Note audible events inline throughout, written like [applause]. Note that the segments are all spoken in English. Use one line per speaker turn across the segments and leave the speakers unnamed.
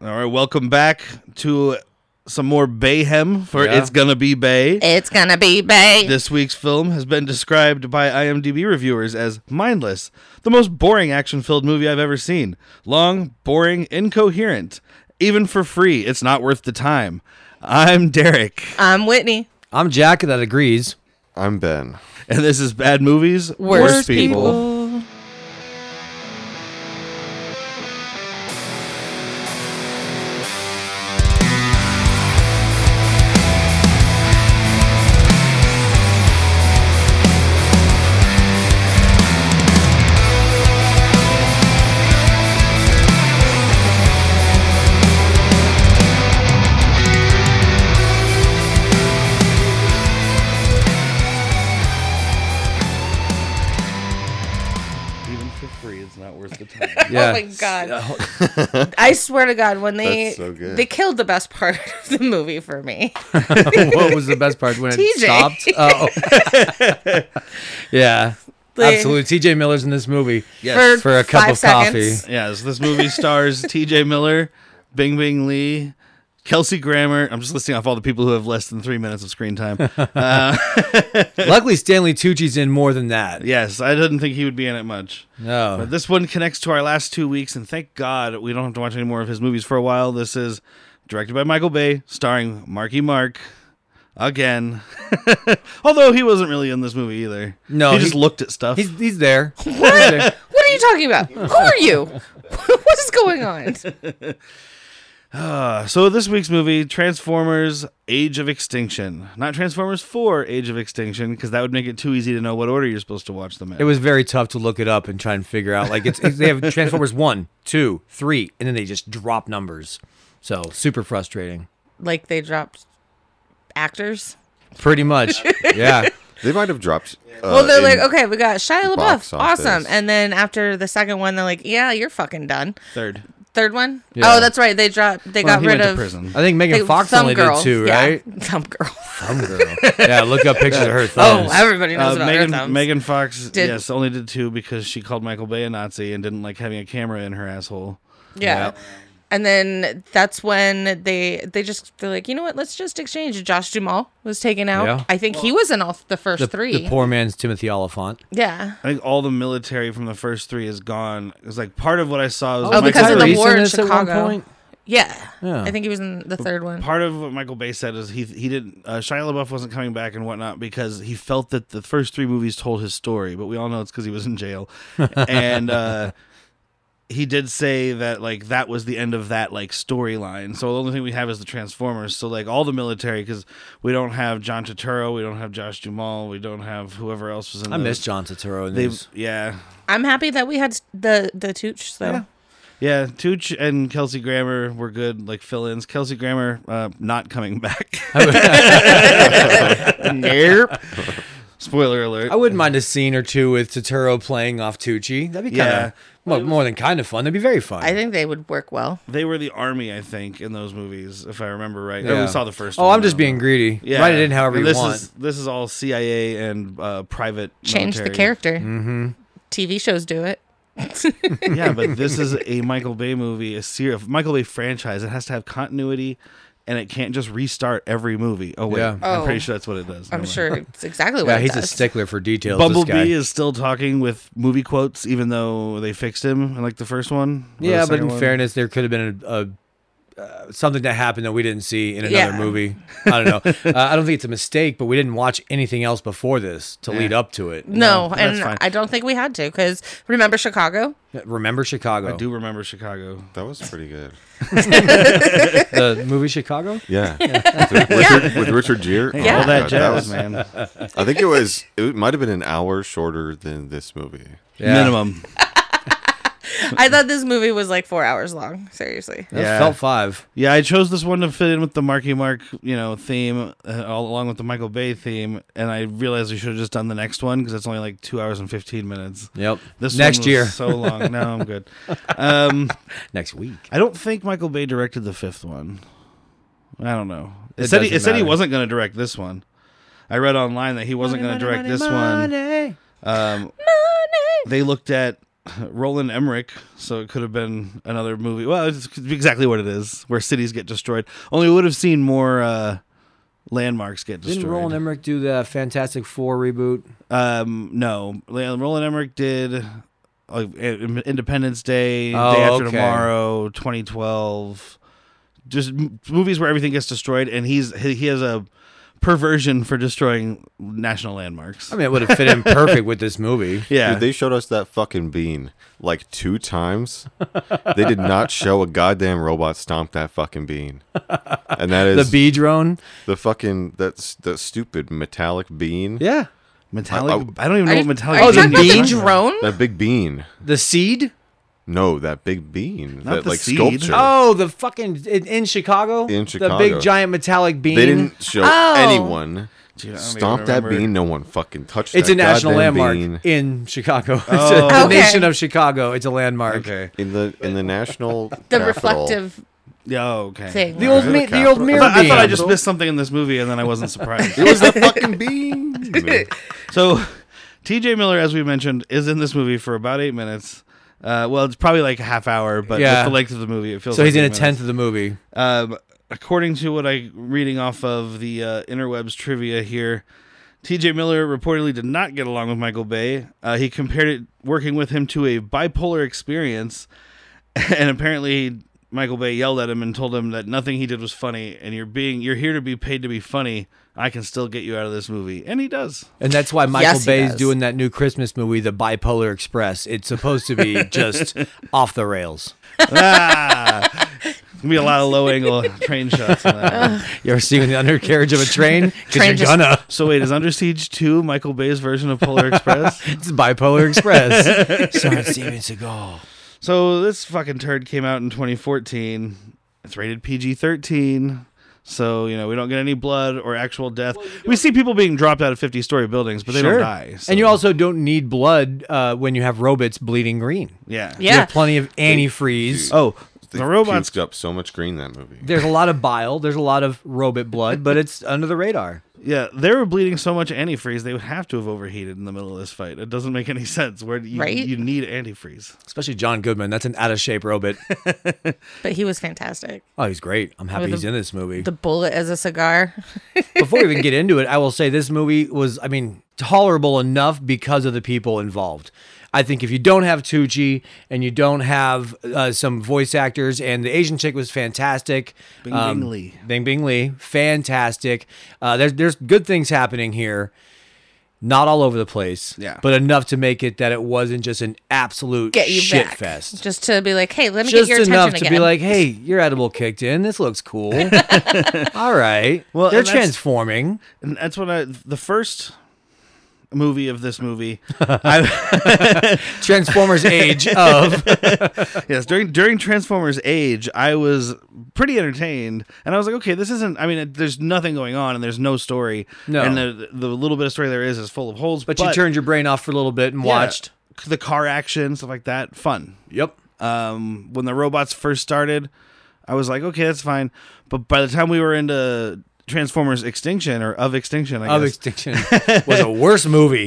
All right, welcome back to some more Bayhem for
Yeah.
It's Gonna Be Bay.
It's gonna be bae.
This week's film has been described by IMDb reviewers as mindless, the most boring action filled movie I've ever seen. Long, boring, incoherent. Even for free, it's not worth the time. I'm Derek,
I'm Whitney.
I'm Jack that agrees.
I'm Ben.
and this is Bad Movies, Worse,
Worst
people.
Oh
Even for free, it's not worth the time. [laughs]
Yeah. [laughs]
Oh my god! I swear to God, when they
That's so good.
they killed the best part [laughs] of the movie for me.
what was the best part when it
TJ. [laughs]
stopped? Oh. [laughs] yeah.
Like-
Absolutely. TJ Miller's in this movie.
Yes.
For a cup
five
of coffee.
seconds.
yes, this movie stars TJ Miller, Bing Bing Lee, Kelsey Grammer. I'm just listing off all the people who have less than three minutes of screen time.
Luckily Stanley Tucci's in more than that.
yes, I didn't think he would be in it much.
No.
But this one connects to our last two weeks, and thank God we don't have to watch any more of his movies for a while. This is directed by Michael Bay, starring Marky Mark again. [laughs] Although he wasn't really in this movie either.
No,
he just
he-
looked at stuff.
He's he's there. He's there.
What are you talking about? Who are you? [laughs] what is going on?
Uh, so this week's movie, Transformers: Age of Extinction, not Transformers Four: Age of Extinction, because that would make it too easy to know what order you're supposed to watch them in.
It was very tough to look it up and try and figure out. Like it's, it's they have Transformers [laughs] one, two, three, and then they just drop numbers. So super frustrating.
Like they dropped actors.
Pretty
[laughs]
much. Yeah.
They might have dropped. Uh,
Well, they're like,
in-
okay, we got Shia
box
LaBeouf, awesome.
office.
And then after the second one, they're like, yeah, you're fucking done.
third.
Third one?
Yeah.
Oh, that's right. They dropped. They
Well,
got
he
rid
went
of
to prison.
I think Megan
they-
Fox
Thumb
only
Girl.
did two,
Yeah,
right?
Thumb girl.
Thumb girl. Yeah, look up pictures of her
[laughs] Oh,
thumbs.
everybody knows
Uh,
about her
Megan,
thumbs.
Megan Fox,
Did-
yes, only did two because she called Michael Bay a Nazi and didn't like having a camera in her asshole.
Yeah.
Yeah.
And then that's when they they just they're like, you know what? Let's just exchange. Josh Duhamel was taken out.
Yeah.
I think he was in all the first
the,
three.
the poor man's Timothy Oliphant.
yeah.
I think all the military from the first three is gone. It's like part of what I saw was
Oh,
Michael
because of the
Bay-
war in Chicago. yeah,
Yeah.
I think he was in the third one.
Part of what Michael Bay said is he he didn't uh, Shia LaBeouf wasn't coming back and whatnot because he felt that the first three movies told his story, but we all know it's because he was in
[laughs]
jail, and uh, he did say that like that was the end of that like storyline. So the only thing we have is the Transformers. So like all the military because we don't have John Turturro, we don't have Josh Duhamel, we don't have whoever else was in.
I
the-
miss John Turturro. In
Mm. They
these.
yeah
I'm happy that we had the the Tooch though.
Yeah, Tooch and Kelsey Grammer were good, like fill-ins. Kelsey Grammer uh, not coming back.
[laughs]
nope. Spoiler alert.
I wouldn't mind a scene or two with Turturro playing off Tucci. That'd be kind
Yeah.
of well, more than kind of fun. That'd be very fun.
I think they would work well.
They were the army, I think, in those movies, if I remember right. I
Yeah.
only saw the first
Oh,
one.
I'm just being greedy.
Yeah.
Write it in however
And
you
this
want.
Is, this is all CIA and uh, private.
Change the
military.
character. TV shows do it. [laughs]
yeah, but this is a Michael Bay movie, a series, Michael Bay franchise. It has to have continuity, and it can't just restart every movie. Oh wait,
Yeah.
I'm
Oh.
pretty sure that's what it does.
I'm
Never mind.
sure it's exactly what.
yeah,
it
he's a
does.
stickler for details. this guy.
Bumblebee is still talking with movie quotes, even though they fixed him in like the first one. or the
yeah, but
second
in
one.
fairness, there could have been a, a uh, something that happened that we didn't see in another
Yeah.
movie. I don't know. uh, I don't think it's a mistake, but we didn't watch anything else before this to lead up to it.
No,
No,
that's
and
fine.
I don't think we had to because remember Chicago?
Remember Chicago?
I do remember Chicago.
that was pretty good.
The movie Chicago.
[laughs]
Yeah. with, Richard, with Richard Gere. Oh
Yeah.
All
[laughs]
my
that
God,
jazz,
was-
man.
I think it was. It might have been an hour shorter than this movie.
Yeah.
Minimum.
I thought this movie was like four hours long. Seriously.
That
Yeah.
felt five.
Yeah, I chose this one to fit in with the Marky Mark, you know, theme, uh, all along with the Michael Bay theme, and I realized we should have just done the next one because it's only like two hours and fifteen minutes.
Yep.
This
next
one was
year,
so
[laughs]
long. No, I'm good. Um,
next week.
I don't think Michael Bay directed the fifth one. I don't know. It,
It
said he,
doesn't
it said he
matter.
wasn't going to direct this one. I read online that he wasn't going to direct this one. Um, they looked at Roland Emmerich, so it could have been another movie. Well, it's exactly what it is, where cities get destroyed. Only we would have seen more uh, landmarks get
Didn't
destroyed.
Roland Emmerich do the Fantastic Four reboot?
Um, no, La- Roland Emmerich did uh, In- Independence Day,
Oh,
Day After
okay.
Tomorrow, 2012. Just m- movies where everything gets destroyed, and he's he, he has a perversion for destroying national landmarks.
I mean, it would have fit in perfect with this movie.
yeah,
Dude, they showed us that fucking bean like two times. they did not show a goddamn robot stomp that fucking bean.
[laughs]
And that
[laughs] The
is the,
bee drone.
fucking that's the stupid metallic bean.
Yeah.
metallic.
I-
I, don't even know
Are
what
you,
metallic.
are you
the
being
talking about the
used.
drone?
That big bean.
The seed.
No, that big bean.
Not
that
the
like
seed.
sculpture.
Oh, the fucking in, in Chicago. The
In
big
Chicago.
giant metallic bean.
They didn't show
Oh.
anyone
Dude, I don't even
stomp that
remember.
bean. No one fucking touched.
It's
that
a national
goddamn
landmark
bean.
in Chicago. [laughs] It's
Oh.
the
Okay.
nation of Chicago. It's a landmark.
Okay.
in the in the
[laughs]
national.
The
capital.
reflective
Yeah. oh, okay.
thing.
The old
Is it a
mi- the
capital?
old
I
I
mirror
thought, I
bean.
thought I just missed something in this movie, and then I wasn't
[laughs]
surprised.
It was
[laughs]
the fucking bean.
So, T.J. Miller, as we mentioned, is in this movie for about eight minutes. Uh, well, it's probably like a half hour, but
Yeah.
with the length of the movie, it feels.
so
like
he's in
eight
a
minutes.
tenth of the movie.
Um, according to what I'm reading off of the uh, interwebs trivia here, T.J. Miller reportedly did not get along with Michael Bay. Uh, he compared it working with him to a bipolar experience, [laughs] and apparently Michael Bay yelled at him and told him that nothing he did was funny, and you're being you're here to be paid to be funny. I can still get you out of this movie, and he does. [laughs]
And that's why Michael
Yes, he
Bay's
does.
doing that new Christmas movie, The Bipolar Express. It's supposed to
[laughs]
be just off the rails.
ah, It's gonna be a lot of low angle train shots. In that.
You ever seen the undercarriage of a
[laughs]
train? Because
Train
you're
just-
gonna.
so wait, is Under Siege two Michael Bay's version of Polar Express?
It's Bipolar
[laughs]
Express. Starring Steven Seagal.
So this fucking turd came out in 2014. It's rated PG-13. So you know we don't get any blood or actual death. we see people being dropped out of 50-story buildings, but they don't die. so-
And you also don't need blood uh, when you have robots bleeding green.
yeah
Yeah.
You have plenty of antifreeze.
Oh,
They
the [laughs] robots.
puked up so much green
[laughs]
that movie.
There's a lot of bile. There's a lot of robot blood, but it's under the radar.
Yeah, they were bleeding so much antifreeze they would have to have overheated in the middle of this fight. It doesn't make any sense. Where do you,
Right?
you need antifreeze.
Especially John Goodman. That's an out of shape [laughs] robot.
But he was fantastic.
Oh, he's great. I'm happy
With the-
he's in this movie.
The bullet as a cigar. [laughs]
Before we even get into it, I will say this movie was, I mean, tolerable enough because of the people involved. I think if you don't have Tucci and you don't have uh, some voice actors, and the Asian chick was fantastic. Um,
Bing Bing Lee.
Bing Bing Lee, fantastic. Uh, there's there's good things happening here. Not all over the place,
Yeah.
but enough to make it that it wasn't just an absolute
Get you
shit
back.
fest.
Just to be like, hey, let me
just
get your
enough
attention
to
again.
be like, "Hey, your edible kicked in. This looks
[laughs]
cool. All right,
Well,
well, they're
and that's-
transforming."
And that's what I the first movie of this movie. I,
Transformers Age of
yes, during during Transformers Age, I was pretty entertained, and I was like, okay, this isn't. I mean, it, there's nothing going on, and there's no story.
No.
and the the little bit of story there is is full of holes.
[laughs] but, you turned your brain off for a little bit and
yeah,
watched.
the car action stuff like that. Fun.
Yep.
Um, when the robots first started, I was like, okay, that's fine. But by the time we were into Transformers Extinction or of Extinction, I
Of
guess,
Extinction [laughs] was a worse movie.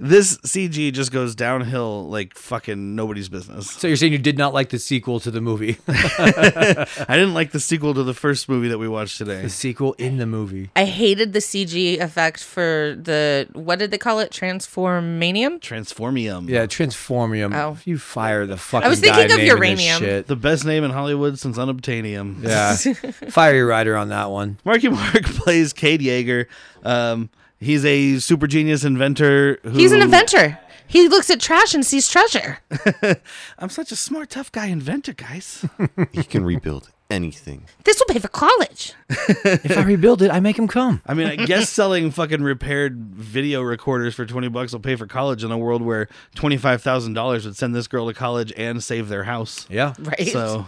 this CG just goes downhill like fucking nobody's business.
[laughs] So you're saying you did not like the sequel to the movie?
I didn't like the sequel to the first movie that we watched today.
[laughs] the sequel in the movie.
I hated the CG effect for the what did they call it? Transformanium?
Transformium.
Yeah, Transformium.
Oh.
You fire the fucking.
I was thinking
guy
of
naming this
Uranium.
Shit.
[laughs]
The best name in Hollywood since Unobtainium.
Yeah, fire your rider on that one.
[laughs] Marky Mark [laughs] plays Cade Yeager. Um, he's a super genius inventor. Who,
He's an inventor. He looks at trash and sees treasure.
I'm such a smart, tough guy inventor, guys.
He can rebuild
[laughs]
anything.
This will pay for college.
[laughs] If I rebuild it, I make him come.
I mean, I guess [laughs] selling fucking repaired video recorders for 20 bucks will pay for college in a world where $25,000 would send this girl to college and save their house.
Yeah,
Right.
So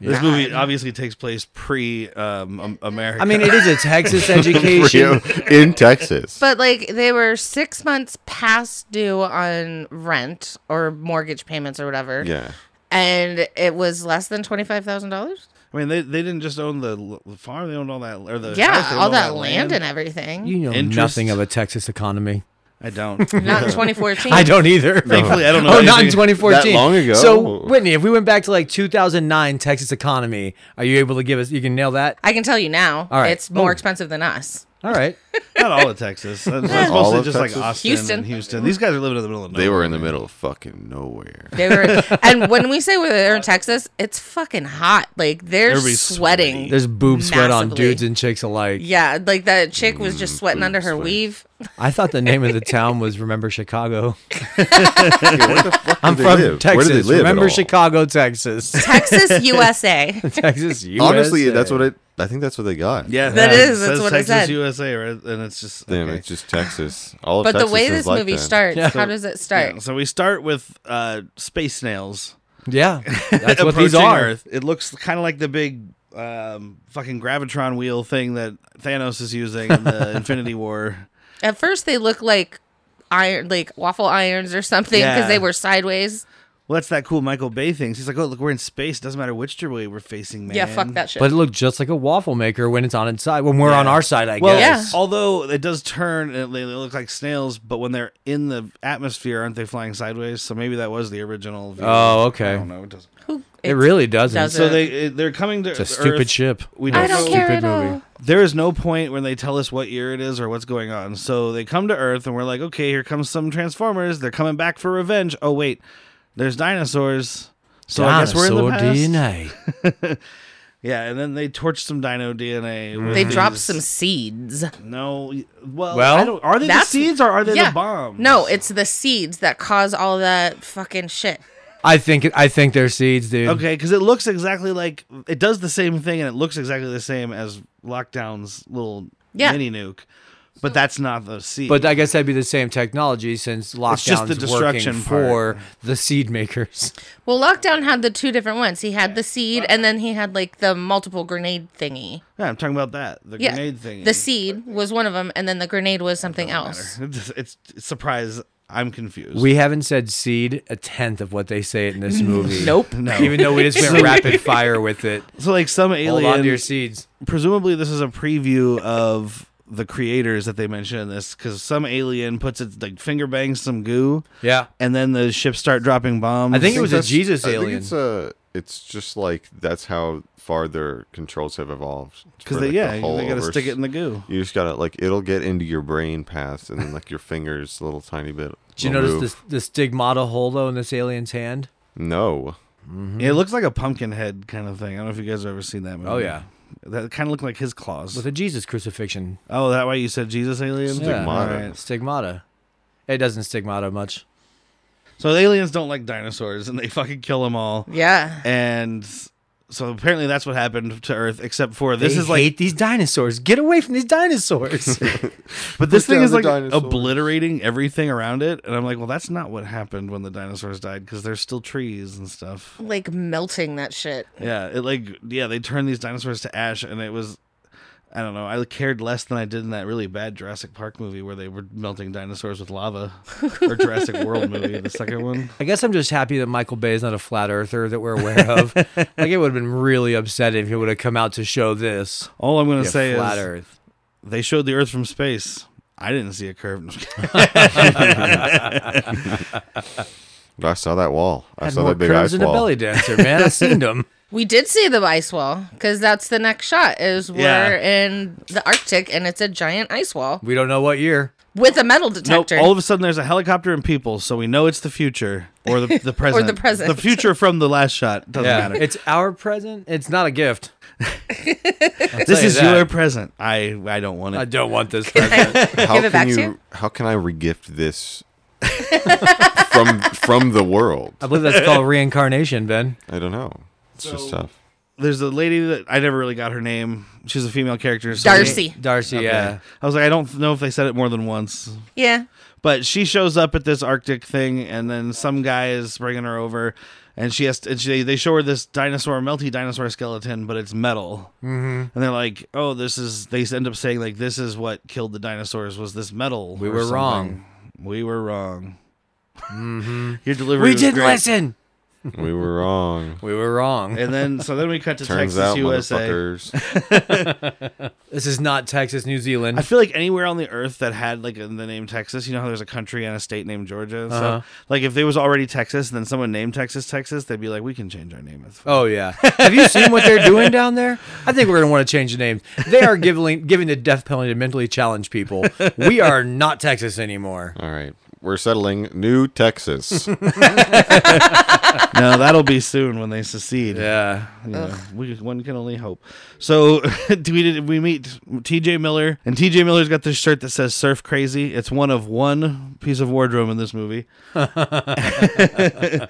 this movie obviously takes place pre um, um, America.
I mean, it is a [laughs] Texas education.
Rio [laughs] in Texas.
But like they were six months past due on rent or mortgage payments or whatever.
yeah.
And it was less than twenty five thousand dollars.
I mean, they, they didn't just own the l- farm; they owned all that, or the
Yeah,
house, they owned
all that land,
land.
and everything.
You know
Interest.
nothing of a Texas economy.
I don't.
[laughs] Not in 2014.
I don't either.
Thankfully, I don't know
Oh, not in
anything
2014.
that long ago.
So, Whitney, if we went back to like 2009 Texas economy, are you able to give us? You can nail that.
I can tell you now.
All right.
It's more
Ooh.
expensive than us.
All right.
Not all of Texas. That's that's
All
mostly
of
just
Texas?
like Austin,
Houston.
and Houston. These guys are living in the middle of nowhere.
They were in the middle of fucking nowhere.
They were, [laughs] and when we say we're there in Texas, it's fucking hot. Like they're
Everybody's
sweating.
sweaty.
There's boob sweat on
Massively.
dudes and chicks alike.
Yeah, like that chick was
Mm,
just sweating under her weave.
I thought the name of the town was Remember Chicago.
I'm
From Texas. Remember Chicago, Texas.
[laughs]
[laughs]
Texas, USA.
Texas, USA.
Honestly, that's what it. I think that's what they got.
Yeah,
That
it
is, that's
says
what I
Texas,
said.
USA, right? And it's just
Damn,
okay.
it's just Texas. All of
But the
Texas
way
is
this
like
movie
that.
starts,
Yeah.
how does it start?
Yeah, so we start with uh, space snails.
Yeah, that's what these
approaching
are.
Earth. It looks kind of like the big um, fucking gravitron wheel thing that Thanos is using in
[laughs]
the Infinity War.
At first, they look like iron, like waffle irons or something, because
Yeah.
they were sideways.
Well, that's that cool Michael Bay thing. He's like, oh, look, we're in space. Doesn't matter which way we're facing, man.
Yeah, fuck that shit.
But it looked just like a waffle maker when it's on its side. When we're on our side, I
Well,
guess.
Yeah.
although it does turn, and they they look like snails, but when they're in the atmosphere, aren't they flying sideways? So maybe that was the original. View.
Oh, okay.
I don't know. It doesn't.
Who-
It really doesn't.
doesn't.
So they it- they're coming to
It's a stupid
Earth.
ship.
We don't
I don't
know-
care
Stupid
at all.
movie.
There is no point when they tell us what year it is or what's going on. So they come to Earth and we're like, okay, here comes some Transformers. They're coming back for revenge. Oh wait, there's dinosaurs. So I guess we're in the past.
Dinosaur DNA.
Yeah, and then they torch some dino DNA.
Mm.
with
They drop
these-
some seeds.
No, well,
Well,
I don't, are they the
that's-
seeds or are they
yeah.
the bombs?
No, it's the seeds that cause all that fucking shit.
I think it, I think they're seeds, dude.
okay because it looks exactly like it does the same thing and it looks exactly the same as Lockdown's little
Yeah.
mini nuke, but that's not the seed.
But I guess that'd be the same technology since lockdown's
just the
working
destruction part.
for the seed makers.
Well, lockdown had the two different ones. He had the seed, and then he had like the multiple grenade thingy.
yeah, I'm talking about that the
Yeah,
grenade thing.
the seed was one of them, and then the grenade was something else.
[laughs] It's, it's, it's surprise. I'm confused.
We haven't said seed a tenth of what they say in this movie.
Nope.
no.
Even though we just
[laughs]
went rapid fire with it.
so like some
Hold on to your
alien.
seeds.
[laughs] Presumably, this is a preview of the creators that they mention in this because some alien puts its like finger bangs some goo.
Yeah.
And then the ships start dropping bombs.
I think it
[laughs]
was a
that's-
Jesus
I think
alien.
it's a. It's just like that's how far their controls have evolved.
because
For,
they
like,
yeah
the
you- they
whole
got to
overs-
stick it in the goo.
You just gotta like it'll get into your brain paths and then like your fingers a little tiny bit.
Did you
will
notice
move.
this, the stigmata hole though in this alien's hand?
No.
It looks like a pumpkin head kind of thing. I don't know if you guys have ever seen that movie.
Mm-hmm. Oh, yeah.
that kind of looked like his claws.
With a Jesus crucifixion.
oh, that why you said Jesus alien?
Yeah.
Stigmata.
Alright.
Stigmata. It doesn't stigmata much.
So the aliens don't like dinosaurs, and they fucking kill them all.
Yeah.
And so apparently that's what happened to Earth, except for this
They
is like
hate these dinosaurs. Get away from these [laughs] dinosaurs.
But this
Put
thing
down
is
the
like
dinosaurs.
obliterating everything around it, and I'm like, well, that's not what happened when the dinosaurs died because there's still trees and stuff.
Like melting that shit.
Yeah, it like yeah, they turned these dinosaurs to ash, and it was, I don't know, I cared less than I did in that really bad Jurassic Park movie where they were melting dinosaurs with lava, or Jurassic World movie, the second one.
I guess I'm just happy that Michael Bay is not a flat earther that we're aware [laughs] of. like it would have been really upsetting if he would have come out to show this.
All I'm gonna
Yeah,
say
flat
is
Earth.
they showed the Earth from space. I didn't see a curve. [laughs]
But I saw that wall. I
Had
saw
more
that big
curves
ice
than a
wall.
belly dancer, man. I seen them.
We did see the ice wall because that's the next shot. Is we're in the Arctic and it's a giant ice wall
[laughs] We don't know what year.
with a metal
Nope.
detector.
All
[laughs]
of a sudden, there's a helicopter and people, so we know it's the future or the, the present.
the present.
The future from the last shot doesn't matter.
it's our present. It's not a gift. tell
this
you
is
that.
your present. I I don't want it.
I don't want this present.
How
Give it
can
back to
you,
you?
How can I regift
[laughs]
this from from the world?
I believe that's called reincarnation, Ben.
I don't know. It's just tough.
There's a lady that I never really got her name. She's a female character. so-
Darcy.
Darcy,
Okay.
yeah.
I was like, I don't know if they said it more than once,
Yeah.
but she shows up at this Arctic thing, and then some guy is bringing her over, and she has to, and she, they show her this dinosaur, melty dinosaur skeleton, but it's metal, mm-hmm. and they're like, oh, this is. They end up saying like, this is what killed the dinosaurs was this metal.
We
or
were
something.
wrong.
We were wrong. [laughs] Your delivery.
We
was
did
great.
listen.
we were wrong.
[laughs] We were wrong.
And then so then we cut to
Turns
Texas,
out,
USA.
motherfuckers.
This is not Texas, New Zealand.
I feel like anywhere on the earth that had like the name Texas, you know how there's a country and a state named Georgia. So
Uh-huh.
like if there was already Texas and then someone named Texas Texas, they'd be like, we can change our name. It's fine.
Oh yeah. Have you seen what they're doing down there? I think we're gonna want to change the name. They are giving giving the death penalty to mentally challenged people. We are not Texas anymore.
All right. We're settling
[laughs]
New Texas.
no, that'll [laughs] be soon when they secede.
Yeah.
You know, we, one can only hope. So [laughs] tweeted we meet TJ Miller and TJ Miller's got this shirt that says surf crazy. It's one of one piece of wardrobe in this
[laughs]
movie. [laughs] uh,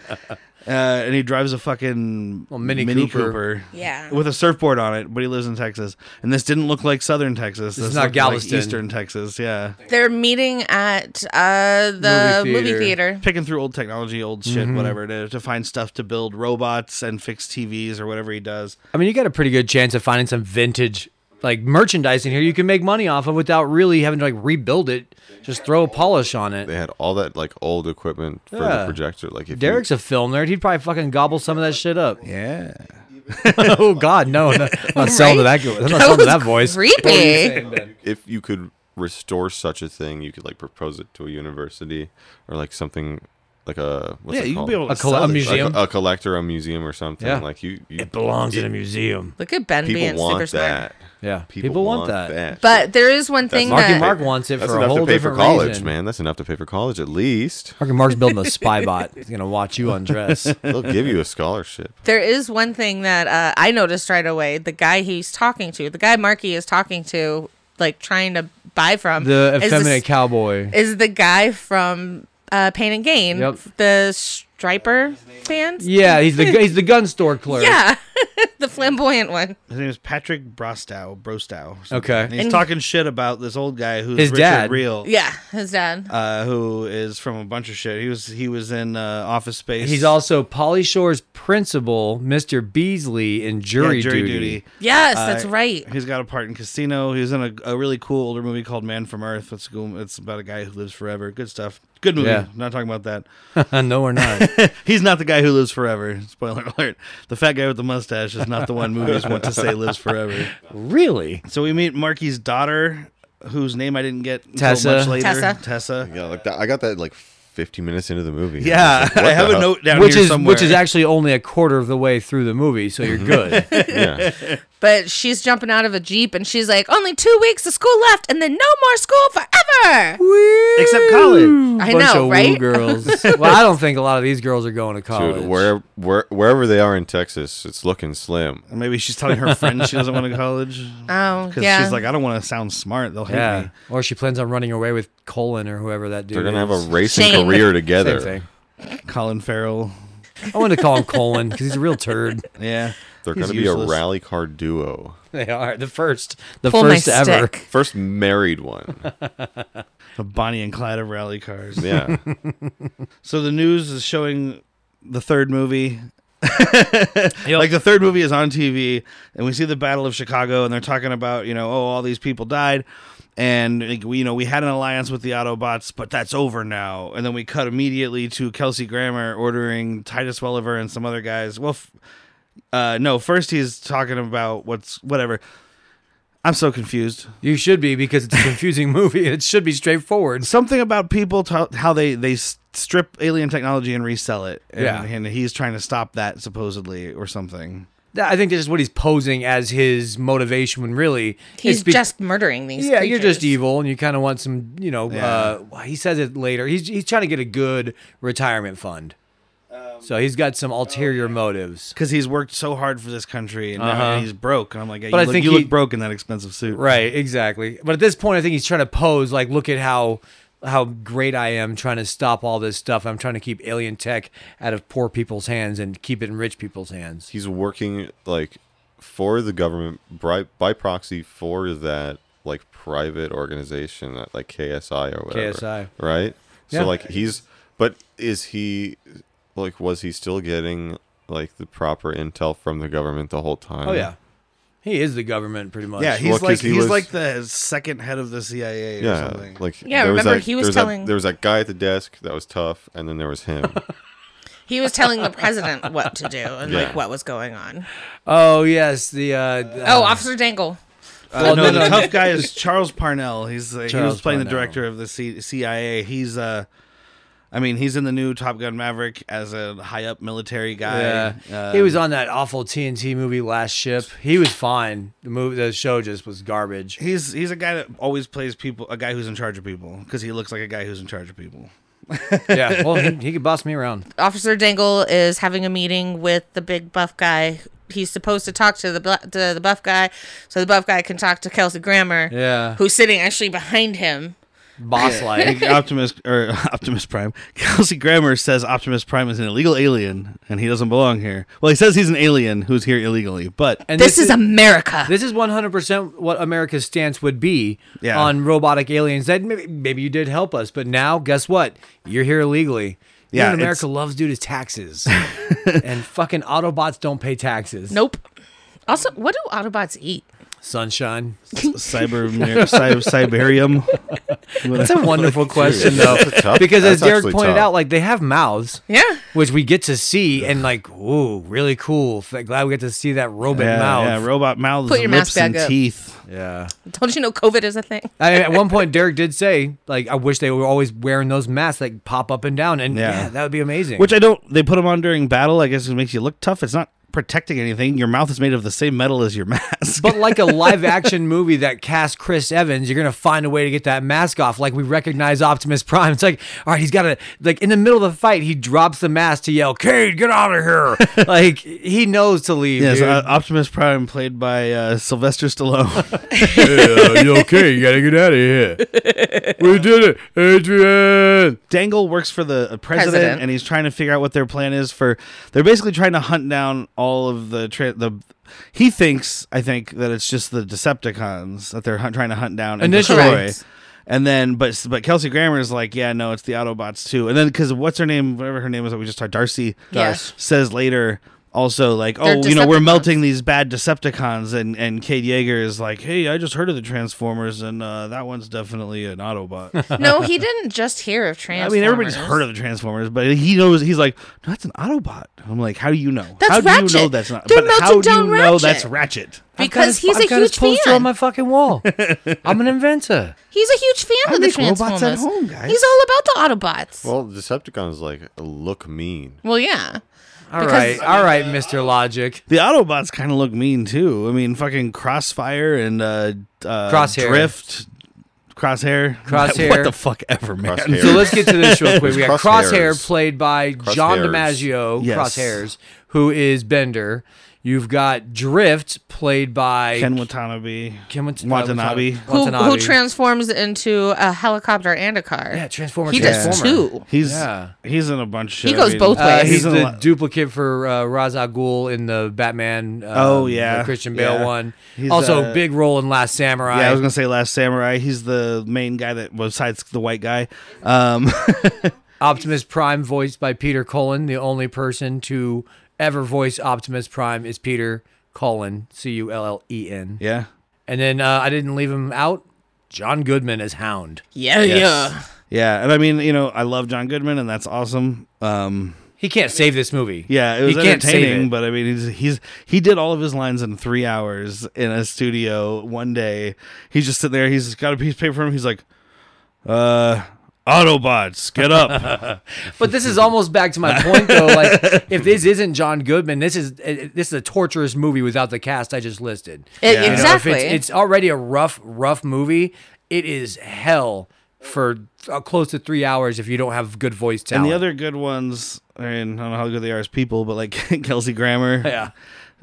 and he drives a fucking
Well, Mini Cooper.
Yeah.
with a surfboard on it, but he lives in Texas. And this didn't look like Southern Texas. This,
is not
looked
Galveston.
Like Eastern Texas, yeah.
They're meeting at uh, the
Movie
movie
theater.
theater.
Picking through old technology, old shit,
Mm-hmm.
whatever it is, to find stuff to build robots and fix TVs or whatever he does.
I mean, you got a pretty good chance of finding some vintage like merchandise in here you can make money off of without really having to like rebuild it. Just throw a polish on
they
it.
had all that like old equipment for
Yeah.
the projector. Like if
Derek's a film nerd. He'd probably fucking gobble some of that shit up.
Yeah.
[laughs] oh God, no! no
[laughs]
I'm not selling to that.
Right?
I'm not selling to
was
that voice.
Creepy.
you, if you could restore such a thing, you could like propose it to a university or like something like a what's
yeah,
it
you can
called?
be able to
A colla-
sell
a
this
Like,
museum.
a, a collector, a museum, or something.
Yeah.
Like you, you
It belongs in a museum.
Look at Ben
people
being
want
super smart.
that.
Yeah, people, want, that.
But there is one thing
Marky
that
Mark wants it
That's
for a
enough
whole
to pay for
different
college,
reason.
man. That's enough to pay for college at least.
Marky Mark's building
[laughs]
a spy bot. He's gonna watch you undress.
They'll give you a scholarship.
there is one thing that uh, I noticed right away. The guy he's talking to, the guy Marky is talking to, like trying to buy from
The
is
effeminate
this-
cowboy.
is the guy from uh, Pain and Gain,
Yep.
the Striper fans.
yeah, he's
[laughs]
the he's the gun store clerk.
Yeah, [laughs] the flamboyant one.
His name is Patrick Brostow. Brostow. or something.
Okay.
And he's
And-
talking shit about this old guy who's
His
Richard
dad.
Real.
Yeah, his dad.
Uh, who is from a bunch of shit. He was he was in uh, Office Space.
He's also Polly Shore's principal, Mr. Beasley, in
Yeah,
Jury,
Jury
Duty.
yes, that's
Uh,
right.
He's got a part in Casino. He was in a, a really cool older movie called Man from Earth. It's cool. It's about a guy who lives forever. Good stuff. Good movie.
Yeah.
Not talking about that. [laughs]
[laughs] no, we're not.
He's not the guy who lives forever. Spoiler [laughs] alert. The fat guy with the mustache is not the one movies want to say lives
[laughs]
forever.
really?
So we meet Marky's daughter, whose name I didn't get until
Tessa.
much later.
Tessa.
Tessa.
[laughs] Yeah, like that, I got that like 15 minutes into the movie.
Yeah,
was like, what
I have
the
a
hell?
note down
Which
here
is
somewhere.
which is actually only a quarter of the way through the movie, so you're good.
Yeah.
But she's jumping out of a jeep and she's like, "Only two weeks of school left, and then no more school forever."
except college.
I
Bunch
know,
of woo
right? [laughs]
girls. well, I don't think a lot of these girls are going to [laughs] college.
Dude, where, where, wherever they are in Texas, it's looking slim.
Or Maybe she's telling her friends she doesn't want to go to college.
Oh,
because
yeah.
she's like, I don't want to sound smart. They'll hate
yeah.
me.
Or she plans on running away with Colin or whoever that dude.
They're gonna have a
is.
race and
Shame.
career
Same
together.
thing.
Colin Farrell.
I wanted to call him Colin because he's a real turd.
Yeah,
They're
He's
gonna be
useless.
a rally car duo.
[laughs] They are the first, the
Pull my
first ever.
stick.
First married one.
A Bonnie and Clyde of rally cars.
Yeah.
So the news is showing the third movie. Like the third movie is on TV, and we see the Battle of Chicago, and they're talking about you know oh all these people died, and like, we you know we had an alliance with the Autobots, but that's over now. And then we cut immediately to Kelsey Grammer ordering Titus Welliver and some other guys. Well, f- uh, no, first he's talking about what's whatever. I'm so confused.
You should be because it's a confusing [laughs] movie. It should be straightforward.
something about people t- how they they s- strip alien technology and resell it and,
Yeah.
and he's trying to stop that supposedly or something
That- I think that's just what he's posing as his motivation when really
He's
it's be-
just murdering these.
yeah, you're just
creatures.
evil and you kind of want some, you know,
Yeah.
uh, he says it later. He's he's trying to get a good retirement fund. So he's got some ulterior motives.
because he's worked so hard for this country and, now-
Uh-huh.
and he's broke and i'm like yeah,
But
you,
I
look,
think
you
he-
look broke in that expensive suit
Right, exactly. But at this point, I think he's trying to pose like, look at how how great I am trying to stop all this stuff. I'm trying to keep alien tech out of poor people's hands and keep it in rich people's hands.
he's working like for the government by, by proxy for that like private organization that like KSI or whatever.
KSI.
Right?
Yeah.
So like he's but is he like was he still getting like the proper intel from the government the whole time?
Oh yeah, he is the government pretty much.
yeah he's
Well, 'cause
like
he
he's
was-
like the second head of the cia or
Yeah,
something
like
Yeah,
there
remember
that,
he was
there
telling-
that, there was that guy at the desk that was tough, and then there was him.
He was telling the president what to do and
Yeah.
like what was going on.
Oh yes, the uh,
Oh, Officer Dangle.
Uh, no,
no,
the
no.
tough guy is Charles Parnell. He's uh, he
Charles
was playing the
Parnell.
director of the C- CIA. He's uh, I mean, he's in the new Top Gun Maverick as a high up military guy.
Yeah.
Uh,
he was on that awful TNT movie Last Ship. He was fine. The movie, the show just was
[laughs]
garbage.
He's he's a guy that always plays people, a guy who's in charge of people, because he looks like a guy who's in charge of [laughs] people.
yeah, well, he, he could boss me around.
Officer Dangle is having a meeting with the big buff guy. He's supposed to talk to the bla- to the buff guy, so the buff guy can talk to Kelsey Grammer,
Yeah,
who's sitting actually behind him.
boss
[laughs]
like.
Optimus or Optimus Prime. [laughs] Kelsey Grammer says Optimus Prime is an illegal alien and he doesn't belong here. Well, he says he's an alien who's here illegally, but
And
This, is, America.
This is 100% what America's stance would be
Yeah.
on robotic aliens. That maybe, maybe you did help us, but now guess what? You're here illegally. You
Yeah,
know what
it's-
America loves due to taxes, and fucking Autobots don't pay taxes.
nope. Also, what do Autobots eat?
Sunshine.
cyber
[laughs]
cy- cyberium.
That's a
[laughs]
wonderful question though,
That's a tough-
because as
that's
Derek
actually
pointed
tough.
out, like they have mouths.
Yeah.
Which we get to see and like, ooh, really cool. F- Glad we get to see that robot
yeah,
mouth.
yeah, robot mouths,
Put your
and lips,
mask
and
back up.
teeth.
yeah.
Don't you know COVID is a [laughs] thing?
I, at one point, Derek did say, like, I wish they were always wearing those masks that pop up and down. And
Yeah.
yeah, that would be amazing.
Which I don't. They put them on during battle. I guess it makes you look tough. It's not protecting anything. Your mouth is made of the same metal as your [laughs] mask.
but like a live action movie that casts Chris Evans, you're gonna find a way to get that mask off. Like we recognize Optimus Prime. [laughs] It's like, all right, he's got to like in the middle of the fight, he drops the mask to yell, "Cade, get out of here!" [laughs] like he knows to leave.
Yes,
dude.
uh, Optimus Prime, played by uh, Sylvester Stallone. [laughs]
you okay? You gotta get out of here. we did it, Adrian.
Dangle works for the uh, president,
President.
and he's trying to figure out what their plan is for. They're basically trying to hunt down all of the tra- the. He thinks, I think, that it's just the Decepticons that they're hunt- trying to hunt down and
Initially.
destroy.
Correct.
And then, but but Kelsey Grammer is like, yeah, no, it's the Autobots too. And then because what's her name, whatever her name is that we just talked, Darcy
Yeah.
says later. Also, like,
They're
oh, you know, we're
Decepticons.
melting these bad Decepticons, and and Kate Yeager is like, hey, I just heard of the Transformers, and uh, that one's definitely an
[laughs]
Autobot.
No, he didn't just hear of
I
Transformers.
mean, everybody's heard of the Transformers, but he knows. He's like, that's an Autobot. I'm like, how do you know?
That's
how do
Ratchet.
you know that's not?
They're
but how
melted
do you
down
know that's
Ratchet.
Ratchet?
because
I've got his-
he's
I've
a
got his
huge
poster on
fan.
my fucking wall. I'm an inventor.
he's a huge fan
I
of the
make robots at
Transformers.
home, guys.
He's all about the Autobots. Well,
Well, Decepticons like look mean.
yeah.
[laughs] All
Because-
right, all right, Mr. Logic.
The Autobots kind of look mean too. I mean, fucking Crossfire and uh, uh,
Crosshair.
Drift, Crosshair, [laughs]
Crosshair.
What the fuck ever, man.
Crosshair.
So let's get to this real quick. We got
Crosshairs.
Crosshair played by John
Crosshairs.
DiMaggio,
Yes.
Crosshairs, who is Bender. You've got Drift played by
Ken Watanabe.
Ken Wat- uh,
Watanabe.
Watanabe.
Who, who
Watanabe.
transforms into a helicopter and a car.
Yeah, Transformer.
He does
Transformer.
too.
He's
Yeah.
he's in a bunch. Of shit.
He goes both
Uh,
ways.
he's,
in a
the
lot-
duplicate for uh, Ra's al Ghul in the Batman. Uh,
Oh, yeah.
the Christian Bale
Yeah.
one.
He's,
also,
uh,
big role in Last Samurai.
Yeah, I was gonna say Last Samurai. He's the main guy that besides the white guy. Um, [laughs]
Optimus Prime voiced by Peter Cullen. The only person to ever voice Optimus Prime is Peter Cullen, C U L L E N.
yeah.
And then uh, I didn't leave him out. John Goodman as Hound.
Yeah, yeah.
Yeah, and I mean, you know, I love John Goodman, and that's awesome. Um,
He can't save this movie.
yeah, it
He
was
can't save
entertaining,
it.
but I mean, he's, he's he did all of his lines in three hours in a studio one day. He's just sitting there. He's got a piece of paper for him. He's like, uh. Autobots, get up!
But this is almost back
[laughs]
to my point, though. Like, if this isn't John Goodman, this is it- this is a torturous movie without the cast I just listed.
It-
You know, if
E- Exactly.
it's, it's already a rough, rough movie. It is hell for uh, close to three hours if you don't have good voice
and
talent.
the other good ones, I mean, I don't know how good they are as people, but like [laughs] Kelsey Grammer,
yeah,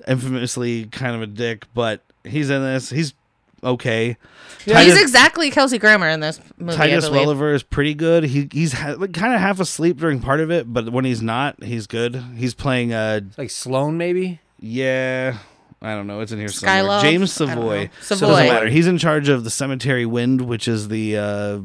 infamously kind of a dick, but he's in this. He's okay.
He's
Titus-
exactly Kelsey Grammer in this movie. I
Titus
believe.
Welliver is pretty good. He he's ha- like, kind of half asleep during part of it, but when he's not, he's good. He's playing uh
like Sloan maybe.
yeah, I don't know. It's in here somewhere.
Skylove.
James
I don't know.
Savoy. Doesn't matter.
Savoy.
He's in charge of the Cemetery Wind, which is the uh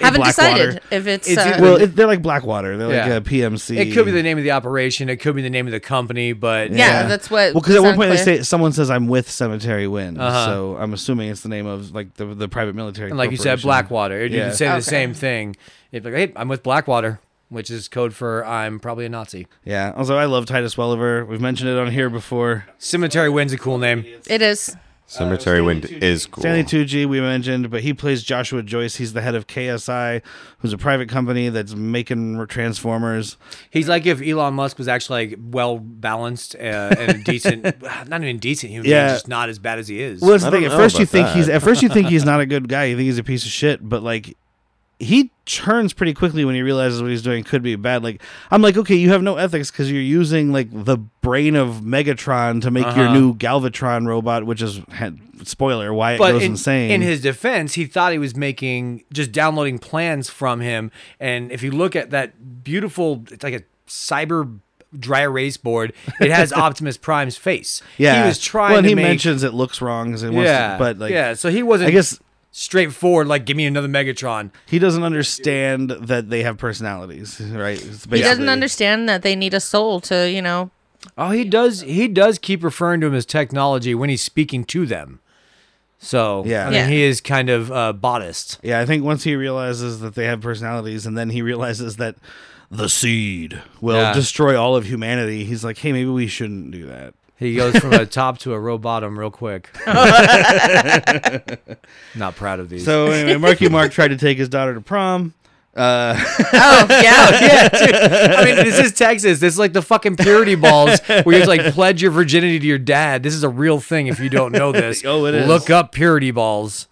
Haven't
Blackwater.
decided if it's.
It's
uh,
either-
Well, it, they're like Blackwater. They're like
Yeah.
uh, PMC.
It could be the name of the operation. It could be the name of the company. But
yeah, that's what.
Well, because at one
sounds
point they
clear.
say someone says I'm with Cemetery Wind,
Uh-huh.
so I'm assuming it's the name of like the the private military.
And like you said,
corporation.
Blackwater. You
Yeah.
can say
Okay.
the same thing. It'd be like, hey, I'm with Blackwater. which is code for I'm probably a Nazi.
Yeah. Also, I love Titus Welliver. We've mentioned it on here before.
Cemetery Wind's a cool name.
It is.
Cemetery Wind is cool.
Stanley Tucci, we mentioned, but he plays Joshua Joyce. He's the head of KSI, who's a private company that's making Transformers.
He's like if Elon Musk was actually like well balanced uh, and a decent, [laughs] not even decent human,
Yeah.
being, just not as bad as he is.
Well, that's the
I
thing.
don't
At
know
first, you
about
think
that.
he's at first you think he's not a good guy. You think he's a piece of shit, but like he turns pretty quickly when he realizes what he's doing could be bad. Like I'm like, okay, you have no ethics because you're using like the brain of Megatron to make your
Uh-huh.
new Galvatron robot, which is had, spoiler why it
but
goes
in,
insane.
in his defense, he thought he was making just downloading plans from him. And if you look at that beautiful, it's like a cyber dry erase board. It
[laughs]
has Optimus Prime's face.
yeah,
he was trying.
Well, and
to
he
make,
mentions it looks wrong, 'cause he wants to-
yeah,
but like,
yeah. So he wasn't.
I guess
straightforward. Like, give me another Megatron.
he doesn't understand that they have personalities, right? It's
He doesn't
basically-
understand that they need a soul to, you
[laughs]
know.
Oh, he does. He does keep referring to him as technology when he's speaking to them. So
Yeah.
I mean,
Yeah.
he is kind of uh, bodiced.
Yeah, I think once he realizes that they have personalities, and then he realizes that the seed will
Yeah.
destroy all of humanity, he's like, "Hey, maybe we shouldn't do [laughs] that."
He goes from a top to a row bottom real quick. Not proud of these.
So anyway, Marky Mark tried to take his daughter to [laughs] prom. Uh,
Oh
[laughs]
yeah,
yeah, dude. I mean, this is Texas. This is like the fucking purity balls where you just like pledge your virginity to your dad. This is a real thing. If you don't know this,
Oh, it is.
Look up purity balls.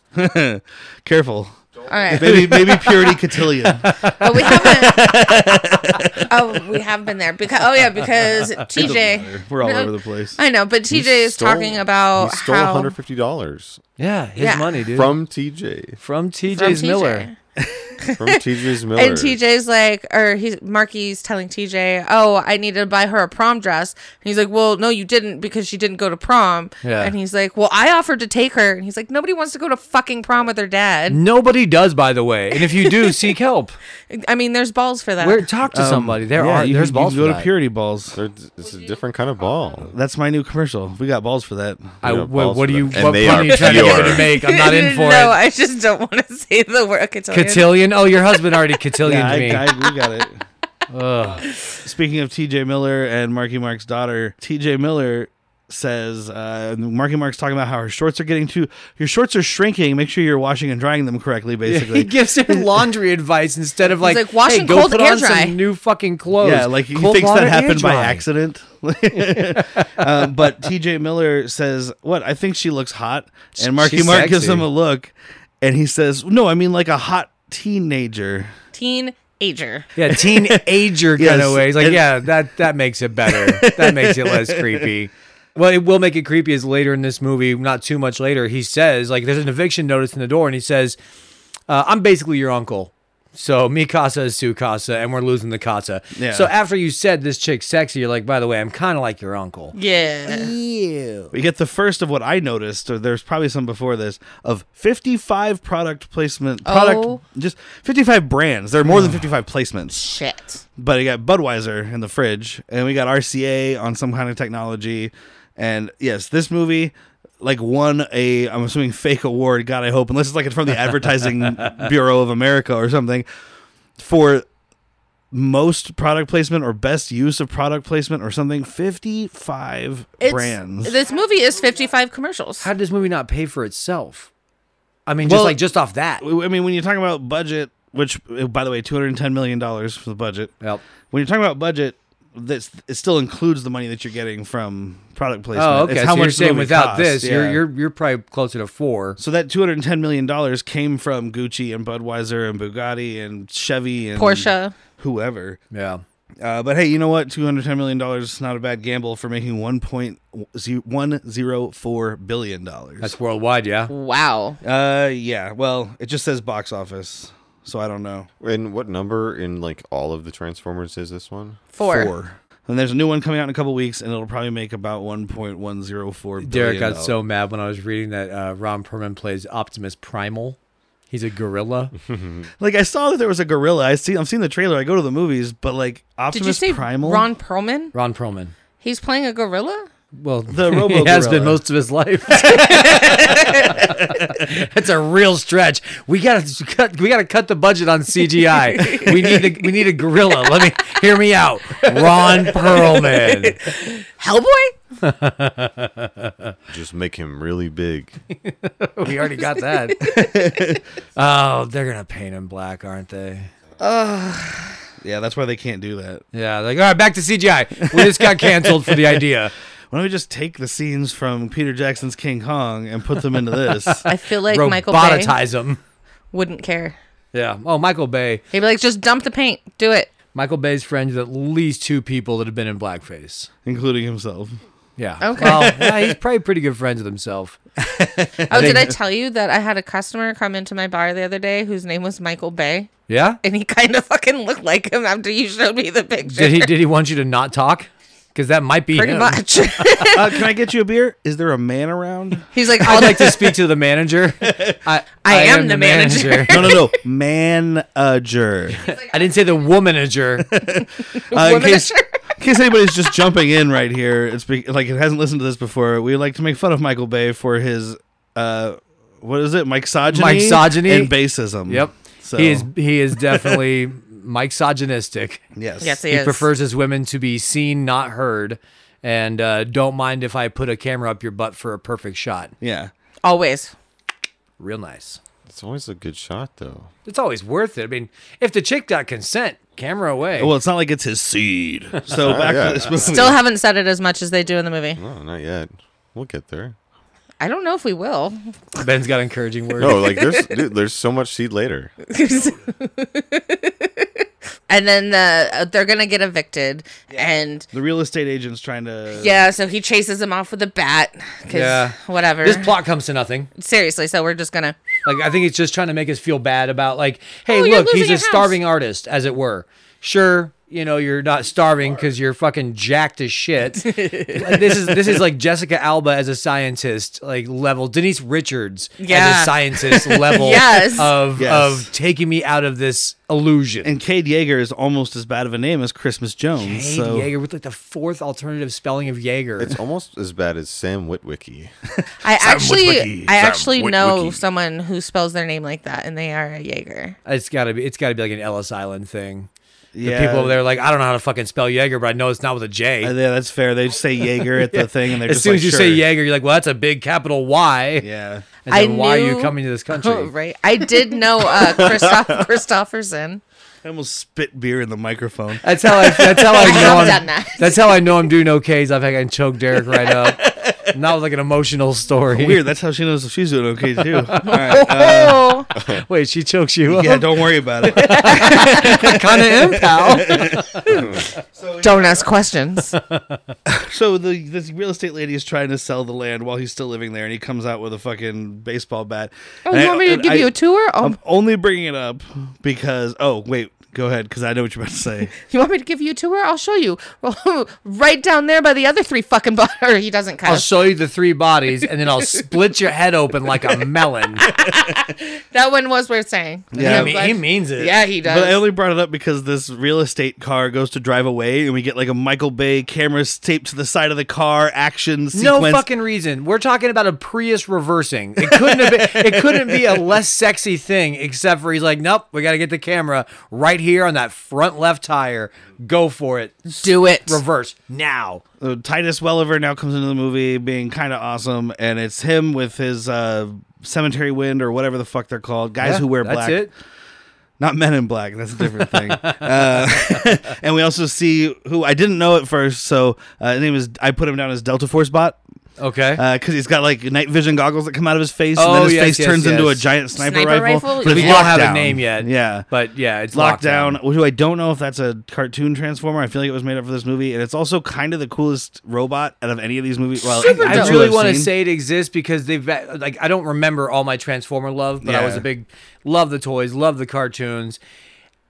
careful,
all
[laughs]
right.
maybe maybe purity [laughs] cotillion.
But we haven't.
[laughs]
oh, we have been there because oh yeah, because TJ.
We're all
No,
over the place.
I know, but TJ is
Stole-
talking about
he stole
how
150 dollars
Yeah, his
Yeah.
money, dude.
from TJ
from TJ's
from TJ.
Miller.
[laughs]
from TJ's Miller.
And TJ's like, or he's Marky's telling TJ, "Oh, I needed to buy her a prom dress." And he's like, "Well, no, you didn't because she didn't go to prom."
Yeah.
And he's like, "Well, I offered to take her," and he's like, "Nobody wants to go to fucking prom with their dad."
Nobody does, by the way. And if you do, seek
[laughs]
help.
I mean, there's balls for that.
Where talk to somebody. There
Um, Yeah,
are
you
there's
can- you
balls
can
for
go
that.
to purity balls.
They're- it's a different kind of ball.
That's my new commercial. We got balls for that.
I,
Yeah,
wh-
balls
what
for
do you
that. And
what
they
pun
are
are you trying to get me to
pure.
make? I'm not
[laughs]
in for
No,
it.
I just don't want to say the word cotillion.
Cotillion. Oh, your husband
[laughs]
already cotillioned
Yeah,
me.
I, I, we got it. Speaking of TJ Miller and Marky Mark's daughter, TJ Miller says uh, Marky Mark's talking about how her shorts are getting too. Your shorts are shrinking. Make sure you're washing and drying them correctly. Basically,
he gives her
[laughs]
laundry advice instead of like,
like, wash
hey,
and
go
cold
put
air
on
dry.
some new fucking clothes.
Yeah, like he
Cold
thinks
water,
that
air
happened by
dry.
accident. [laughs] um, but TJ Miller says, "What? I think she looks hot." And Marky
she's
Mark gives
sexy.
him a look, and he says, "No, I mean like a hot teenager."
Teenager.
[laughs]
Yeah, teenager kind
Yes,
of ways. Like,
and-
yeah, that that makes
[laughs]
it better. that makes it less creepy. Well, it will make it creepy is later in this movie, not too much later. He says, like, there's an eviction notice in the door, and he says, uh, "I'm basically your uncle." So mi casa is su casa, and we're losing the casa.
Yeah.
So after you said this chick's sexy, you're like, by the way, I'm kind of like your uncle.
Yeah.
We get the first of what I noticed, or there's probably some before this, of 55 product placement, product,
Oh. Hmm.
just 55 brands. There are more than 55 placements.
Shit.
But we got Budweiser in the fridge, and we got RCA on some kind of technology. And yes, this movie like won a I'm assuming fake award, God I hope, unless it's like from the
[laughs]
Advertising Bureau of America or something, for most product placement or best use of product placement or something. 55
It's-
brands.
This movie is 55 commercials.
How did this movie not pay for itself? I mean,
Well-
just like just off that.
I mean, when you're talking about budget, which uh, by the way, two hundred and ten million dollars for the budget.
Yep.
When you're talking about budget, this it still includes the money that you're getting from product placement.
Oh, okay.
It's
so you're
the
saying
movie
without
cost,
this, you're
yeah.
you're you're probably closer to four.
So that two hundred and ten million dollars came from Gucci and Budweiser and Bugatti and Chevy and
Porsche.
whoever.
Yeah.
Uh, but hey, you know what? Two hundred ten million dollars is not a bad gamble for making one point one zero four billion dollars.
That's worldwide, yeah.
Wow.
Uh, yeah. Well, it just says box office, so I don't know.
And what number in like all of the Transformers is this one?
Four.
And there's a new one coming out in a couple weeks, and it'll probably make about 1.104 billion.
Derek got so mad when I was reading that uh, Ron Perlman plays Optimus Primal. He's
[laughs]
a gorilla.
like I saw that there was a gorilla. I see. I've seen the trailer. I go to the movies, but like
Did
Optimus
you say
Primal,
Ron Perlman?
Ron Perlman.
He's playing a gorilla?
[laughs] Well,
The
he has
robo-gorilla.
been most of his life. [laughs] That's a real stretch. We gotta cut. We gotta cut the budget on CGI. we need a, we need a gorilla. Let me hear me out. Ron Perlman.
Hellboy?
Just make him really big.
We already got that. oh, they're gonna paint him black, aren't they?
Yeah, that's why they can't do that.
Yeah. Like all right, back to CGI. We just got canceled for the idea.
Why don't we just take the scenes from Peter Jackson's King Kong and put them into this?
[laughs] I
[laughs]
feel [laughs] like Michael Bay
Robotize him.
wouldn't care.
Yeah. Oh, Michael Bay.
He'd be like, just dump the paint. Do it.
Michael Bay's friends with at least two people that have been in blackface.
including
[laughs]
himself.
Yeah.
Okay.
Well, yeah, he's probably pretty good friends with himself.
Oh, did I tell you that I had a customer come into my bar the other day whose name was Michael Bay?
Yeah.
And he [laughs] kind of fucking looked like him after you showed me the picture.
Did he? Did he want you to not talk? Because that might be
Pretty
him.
much. [laughs]
Uh, can I get you a beer? Is there a man around?
He's like, I'll
I'd like to speak to the manager. I,
[laughs] I am the manager.
No, no, no, manager.
I didn't say the
[laughs]
womanager.
Uh, in, case,
Womanager.
in case anybody's just jumping in right here, it's be, like it hasn't listened to this before. We like to make fun of Michael Bay for his uh, what is it, misogyny,
Misogyny.
and basism.
Yep.
Mm. So
He is. He is definitely [laughs] misogynistic.
yes,
Yes,
He
he, is.
prefers his women to be seen, not heard, and uh, don't mind if I put a camera up your butt for a perfect shot.
yeah.
Always.
Real nice.
It's always a good shot, though.
It's always worth it. I mean, if the chick got consent, camera away.
Well, it's not like it's his seed. So back
yeah.
to this movie.
Still haven't said it as much as they do in the movie.
No, not yet. We'll get there.
I don't know if we will.
Ben's
[laughs]
got encouraging words.
No, like
[laughs]
there's dude, there's so much seed later.
and then the, uh, they're going to get evicted. And
the real estate agent's trying to.
yeah, so he chases him off with a bat. 'cause
Yeah.
whatever.
This plot comes to nothing.
Seriously, so we're just going to.
Like I think it's just trying to make us feel bad about like, hey,
Oh, you're
look, he's a
losing your house.
starving artist, as it were. Sure, you know you're not starving because you're fucking jacked as
[laughs]
shit. Like, this is this is like Jessica Alba as a scientist, like level Denise Richards as a
Yeah. [laughs]
scientist level
Yes.
of
Yes.
of taking me out of this illusion.
And Cade Yeager is almost as bad of a name as Christmas Jones.
Hey,
so
Jaeger with like the fourth alternative spelling of Jaeger.
It's almost as bad as Sam Witwicky.
I actually,
Witwicky.
I
Sam
actually know
Witwicky.
someone who spells their name like that, and they are a Jaeger.
it's gotta be it's gotta be like an Ellis Island thing.
yeah,
People over there are like, I don't know how to fucking spell Jaeger, but I know it's not with a J.
Uh, yeah, that's fair. They just say Jaeger
[laughs]
at the thing, and they're
as
just
soon
like,
as you
sure.
say Jaeger, you're like, well, that's a big capital Y.
yeah.
And then
I
why are you
knew-
coming
[laughs]
to this country?
right. I did know
[laughs]
uh, Christoph Christofferson.
I almost spit beer in the microphone.
That's how I. That's
[laughs]
how I know.
have
I'm,
done that.
That's how I know I'm doing okay. Is I've had to choke Derek right
[laughs]
up. And that was like an emotional story.
Weird. That's how she knows if she's doing okay too. All right. uh,
Oh,
[laughs] Wait, she chokes you
yeah,
[laughs]
up.
don't worry about it.
kind of am, pal.
don't ask questions.
So the this real estate lady is trying to sell the land while he's still living there, and he comes out with a fucking baseball bat.
Oh,
And
you
I-
want me to
and
give
I-
you a tour? Oh,
um,
I'm only bringing it up because. Oh wait, go ahead because I know what you're about to say.
you want me to give you a tour? I'll show you. [laughs] Well, right down there by the other three fucking bar. [laughs] or He
[laughs]
doesn't
I'll
cuss.
show you the three bodies, and then I'll split your head open like a melon.
that one was worth saying.
Yeah.
I
I
mean, he means it.
Yeah, [laughs] he does.
But I only brought it up because this real estate car goes to drive away, and we get like a Michael Bay camera taped to the side of the car action
No
sequence.
fucking reason. We're talking about a Prius reversing. It couldn't have been, it couldn't be a less sexy thing except for he's like, "Nope, we got to get the camera right here on that front left tire. Go for it.
Do it. [laughs]
Reverse now."
Uh, Titus Welliver now comes into the movie being kind of awesome, and it's him with his uh, Cemetery Wind or whatever the fuck they're called. Guys
Yeah,
who wear
that's
black.
it.
Not men in black. That's a different thing. uh, [laughs] and we also see who I didn't know at first. So uh, his name is, I put him down as Delta Force Bot
Okay.
because he's got like night vision goggles that come out of his face, and
Oh,
then his
yes,
face
yes,
turns into a
yes.
giant sniper,
Sniper
rifle.
rifle?
But
we
it's
We
don't have a
Lockdown.
name yet.
Yeah.
But yeah, it's
Lockdown, who I don't know if that's a cartoon transformer. I feel like it was made up for this movie, and it's also kind of the coolest robot out of any of these movies. Well,
Super
any
dope.
two
I really
I've
want to
seen.
say it exists because they've like I don't remember all my Transformer love, but I was
Yeah.
a big love the toys, love the cartoons.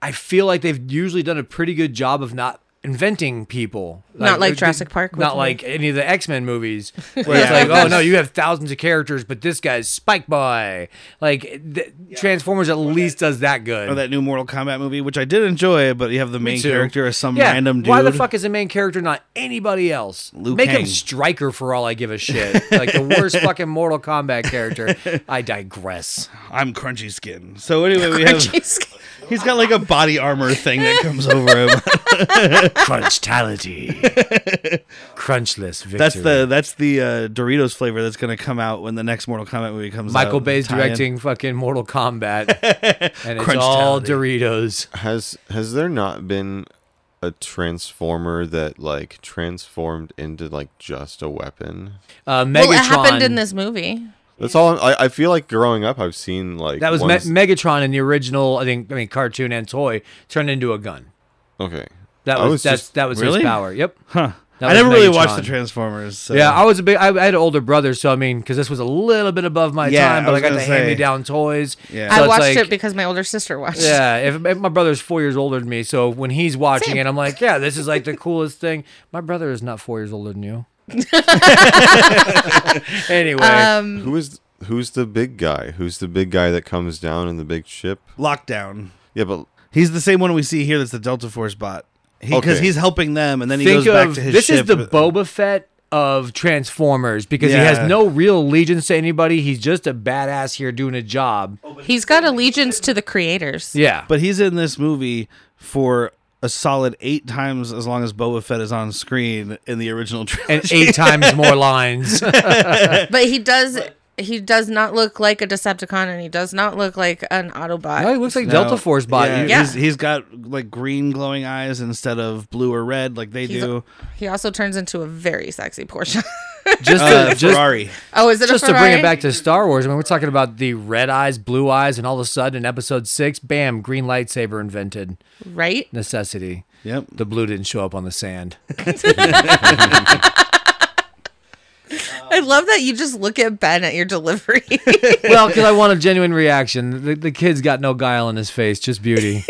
I feel like they've usually done a pretty good job of not inventing people.
Not like Jurassic Park with
Not
me.
like any of the X Men
[laughs]
movies. Where
Yeah.
it's like, oh no, you have thousands of characters, but this guy's Spike Boy. Like th- Transformers at least does that good.
Or that new Mortal Kombat movie, which I did enjoy, but you have the main
too.
character as some
Yeah,
random dude.
Why the fuck is the main character not anybody else?
Liu
Make him
Kang.
Striker for all I give a shit. like the
[laughs]
worst fucking Mortal Kombat character. I digress.
I'm crunchy skin. So
[laughs]
anyway, we have
Jeez.
he's got like a body armor thing that comes over him.
Crunchtality. [laughs] Crunchless
[laughs]
victory.
That's the that's the uh, Doritos flavor that's going to come out when the next Mortal Kombat movie comes out.
Michael Bay's
Tie-in.
directing fucking
[laughs]
Mortal Kombat, and it's all Doritos.
Has has there not been a transformer that like transformed into like just a weapon?
Uh, Megatron.
Well, it happened in this movie.
That's all. I, I feel like growing up, I've seen like
That was Me-
ones-
Megatron in the original. I think. I mean, cartoon and toy turned into a gun.
okay.
That
I
was,
was
that's
just-
that was
Oh, Really?
his power. Yep.
Huh.
That
I
was
never really watched
Megatron.
the Transformers. So.
Yeah, I was a big. I I had an older brother, so I mean, because this was a little bit above my
Yeah,
time,
I
but I
was
got the
gonna say.
hand-me-down toys.
Yeah.
So
I
it's
I watched
like-
it because my older sister watched it.
Yeah, if, if my brother's four years older than me, so when he's watching
Same.
it, I'm like, yeah, this is like the coolest thing. My brother is not four years older than
[laughs]
you. anyway,
Um,
Mm. Who is who's the big guy? Who's the big guy that comes down in the big ship?
Lockdown.
Yeah, but
He's the same one we see here. That's the Delta Force bot. Because
Okay.
he's helping them, and then he
think
goes back
of
to his
this
ship.
is the Boba Fett of Transformers because he
Yeah.
has no real allegiance to anybody. He's just a badass here doing a job.
He's got allegiance to the creators.
Yeah,
But he's in this movie for a solid eight times as long as Boba Fett is on screen in the original [laughs]
and
trilogy.
eight times
[laughs]
more lines.
But he does he does not look like a Decepticon and he does not look like an Autobot.
No, he looks like
No,
Delta Force body.
Yeah,
Yeah.
He's, he's got like green glowing eyes instead of blue or red, like they
He's-
do.
He also turns into a very sexy Porsche. [laughs]
Just,
Uh,
to, just
Ferrari.
oh, is it
just
a
to
Ferrari?
bring it back to Star Wars, I mean, we're talking about the red eyes, blue eyes, and all of a sudden in episode six, bam, green lightsaber invented
right?
necessity.
Yep.
The blue didn't show up on the
[laughs]
sand.
I love that you just look at Ben at your delivery. [laughs]
well, because I want a genuine reaction. The, the kid's got no guile in his face, just
[laughs]
beauty.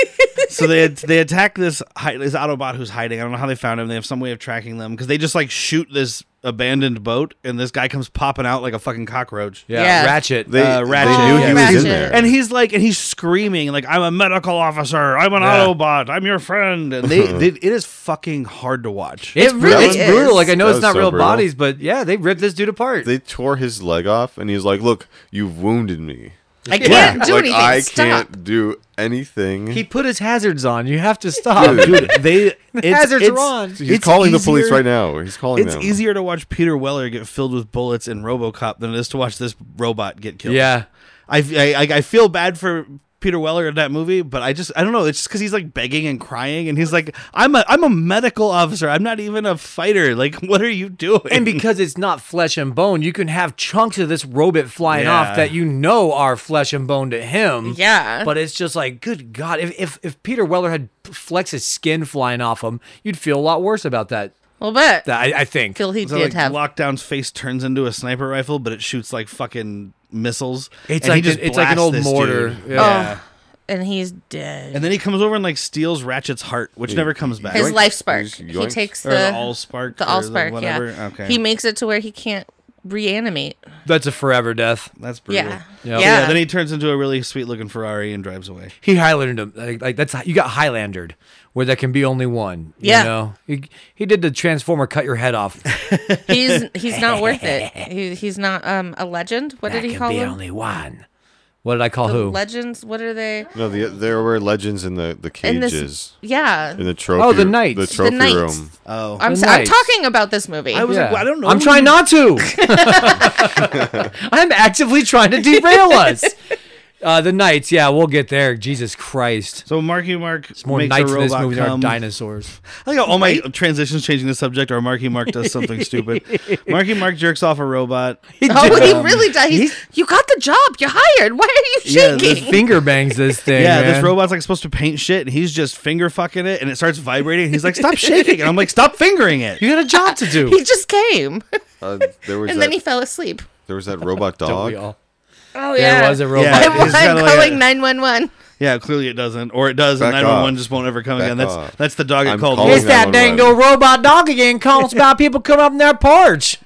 so they they attack this hi- this Autobot who's hiding. I don't know how they found him. They have some way of tracking them because they just like shoot this abandoned boat, and this guy comes popping out like a fucking cockroach.
Yeah,
Yeah.
ratchet.
they,
Uh,
they
Ratchet,
knew
yeah.
he was in
Ratchet.
there.
And he's like, and he's screaming like, "I'm a medical officer. I'm an
Yeah.
Autobot. I'm your friend." And they, they it is fucking hard to watch.
It's
It really
it's
is.
brutal. Like I know it's
That was
not
so
real
brutal.
bodies, but yeah, they ripped this dude apart.
they tore his leg off, and he's like, "Look, you've wounded me.
I can't do
like,
anything.
I
Stop.
can't do anything."
he put his hazards on. You have to stop.
Dude, they
[laughs]
it's,
hazards
it's,
are on.
[laughs] He's
it's
calling the police
easier-
right now. He's calling
It's
them.
easier to watch Peter Weller get filled with bullets in RoboCop than it is to watch this robot get killed.
yeah.
I I, I feel bad for Peter Weller in that movie, but I just I don't know. It's just because he's like begging and crying, and he's like, "I'm a I'm a medical officer. I'm not even a fighter. Like, [laughs] what are you doing?"
and
[laughs]
because it's not flesh and bone, you can have chunks of this robot flying
Yeah.
off that you know are flesh and bone to him.
Yeah.
But it's just like, good God, if if, if Peter Weller had Flex's skin flying off him, you'd feel a lot worse about that.
Well, but
that I, I think.
Phil, he
so, like,
did have.
lockdown's face turns into a sniper rifle, but it shoots like fucking missiles.
It's
and he
like an- it's like an
blasts
old
this
mortar.
dude. Oh.
Yeah.
oh, and he's dead.
And then he comes over and like steals Ratchet's heart, which never comes back.
His
Yoink.
life spark.
He's
He
yoink.
takes
or
the,
the, all spark,
the
or
all spark. Yeah.
whatever. Okay,
He makes it to where he can't reanimate.
That's a forever death.
that's brutal.
Yeah.
Yeah.
Yeah.
Yeah. then he turns into a really sweet looking Ferrari and drives away.
He Highlandered him. Like, like that's you got Highlandered, where there can be only one. You
Yeah.
know? He, he did the Transformer cut your head off.
he's he's not worth it. He, he's not um a legend. What
There
did he
can
call
be
him?
only one. What did I call
The
who?
Legends. What are they?
no, the, there were legends in the the
In
cages.
this- Yeah.
in the trophy.
Oh, the knights.
The
The
trophy
knights. [laughs]
room.
Oh,
I'm,
The
so, I'm
Knights.
talking about this movie.
I was like, well, I don't know.
I'm trying not to.
[laughs]
[laughs] I'm actively trying to derail us. Uh, the knights, yeah, we'll get there. Jesus Christ.
So Marky Mark
It's more
makes
knights
a
in this
robot
movie than are
come. [laughs]
dinosaurs.
I like how all my transitions changing the subject are Marky Mark does something
[laughs]
stupid. Marky Mark jerks off a robot.
[laughs] Oh, he
Um,
really died. He's, you got the job. You're hired. Why are you
Yeah, the
shaking? [laughs]
Finger bangs this thing.
Yeah,
man.
this robot's like supposed to paint shit, and he's just finger fucking it, and it starts vibrating. He's like, "Stop shaking!" And I'm like, "Stop fingering it."
[laughs] You got a job to
[laughs]
do.
he just came,
Uh, there was
and
that,
then he fell asleep.
there was that robot
Don't
dog.
we all?
Oh
There
yeah,
was a
Yeah,
[laughs]
robot.
he's
I'm
kinda like
calling
a-
nine one one.
Yeah, clearly it doesn't, or it does, and
Back
911
off.
just won't ever come
Back
again. That's
off.
that's the dog that
I'm
called.
calling
me.
It's that
911.
dang old robot dog again
[laughs]
calling about people coming up in their porch.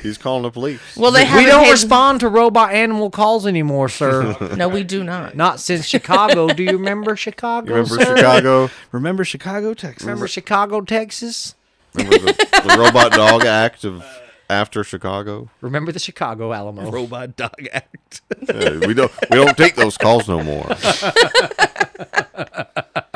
He's calling the police.
Well, they
We
haven't
don't
paid-
respond to robot animal calls anymore,
[laughs]
sir.
No, we do not.
Not since Chicago. Do you remember Chicago?
You remember
sir? [laughs]
Chicago?
Remember Chicago, Texas.
Remember Chicago, Texas?
Remember the, the Robot Dog Act of after Chicago?
Remember the Chicago Alamo?
Robot Dog Act.
Yeah, we don't we don't take those calls no more. [laughs]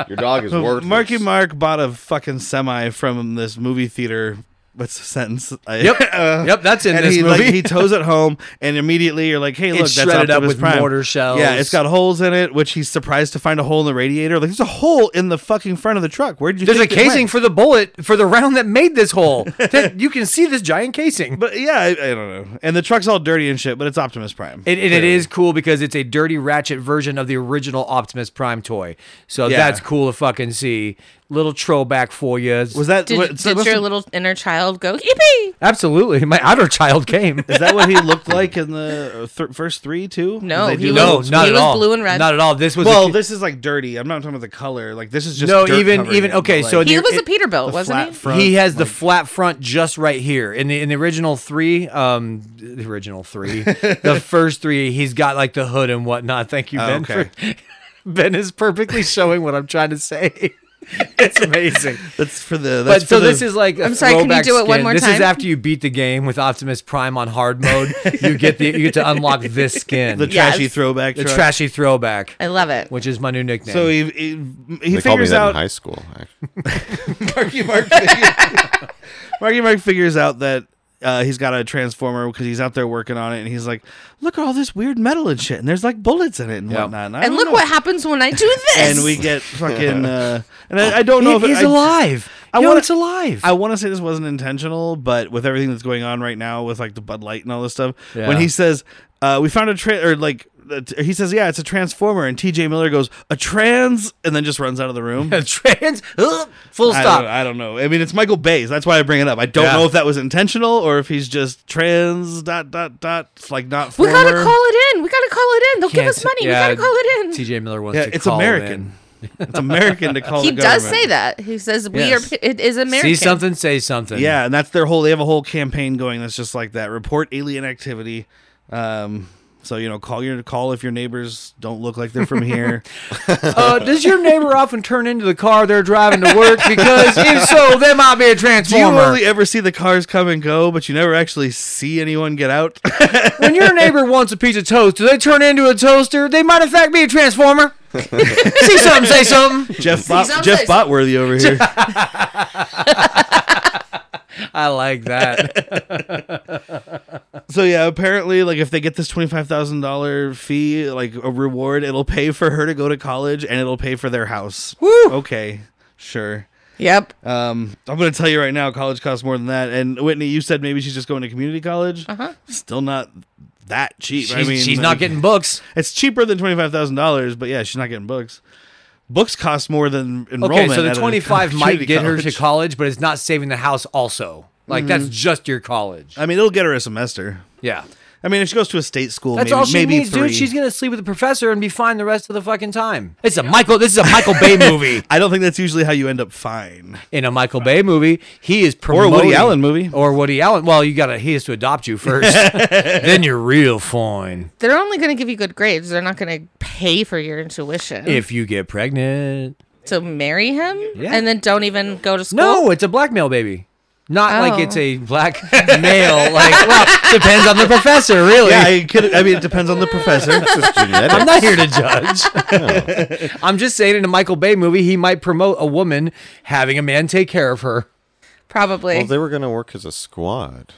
Your dog is worthless.
Marky Mark bought a fucking semi from this movie theater. What's the sentence? I-
[laughs]
[laughs]
Yep. Yep, that's in
Uh, and
this
he,
movie.
Like, he tows it home, and immediately you're like, "Hey, look, that's
shredded
Optimus
up with
Prime.
mortar shells.
Yeah, it's got holes in it, which he's surprised to find a hole in the radiator. Like, there's a hole in the fucking front of the truck. Where did you? [laughs]
[laughs] There's a
think it went?
casing for the bullet for the round that made this hole. That- you can see this
[laughs]
giant casing.
But yeah, I, I don't know. And the truck's all dirty and shit, but it's Optimus Prime.
It, and it is cool because it's a dirty ratchet version of the original Optimus Prime toy. So
Yeah.
that's cool to fucking see. Little throwback for you.
was that
Did,
what,
did
so must-
your little inner child go yippee?
Absolutely. My outer child came.
[laughs] is that what he
[laughs]
looked like in the uh, th- first three too?
No,
Did they
he
do
was-
that?
no, not
he
at
was
all.
blue and red.
Not at all. This was a
Well,
ki-
this is like dirty. I'm not talking about the color. Like this is just
No,
dirt
even-
covering
even-
it, but,
okay, so
like,
in
He
Near-
was a
it-
the
Peterbilt, wasn't
flat
he?
front,
he has the
like-
flat front just right here in the in the original three um the original
[laughs]
three the first three he's got like the hood and whatnot thank you
Oh,
ben
okay.
for, [laughs] ben is perfectly showing what i'm trying
[laughs]
to say it's amazing
That's for the. That's
[laughs] but so
for the-
this is like
I'm sorry, can you do it one more
this is
time?
after you beat the game with optimus prime on
[laughs]
hard mode you get the you get to unlock this skin
the
the,
trashy
Yes.
throwback. truck.
trashy throwback
I love it.
which is my new nickname
So he he, he
They called me
figures
that
out
in high school. actually.
[laughs]
Marky Mark. figures- Marky Mark figures out that uh, he's got a transformer because he's out there working on it, and he's like, "Look at all this weird metal and shit, and there's like bullets in it and
Yeah.
whatnot." And, I
And
don't
look
know.
what happens when I do this.
And we
[laughs]
get fucking. Uh, and I, I don't know
it
if
is
it, I,
alive
I
I Yo,
wanna-
it's alive
I want to say this wasn't intentional, but with everything that's going on right now with like the Bud Light and all this stuff, when
Yeah.
he says, uh, "We found a tra or like uh, t- he says, "Yeah, it's a transformer," and T.J. Miller goes, "A trans," and then just runs out of the
[laughs]
room.
[laughs] trans uh, full
I
stop
don't, I don't know. I mean, it's Michael Bay's. That's why I bring it up. I don't
Yeah.
know if that was intentional or if he's just trans dot dot dot like not.
we
Former.
gotta call it in. We gotta call it in. They'll give us
Can't-
money.
yeah,
we gotta call it in.
TJ Miller wants
Yeah,
to
it's
call
American. [laughs] It's American to call.
he
the
does
government.
say that. He says we
Yes.
are. It is
in.
American.
See something, say something.
Yeah, and that's their whole. They have a whole campaign going that's just like that. Report alien activity. Um, so you know, call your call if your neighbors don't look like they're
[laughs]
from here.
[laughs] Uh, does your neighbor often turn into the car they're driving to work? Because if so, they might be a
Do you
transformer.
only ever see the cars come and go, but you never actually see anyone get out?
[laughs]
[laughs]
when your neighbor wants a piece of toast, do they turn into a toaster? They might in fact be
[laughs]
a transformer. See something, say something.
Jeff Bot-
sounds
Jeff
like-
Botworthy
[laughs]
over here.
I
[laughs]
like that.
So yeah, apparently, like if they get this twenty five thousand dollar fee, like a reward, it'll pay for her to go to college and it'll pay for their house.
Woo!
Okay, sure.
Yep.
Um, I'm gonna tell you right now, college costs more than that. And Whitney, you said maybe she's just going to community college. Uh-huh. Still not that cheap. I
She's-
mean,
she's not
like,
getting books.
It's cheaper than twenty five thousand dollars, but yeah, she's not getting books. Books cost more than enrollment.
Okay, so the
at a [laughs]
twenty five might
community
get
college. Mm.
her to college, but it's not saving the house. Also, like that's just your college.
I mean, it'll get her a semester.
Yeah.
I mean, if she goes to a state school,
That's
maybe,
all she
maybe
needs,
three.
dude. She's gonna sleep with the professor and be fine the rest of the fucking time. It's a Michael. This is a Michael [laughs] Bay movie.
I don't think that's usually how you end up fine.
In a Michael Bay movie, he is promoting
Allen movie.
or Woody Allen. Well, you gotta he has to adopt
[laughs]
you first. then you're real fine
They're only gonna give you good grades. They're not gonna pay for your tuition.
if you get pregnant.
so marry him
Yeah.
and then don't even go to school.
No, Oh, it's a black male baby. Not like
Oh.
it's a black male. Like, well, depends on the professor,
[laughs]
really.
Yeah, I, could, I mean, it depends on the professor.
It's just genetic.
I'm not here to judge.
Oh.
I'm just saying, in a Michael Bay movie, he might promote a woman having a man take care of her.
probably.
Well, they were gonna work as a squad,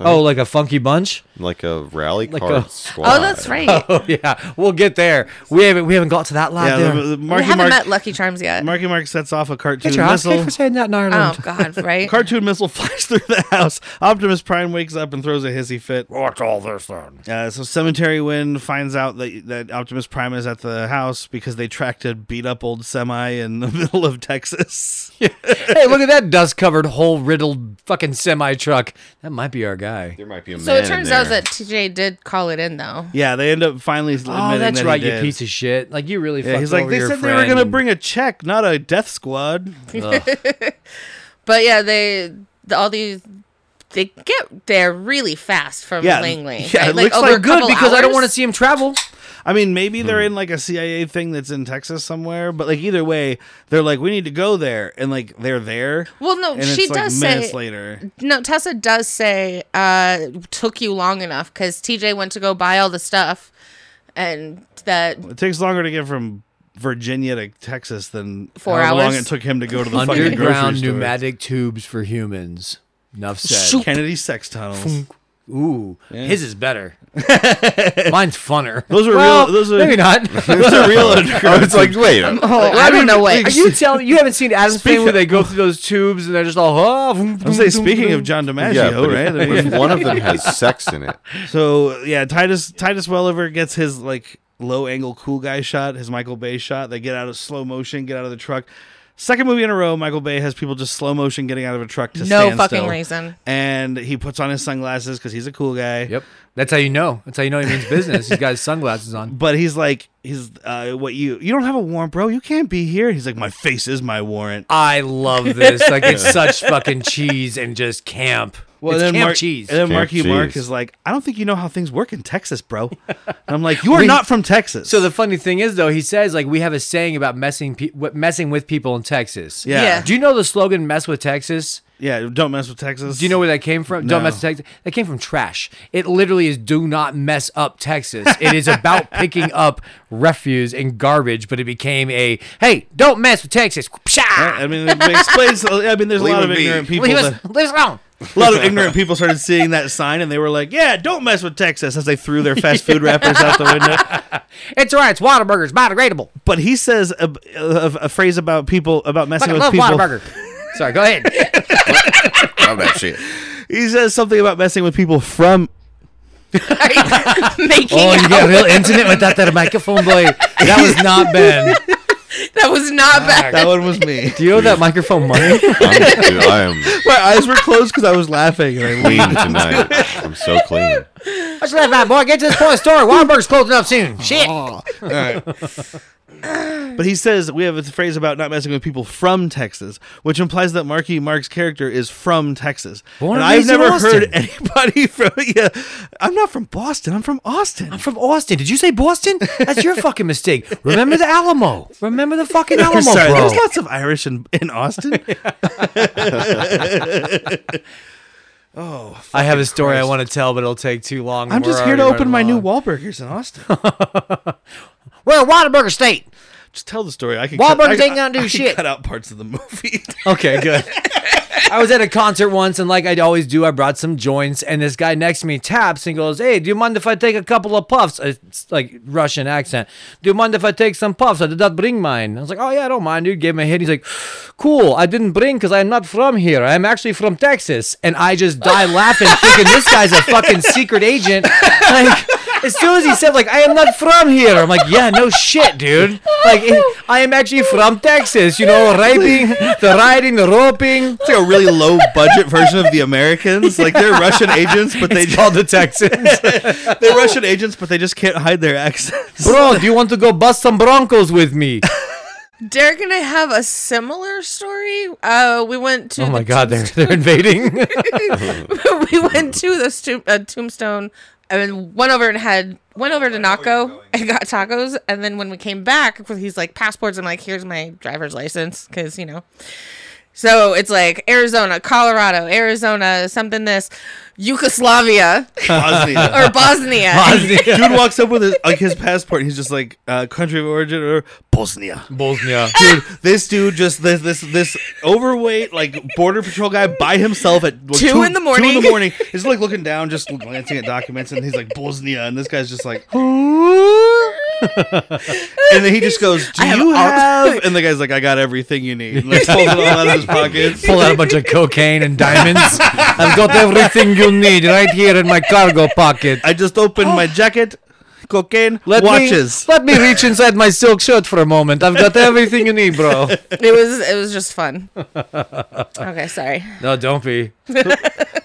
Oh, like a funky bunch?
like a rally
Like
car
a-
squad.
oh, that's right.
[laughs] Oh yeah, we'll get there. We haven't we haven't got to
Yeah,
that line
the,
there.
the [laughs]
we
Marky
haven't
Mark.
met Lucky Charms yet.
Marky Mark sets off a cartoon
Get your house
missile.
for saying that in
oh
Ireland.
[laughs]
God, right?
Cartoon missile flies through the house. Optimus Prime wakes up and throws a hissy fit.
What's all this then?
Uh, so Cemetery Wind finds out that that Optimus Prime is at the house because they tracked a beat up old semi in the [laughs] middle of Texas.
Oh. [laughs] hey, look at that dust covered, hole riddled fucking semi truck. That might be our guy.
There might be a
So
man
it
in
turns out
there.
that TJ did call it in though.
Yeah, they end up finally admitting
Oh, that's
that
right,
he
you
did.
piece of shit. Like you really.
Yeah,
fucked
he's like,
over
they
your
said they were
friend
gonna
and-
bring a check, not a death squad.
But yeah, they the, all these they get there really fast from
Yeah,
Langley.
yeah, it looks
over
like
a
good
couple
because I don't
hours.
want to see him travel.
I mean, maybe
Hmm.
they're in like a CIA thing that's in Texas somewhere, but like either way, they're like, we need to go there, and like they're there.
Well, no,
and
she
it's, like,
does
minutes
say
later.
no. Tessa does say uh, took you long enough because TJ went to go buy all the stuff, and that
It takes longer to get from Virginia to Texas than
Four
however long
hours.
it took him to go to the fucking grocery
Underground
store.
pneumatic tubes for humans. Enough said.
Shoot.
Kennedy sex tunnels.
Ooh, his is [laughs] better. Mine's funner.
Those are
Well,
real. Those are
maybe
[laughs]
not.
Those are real underground.
[laughs] I was like, wait, a-
oh, I don't know what
Are you telling you haven't seen Adam's
Speak
Family? where
of-
They go through those tubes and they're just all. Oh, vroom,
I'm
vroom,
saying,
vroom,
speaking
vroom.
of John DiMaggio,
yeah, but
right? I
if,
mean,
if one of them has [laughs] sex in it,
So yeah, Titus Titus Welliver gets his like low angle cool guy shot, his Michael Bay shot. They get out of slow motion, get out of the truck. Second movie in a row, Michael Bay has people just slow motion getting out of a truck to
no
stand
fucking
still.
reason.
And he puts on his sunglasses because he's a cool guy.
Yep, that's how you know. That's how you know he means business. He's got his sunglasses on.
But he's like, he's uh, what you you don't have a warrant, bro. You can't be here. He's like, my face is my warrant.
I love this. Like it's such fucking cheese and just camp. Well, it's
and
camp
Mark,
cheese.
And then
Camp
Marky Mark
cheese.
is like, I don't think you know how things work in Texas,
[laughs]
bro. And I'm like, you are
We-
not from Texas.
So the funny thing is, though, he says like we have a saying about messing pe- w- messing with people in Texas.
yeah,
Yeah.
yeah,
Do you know the slogan "Mess with Texas"?
don't mess with Texas.
Do you know where that came from? Don't mess with Texas. That came from trash. It literally is "Do not mess up Texas." it is [laughs] about picking up refuse and garbage, but it became a "Hey, don't mess with Texas." Psha!
I mean, it explains. I mean, there's a
Leave
lot
it
of
be.
ignorant people.
leave us,
that-
leave us alone.
a lot of ignorant people started seeing that sign and they were like, "Yeah, don't mess with Texas." As they threw their fast food wrappers out the window.
It's all right. It's Whataburger. It's biodegradable.
But he says a, a, a phrase about people about messing
Fucking
with
love
people.
Whataburger. Sorry, go ahead.
love that shit.
He says something about messing with people from.
[laughs] Making
[laughs] Oh, you
out.
got real intimate without that microphone, boy. That was not [laughs] Ben.
that was not bad.
That one was
[laughs]
me.
Do you owe that microphone money?
I'm, dude, I am
My eyes were closed because I was laughing. And I,
clean tonight. I'm so clean.
What's that about, boy? Get to this point of the story. Wahlberg's closing up [laughs] soon. Shit.
[laughs] but he says we have a phrase about not messing with people from Texas, which implies that Marky Mark's character is from Texas.
Born
and
and
I've
raised in
never heard [laughs]
Austin.
anybody from. Yeah, I'm not from Boston. I'm from Austin. [laughs]
I'm from Austin. Did you say Boston? That's your fucking mistake. Remember the Alamo. Remember the fucking [laughs] Alamo,
Sorry,
bro.
there's lots of Irish in, in
[laughs]
Austin.
I have a story I want to tell, but it'll take too long.
I'm
We're
just here to
already
open
running
my new
long.
Wahlburgers in Austin.
We're at Whataburger State.
just tell the story. I can.
Wahlburgers
cut, I-
ain't gonna do
I can
shit.
Cut out parts of the movie.
[laughs] Okay, good. [laughs] I was at a concert once, and like I always do, I brought some joints, and this guy next to me taps and goes, "Hey, do you mind if I take a couple of puffs?" It's like Russian accent. Do you mind if I take some puffs? I did not bring mine. I was like, "Oh yeah, I don't mind." Dude, gave him a hit. He's like, "Cool, I didn't bring because I'm not from here. I'm actually from Texas." And I just die laughing, thinking this guy's a fucking secret agent. Like. As soon as he said, like, I am not from here, I'm like, yeah, no shit, dude. Like, I am actually from Texas, you know, raping, the riding, the roping.
It's like a really low budget version of the Americans. Like they're Russian agents, but they
It's called the Texans.
they're Russian agents, but they just can't hide their accents.
[laughs] [laughs] Bro, do you want to go bust some Broncos with me?
Derek and I have a similar story. Uh, we went
[laughs]
to
Oh
the
my God, they're, they're invading.
[laughs] we went to the stu- uh, tombstone and went over and had went over to Naco and got tacos. And then when we came back, he's like passports. I'm like, here's my driver's license because you know. So it's like Arizona, Colorado, Arizona, something this, Yugoslavia
Bosnia.
[laughs]
or Bosnia.
[laughs] Dude walks up with his like his passport. And he's just like uh, country of origin or [laughs] Bosnia.
Bosnia.
Dude, this dude just this this this overweight like border patrol guy by himself at well,
Two in the
Two in
morning.
the morning. He's like looking down, just glancing at documents, and he's like Bosnia, and this guy's just like, and then he just goes, "Do
I have
you
all-
have?" And the guy's like, "I got everything you need." And, like pulls it all out of his pockets.
Pull out a bunch of cocaine and [laughs] diamonds. I've got everything you need right here in my cargo pocket.
Oh.
I just opened my jacket. cocaine,
Let
watches.
Me, let me reach inside my silk shirt for a moment. I've got everything you need, [laughs] bro.
It was it was just
[laughs]
fun. Okay, sorry.
No, don't be.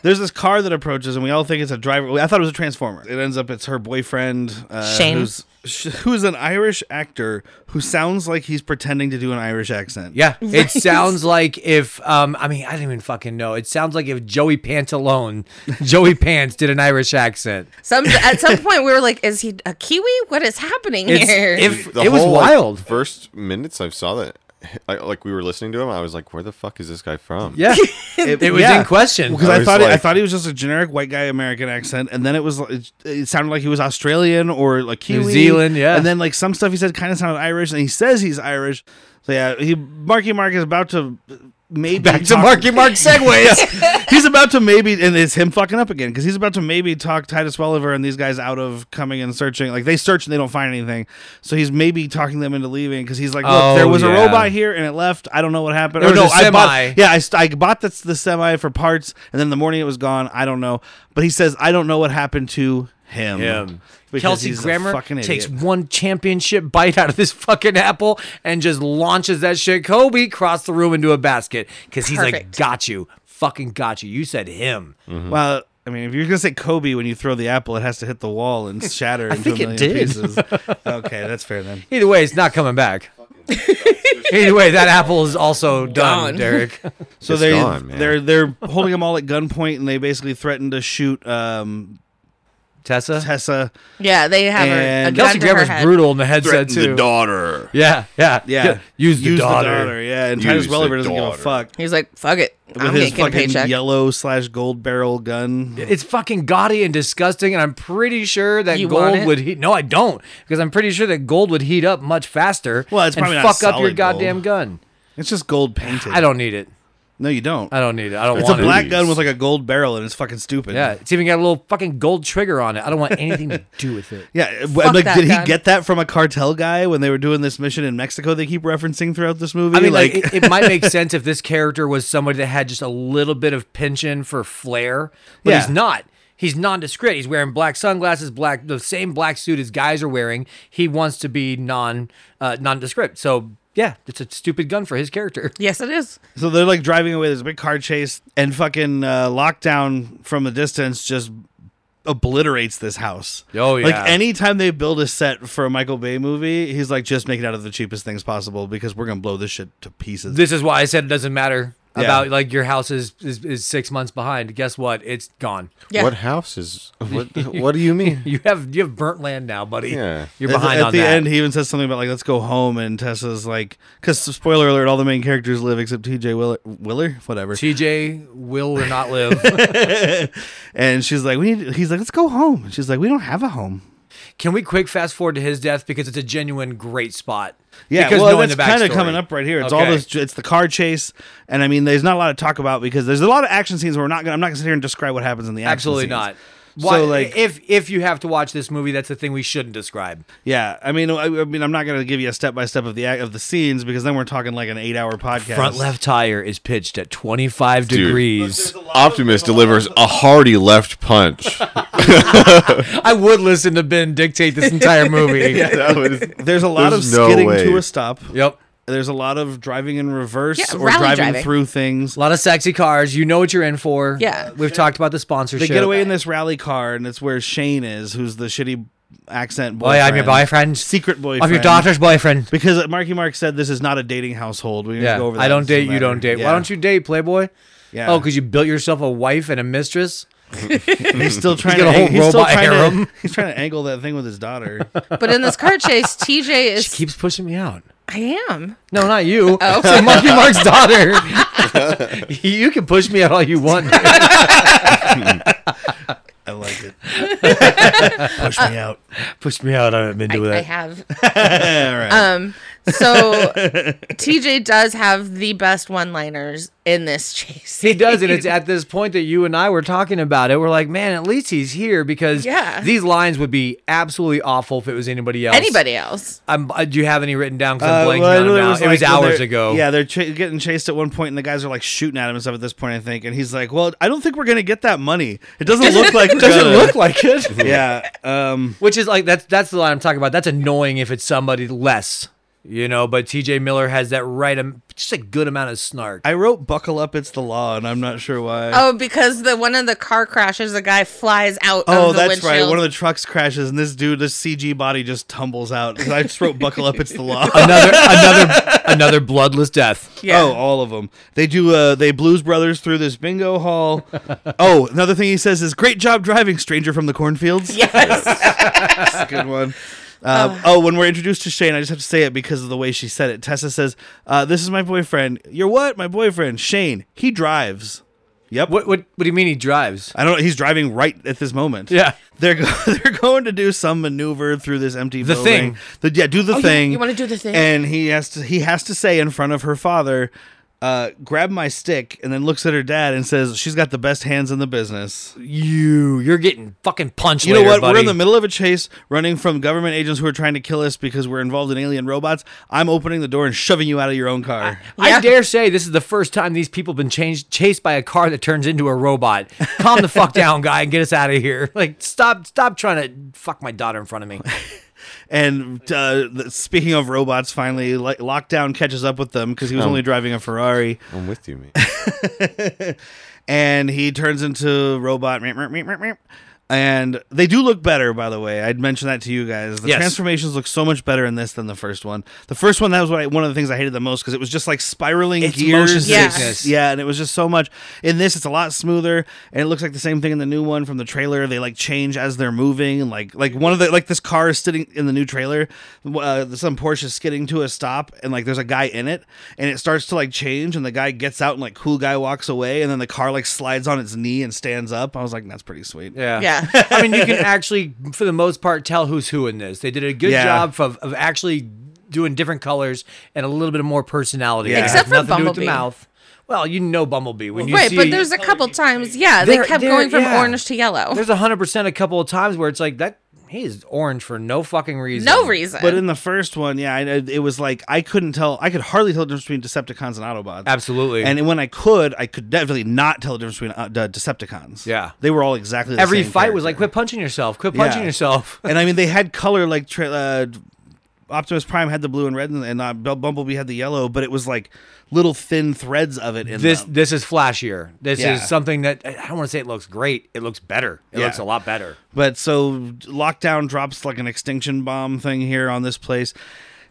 There's this car that approaches, and we all think it's a driver. I thought it was a transformer. It ends up it's her boyfriend, uh,
Shane.
who's sh- who's an Irish actor who sounds like he's pretending to do an Irish accent.
Yeah, it sounds like if um, I mean I don't even fucking know. It sounds like if Joey Pantalone, Joey Pants did an Irish accent.
Some at some point we were like, is he a Kiwi? What is happening
It's,
here?
if,
The
it was
whole, like,
wild.
first minutes I saw that, [laughs] I, like we were listening to him, I was like, "Where the fuck is this guy from?"
[laughs] yeah, it was
yeah.
in question.
Because
I
I,
was
thought it, I
like-
thought he was just a generic white guy American accent, and then it was it, it sounded like he was Australian or like
New
Kiwi,
Zealand, yeah.
And then like some stuff he said kind of sounded Irish, and he says he's Irish. So yeah, he Marky Mark is about to maybe
Back to
talk-
Marky
[laughs]
Mark segues.
he's about to maybe, and it's him fucking up again because he's about to maybe talk Titus Welliver and these guys out of coming and searching. Like they search and they don't find anything, so he's maybe talking them into leaving because he's like, "Look,
Oh,
there was a
yeah.
robot here and it left. I don't know what happened.
There
or
was
no,
a
I
semi.
bought. Yeah, I, st- I bought the, the semi for parts, and then in the morning it was gone. I don't know, but he says I don't know what happened to him. because
Kelsey
he's a
Grammer
fucking idiot. Mm-hmm.
takes one championship bite out of this fucking apple and just launches that shit. Kobe crossed the room into a basket because he's like,
Perfect.
"Got you, fucking got you." You said him.
Well, I mean, if you're gonna say Kobe when you throw the apple, it has to hit the wall
[laughs]
and shatter into
think
a
it
million
did. [laughs]
pieces. okay, that's fair then.
Either way, it's not coming
[laughs]
back. Either way, that apple is also done,
Gone. [laughs]
Derek.
So
It's
they
gone, man.
they're they're holding them all at gunpoint, and they basically threaten to shoot um,
Tessa.
Tessa.
yeah, they have a, a
And-
gun
Kelsey
to her
Grammer's
head.
brutal in the headset
Threaten
too.
daughter.
Yeah, yeah,
Yeah,
[laughs] Use the daughter.
Yeah, and
Use
Titus
the
Welliver doesn't give
daughter.
a fuck
He's like, fuck it.
with
I'm
his
getting a
fucking
paycheck.
yellow slash gold barrel gun.
It's fucking gaudy and disgusting, and I'm pretty sure that
You want
gold
it?
would heat. No, I don't, because I'm pretty sure that gold would heat up much faster.
Well, it's
and
probably not
fuck up your
solid gold.
goddamn gun.
It's just gold painted.
I don't need it.
No, you don't.
I don't need it. I don't
It's
It's
want
a
wanna
black
use.
gun with like a gold barrel, and it's fucking stupid.
it. Yeah, it's even got a little fucking gold trigger on it. I don't want anything to do with it.
Yeah, w- like
that
did he
gun.
get that from a cartel guy when they were doing this mission in Mexico? They keep referencing throughout this movie.
I mean, like, it, it might make sense if this character was somebody that had just a little bit of penchant for flair, but
Yeah.
he's not. He's nondescript. He's wearing black sunglasses, black the same black suit as guys are wearing. He wants to be non uh, nondescript. So yeah, it's a stupid gun for his character. [laughs]
Yes, it is.
So they're like driving away. There's a big car chase, and fucking uh, lockdown from a distance just obliterates this house.
Oh, yeah.
Like anytime they build a set for a Michael Bay movie, he's like, just make it out of the cheapest things possible because we're gonna blow this shit to pieces.
This is why I said it doesn't matter
Yeah.
about like your house is, is is six months behind. Guess what? It's gone.
Yeah.
What
[laughs]
house is? What? what do you mean?
You have you have burnt land now, buddy.
Yeah.
you're
At the-
behind
at
on
the
that.
end, he even says something about like, "Let's go home." And Tessa's like, "Cause spoiler alert, all the main characters live except T.J. Willer, Willer, whatever."
TJ will or not live.
and she's like, "We need." He's like, "Let's go home." And she's like, "We don't have a home."
Can we quick fast forward to his death because it's a genuine great spot?
Yeah,
because
well,
knowing
that's
the
kind of
backstory.
coming up right here. It's all
Okay.
this. It's the car chase, and I mean, there's not a lot to talk about because there's a lot of action scenes. Where we're not. Gonna, I'm not gonna sit here and describe what happens in the action
Absolutely
scenes.
not.
So,
Why,
like-
if if you have to watch this movie, that's the thing we shouldn't describe.
Yeah, I mean, I, I mean, I'm not gonna give you a step by step of the act- of the scenes because then we're talking like an eight hour podcast.
Front left tire is pitched at 25 degrees.
Optimus delivers a hearty
[laughs]
left punch. [laughs]
I would listen to Ben dictate this entire movie.
[laughs]
That was-
There's a lot
There's
of
no
skidding
way.
to a stop.
Yep.
There's a lot of driving in reverse
Yeah,
or
rally
driving,
driving.
through things.
A lot of sexy cars. You know what you're in for.
Yeah.
We've talked about the
They
sponsorship.
get away in this rally car, and it's where Shane is, who's the shitty accent
Oh,
boyfriend.
yeah, I'm your boyfriend.
Secret boyfriend.
I'm your daughter's boyfriend.
Because Marky Mark said this is not a dating household. We
Yeah.
go over that.
I don't
It doesn't
date. You don't
matter.
date.
Yeah.
Why don't you date, Playboy?
Yeah.
Oh, because you built yourself a wife and a mistress?
he's
[laughs]
still trying
got
to.
a whole
ang- he's still
robot
trying
harem.
to. [laughs] He's trying to angle that thing with his daughter.
But in this
[laughs]
car chase, TJ
She
is.
keeps pushing me out.
I am.
No, not
[laughs]
you.
Oh,
So [laughs] Monkey Mark's daughter. you can push me out all you
[laughs]
want.
I like it. Push me out.
[laughs] push me out. I'm into
I, I
that.
have.
All [laughs] right.
Um, So
[laughs]
TJ does have the best one-liners in this chase.
He does,
[laughs]
and it's at this point that you and I were talking about it. We're like, man, at least he's here because
Yeah.
these lines would be absolutely awful if it was anybody else.
Anybody else?
I'm, uh, do you have any written down? Because
Uh,
I'm blanking
well, I
on
know
them now. It was,
like when
hours
they're-
ago.
Yeah, they're cha- getting chased at one point, and the guys are like shooting at him and stuff. At this point, I think, and he's like, "Well, I don't think we're gonna get that money. It doesn't look like
it [laughs] doesn't
gonna-
look like it.
Yeah, um,
[laughs] Which is like that's that's the line I'm talking about. That's annoying if it's somebody less, you know. But T.J. Miller has that right, am- just a good amount of snark.
I wrote "buckle up, it's the law," and I'm not sure why.
Oh, because the one of the car crashes, the guy flies out.
Oh,
of the
that's
windshield.
right. One of the trucks crashes, and this dude, this CG body, just tumbles out. And I just wrote "buckle up, it's the
[laughs]
law."
another another another bloodless death.
yeah.
Oh, all of them. They do. Uh, they Blues Brothers through this bingo
[laughs]
hall. oh, another thing he says is, "Great job driving, stranger from the cornfields." [laughs]
Yes.
That's a good
[laughs]
one. Um, oh, when we're introduced to Shane, I just have to say it because of the way she said it. Tessa says, uh, "This is my boyfriend." You're what? My boyfriend, Shane. He drives. Yep.
What what what do you mean he drives?
I don't know. He's driving right at this moment.
Yeah.
They're go- [laughs] they're going to do some maneuver through this empty
The
building.
thing.
The yeah, do the
Oh, you-
thing.
you wanna do the thing?
And he has to he has to say in front of her father, uh, grab my stick, and then looks at her dad and says, She's got the best hands in the business.
You you're getting fucking punched.
You
later,
know what?
Buddy.
We're in the middle of a chase running from government agents who are trying to kill us because we're involved in alien robots. I'm opening the door and shoving you out of your own car.
I
Yeah.
dare say this is the first time these people have been changed, chased by a car that turns into a robot. Calm the fuck down, guy, and get us out of here. Like, stop, stop trying to fuck my daughter in front of me.
And uh, th- speaking of robots, finally, like, Lockdown catches up with them because
Oh.
he was only driving a Ferrari.
I'm with you, man.
and he turns into robot. meep, meep, meep, meep, meep. And they do look better, by the way. I'd mention that to you guys. The
Yes.
transformations look so much better in this than the first one. The first one that was what I, one of the things I hated the most because it was just like spiraling
It's
gears.
motion
Yeah.
sickness.
yeah, and it was just so much. In this, it's a lot smoother, and it looks like the same thing in the new one from the trailer. They like change as they're moving, and like like one of the like this car is sitting in the new trailer. Uh, some Porsche is skidding to a stop, and like there's a guy in it, and it starts to like change, and the guy gets out, and like cool guy walks away, and then the car like slides on its knee and stands up. I was like, that's pretty sweet.
Yeah.
Yeah.
I mean, you can actually, for the most part, tell who's who in this. They did a good
Yeah.
job of, of actually doing different colors and a little bit more personality. It has
Except for
nothing to do with the
Bumblebee.
mouth. Well, you know Bumblebee when you
right,
see
but there's a couple times, yeah, they
They're-
kept
they're-
going from
yeah.
orange to yellow.
there's a hundred percent a couple of times where it's like that he is orange for no fucking reason.
no reason.
But in the first one, yeah, I, it was like I couldn't tell. I could hardly tell the difference between Decepticons and Autobots.
Absolutely.
And when I could, I could definitely not tell the difference between uh, De- Decepticons.
Yeah.
they were all exactly the
Every
same
fight was like,
character.
quit punching yourself, quit punching
Yeah.
yourself. [laughs]
and I mean, they had color like tra- uh, Optimus Prime had the blue and red, and, and uh, Bu- Bumblebee had the yellow, but it was like little thin threads of it in
This
them.
this is flashier. This
Yeah.
is something that I don't want to say it looks great. It looks better. It
Yeah.
looks a lot better.
But so Lockdown drops like an extinction bomb thing here on this place,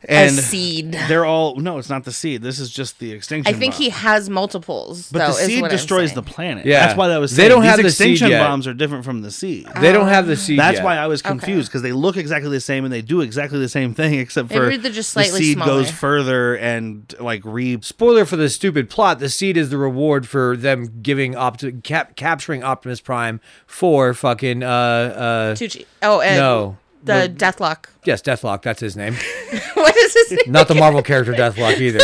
a
and
seed.
they're all no, it's not the seed. This is just the extinction.
I think
bomb.
he has multiples.
But the
though, is
seed
what I'm
destroys
saying.
the planet.
Yeah.
that's why that was.
They
saying
don't
these
have the seed
extinction
yet.
bombs are different from the seed.
They don't have the seed.
That's
yet.
why I was confused because they look exactly the same and they do exactly the same thing except for
Maybe they're just
the
slightly
seed goes
smaller.
further and like re
spoiler for the stupid plot. The seed is the reward for them giving Opti- cap- capturing Optimus Prime for fucking uh uh
Tucci. Oh, and
No.
the Deathlock.
yes Deathlock. That's his name.
[laughs] what is
[laughs]
his name?
Not the Marvel character
[laughs]
Deathlock either.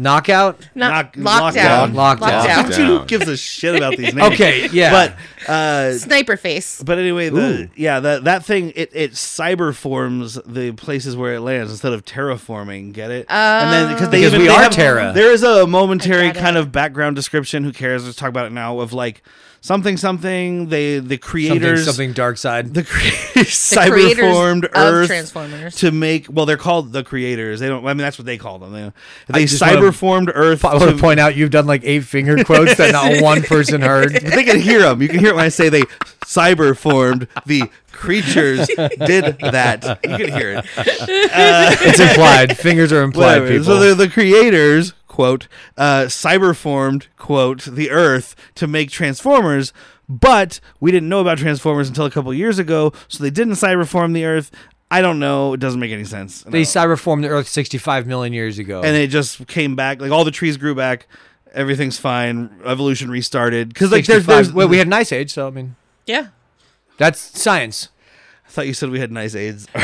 Knockout.
Not,
knock-
lockdown.
lockdown.
Lockdown.
Dude, [laughs] who gives a shit about
[laughs]
these names?
Okay. Yeah.
But uh,
[laughs] Sniper face.
but anyway,
Ooh.
the, yeah, that that thing it it cyber forms the places where it lands instead of terraforming. Get it? and then because they
Because
even-
we
they
are
have-
Terra.
There is a momentary
I get
kind of background description. Who cares? Let's talk about it now. Of like something something they the
something,
creators
something dark side.
the, [laughs] cre- cyber
creators
formed
of
Earth
Transformers.
to make. Well, they're called the creators. They don't. I mean, that's what they call them. They, they
just wanna-
cyber formed Earth.
I want
to-
to point out you've done like eight finger quotes that not one person
[laughs]
heard.
they can hear them. You can hear it when I say they cyber formed the creatures did that. You can hear it.
It's implied. Fingers are implied,
Whatever.
people.
So they're the creators, quote, uh, cyber formed, quote, the Earth to make Transformers. But we didn't know about Transformers until a couple years ago, so they didn't cyber form the Earth. I don't know. It doesn't make any sense. And I
They
don't-
cyberformed the Earth 65 million years ago.
and it just came back. Like all the trees grew back. Everything's fine. Evolution restarted because like there's, there's
well, we had an ice age, so I mean,
Yeah.
that's science.
I thought you said we had nice aides. [laughs]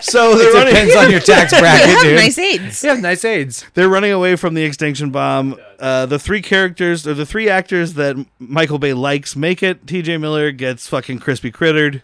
So it depends on
[laughs]
your tax
They
bracket,
have
dude.
nice aids.
They have nice aids.
They're running away from the extinction bomb. Uh, the three characters or the three actors that Michael Bay likes make it. T.J. Miller gets fucking crispy [sighs] crittered.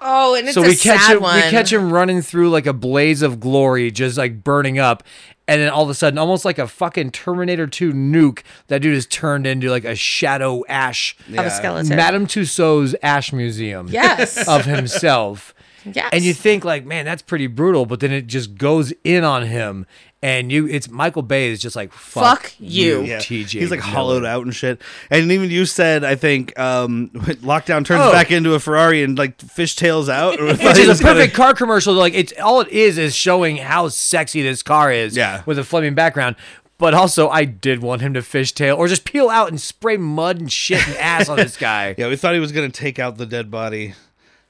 Oh, and it's
so
a
we catch
sad
him,
one.
we catch him running through like a blaze of glory, just like burning up, and then all of a sudden, almost like a fucking Terminator 2 nuke, that dude is turned into like a shadow ash.
of a skeleton.
Madame Tussauds Ash Museum
Yes.
[laughs] of
[laughs]
himself.
Yes.
And you think like, man, that's pretty brutal, but then it just goes in on him, and you, it's Michael Bay is just like, fuck,
Fuck you.
you, TJ.
He's like
Miller."
hollowed out and shit. And even you said, I think, um, [laughs] lockdown turns
Oh.
back into a Ferrari and like fishtails [laughs] out.
Which is a perfect car commercial. Like it's all it is is showing how sexy this car is.
Yeah.
With a flaming background. But also I did want him to fishtail or just peel out and spray mud and shit and ass on this guy.
[laughs] Yeah, we thought he was gonna take out the dead body.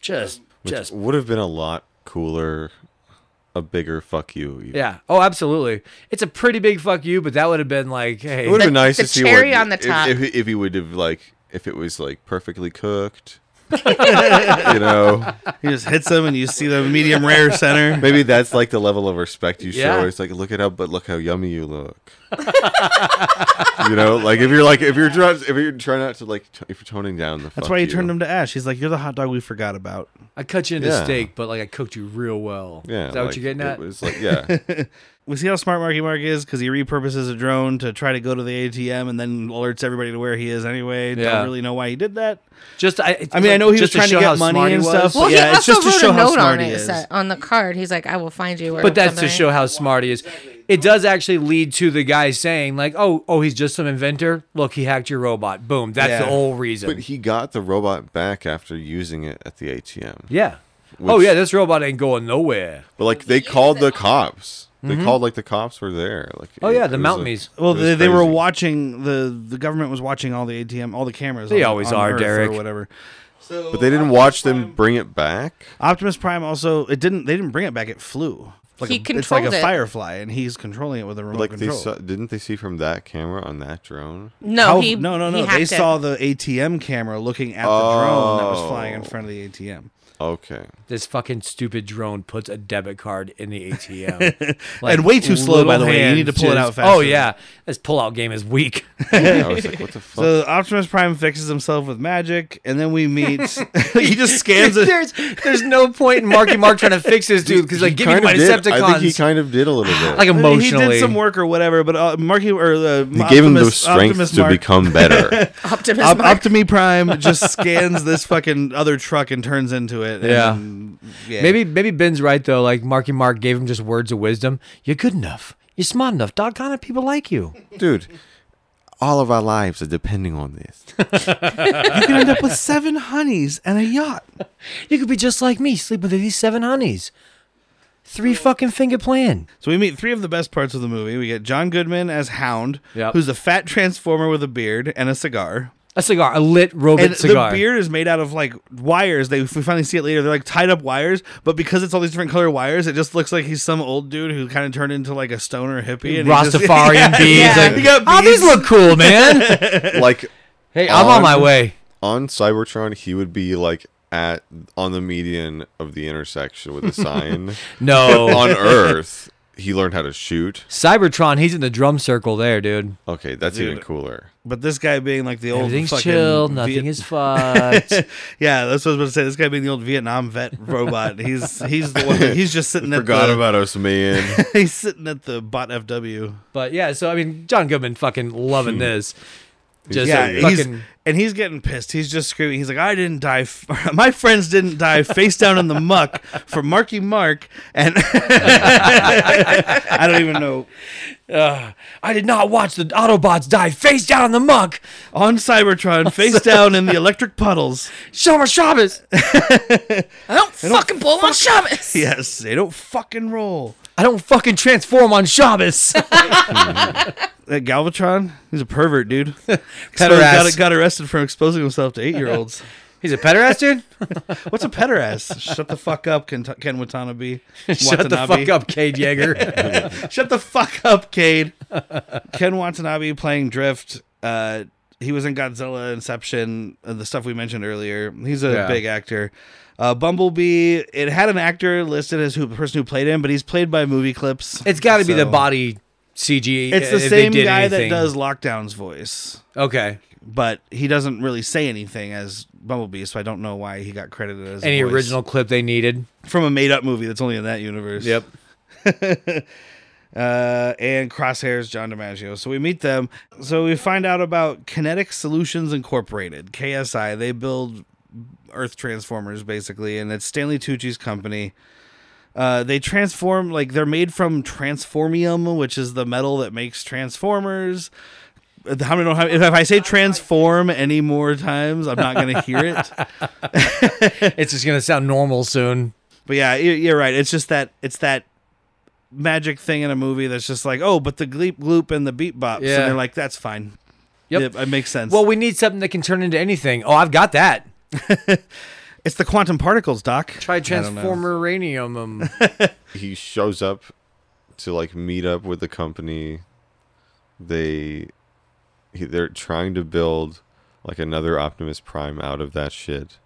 Just just
Would have been a lot cooler, a bigger fuck you. even.
Yeah. Oh, absolutely. It's a pretty big fuck you, but that would have been like, hey,
It would have been
The-
nice
the
to see
cherry
what,
on the
if-
top.
If, if, he would have like if it was like
[laughs]
perfectly cooked. you know,
He just hits him, and you see the medium rare [laughs] center.
maybe that's like the level of respect you show.
Yeah.
It's like look it up, but look how yummy you look. you know, like if you're like if you're trying if you're trying not to like t- if you're toning down the.
That's
fuck
why he
you.
turned him to ash. He's like, "You're the hot dog we forgot about."
I cut you into
Yeah.
steak, but like I cooked you real well.
Yeah,
Is that what
like,
you're getting
it
at?
was
[laughs]
like yeah,
We see how smart Marky Mark is because he repurposes a drone to try to go to the ATM and then alerts everybody to where he is anyway.
Yeah.
Don't really know why he did that.
Just I it's
I mean, I
like,
know he was
just
trying to
show
get
how
money
smart he
and
was.
stuff.
well,
Yeah,
he
it's
also
just to show
wrote a
how
note
smart
on
he
it
is.
sa- on the card. He's like, "I will find you." Or
But that's to
something.
show how smart he is. It does actually lead to the guy saying, like, oh, oh, he's just some inventor. Look, he hacked your robot. Boom. That's
Yeah.
the whole reason.
but he got the robot back after using it at the ATM.
yeah. oh,
Which-
yeah, this robot ain't going nowhere.
But like they called the cops. They
Mm-hmm.
called like the cops were there. Like
Oh, yeah, the
was
Mount
a-
Mees.
Well,
it was
they, they were
crazy.
watching the the government was watching all the ATM, all the cameras.
They
on-
always
on
are,
Earth
Derek.
or whatever. So,
But they didn't watch them bring it back.
Optimus Prime also it didn't they didn't bring it back. It flew. Like
He
a, It's like
controlled
a
it.
firefly, and he's controlling it with a remote
Like they
control.
saw, didn't they see from that camera on that drone?
No,
How-
he
no, no,
He
no.
hacked
They
it.
saw the ATM camera looking at the drone that was flying in
Oh.
front of the ATM.
[laughs]
Okay.
This fucking stupid drone puts a debit card in
[laughs]
the ATM.
And way too slow, by the
little
way. You need
hands
to pull it
just-
out faster.
Oh, yeah. This pullout game is weak. [laughs]
Yeah, I was like, what the fuck?
So Optimus Prime fixes himself with magic, and then we meet. [laughs] he just scans it.
there's, there's no point in Marky Mark trying to fix this dude because, like, give me
Kind of
my
did.
Decepticons.
I think he kind of did a little bit.
like, emotionally.
He did some work or whatever, but uh, Marky or uh,
he gave him
Optimus-
those strengths
Optimus
to
Mark-
become better.
[laughs]
Optimus [laughs]
Op-
Mark.
Optimus Prime just scans this fucking other truck and turns into it. and- yeah.
Maybe maybe Ben's right though. Like Marky Mark gave him just words of wisdom. You're good enough. You're smart enough. Doggone it, people like you.
Dude, all of our lives are depending on this.
you can end [laughs] up with seven honeys and a yacht.
You could be just like me, sleep with these seven honeys. Three fucking finger plan.
So we meet three of the best parts of the movie. We get John Goodman as Hound,
Yep.
who's a fat transformer with a beard and a cigar.
A cigar, a lit robot
And
cigar.
the beard is made out of like wires. They we finally see it later. They're like tied up wires, but because it's all these different color wires, it just looks like he's some old dude who kind of turned into like a stoner hippie. And he just- [laughs]
[laughs] Rastafarian
Yeah,
beads.
yeah.
like,
He got
Oh, these
beads.
look cool, man.
like
[laughs] hey, I'm on my
On-
way.
on Cybertron, he would be like at on the median of the intersection with a sign. Oh.
No.
on Earth, he learned how to shoot.
[laughs] Cybertron, he's in the drum circle there, dude.
Okay, that's
Dude.
even cooler.
But this guy being like the old
Everything's
fucking
chill. Nothing
Viet-
is [laughs] fucked.
yeah, that's what I was about to say. This guy being the old Vietnam vet robot. He's he's the one. He's just sitting
[laughs]
at
Forgot
the,
about us, [laughs] man.
[laughs] he's sitting at the bot FW.
but yeah, so I mean, John Goodman fucking loving this. Hmm. Just
yeah,
a
he's,
fucking.
and he's getting pissed. He's just screaming. He's like, "I didn't die. F- [laughs] My friends didn't die face down in the muck for Marky Mark." And [laughs] I don't even know
Uh, I did not watch the Autobots die face down in the muck.
on Cybertron, face down in the electric puddles.
Shomer Shabbos.
I don't fucking pull on Shabbos.
Yes, they don't fucking roll.
[laughs] I don't fucking transform on Shabbos.
That Galvatron, he's a pervert,
[laughs]
dude.
Pederast.
got, got arrested for exposing himself to
[laughs]
eight-year-olds.
[laughs] He's a pederast, dude.
What's a pederast? Shut the fuck up, Ken, Ken Watanabe.
[laughs] [laughs] Shut the fuck up, Cade Yeager.
Shut the fuck up, Cade. Ken Watanabe playing Drift. Uh, He was in Godzilla, Inception, and the stuff we mentioned earlier. He's a
Yeah.
big actor. Uh, Bumblebee. It had an actor listed as who the person who played him, but he's played by movie clips.
[laughs] It's got to be the
So-
body CG.
It's
if
the
they
same
did
guy
anything.
that does Lockdown's voice,
Okay.
but he doesn't really say anything as Bumblebee, so I don't know why he got credited as a
Any
voice.
original clip they needed.
from a made-up movie that's only in that universe. uh, and Crosshairs John DiMaggio. So we meet them. So we find out about Kinetic Solutions Incorporated, KSI. They build Earth transformers basically, and it's Stanley Tucci's company. Uh, they transform like they're made from transformium, which is the metal that makes transformers. Uh, How many? How, if I say transform any more times, I'm not going to hear it.
[laughs] It's just gonna sound normal soon.
But yeah, you- you're right. It's just that it's that magic thing in a movie that's just like, oh, but the gleep gloop and the beat bops,
Yeah.
and they're like, that's fine.
Yep.
it makes sense.
Well, we need something that can turn into anything. Oh, I've got that.
it's the quantum particles, Doc.
Try
don't know.
transformer [laughs] uranium.
he shows up to like meet up with the company. They he, they're trying to build like another Optimus Prime out of that shit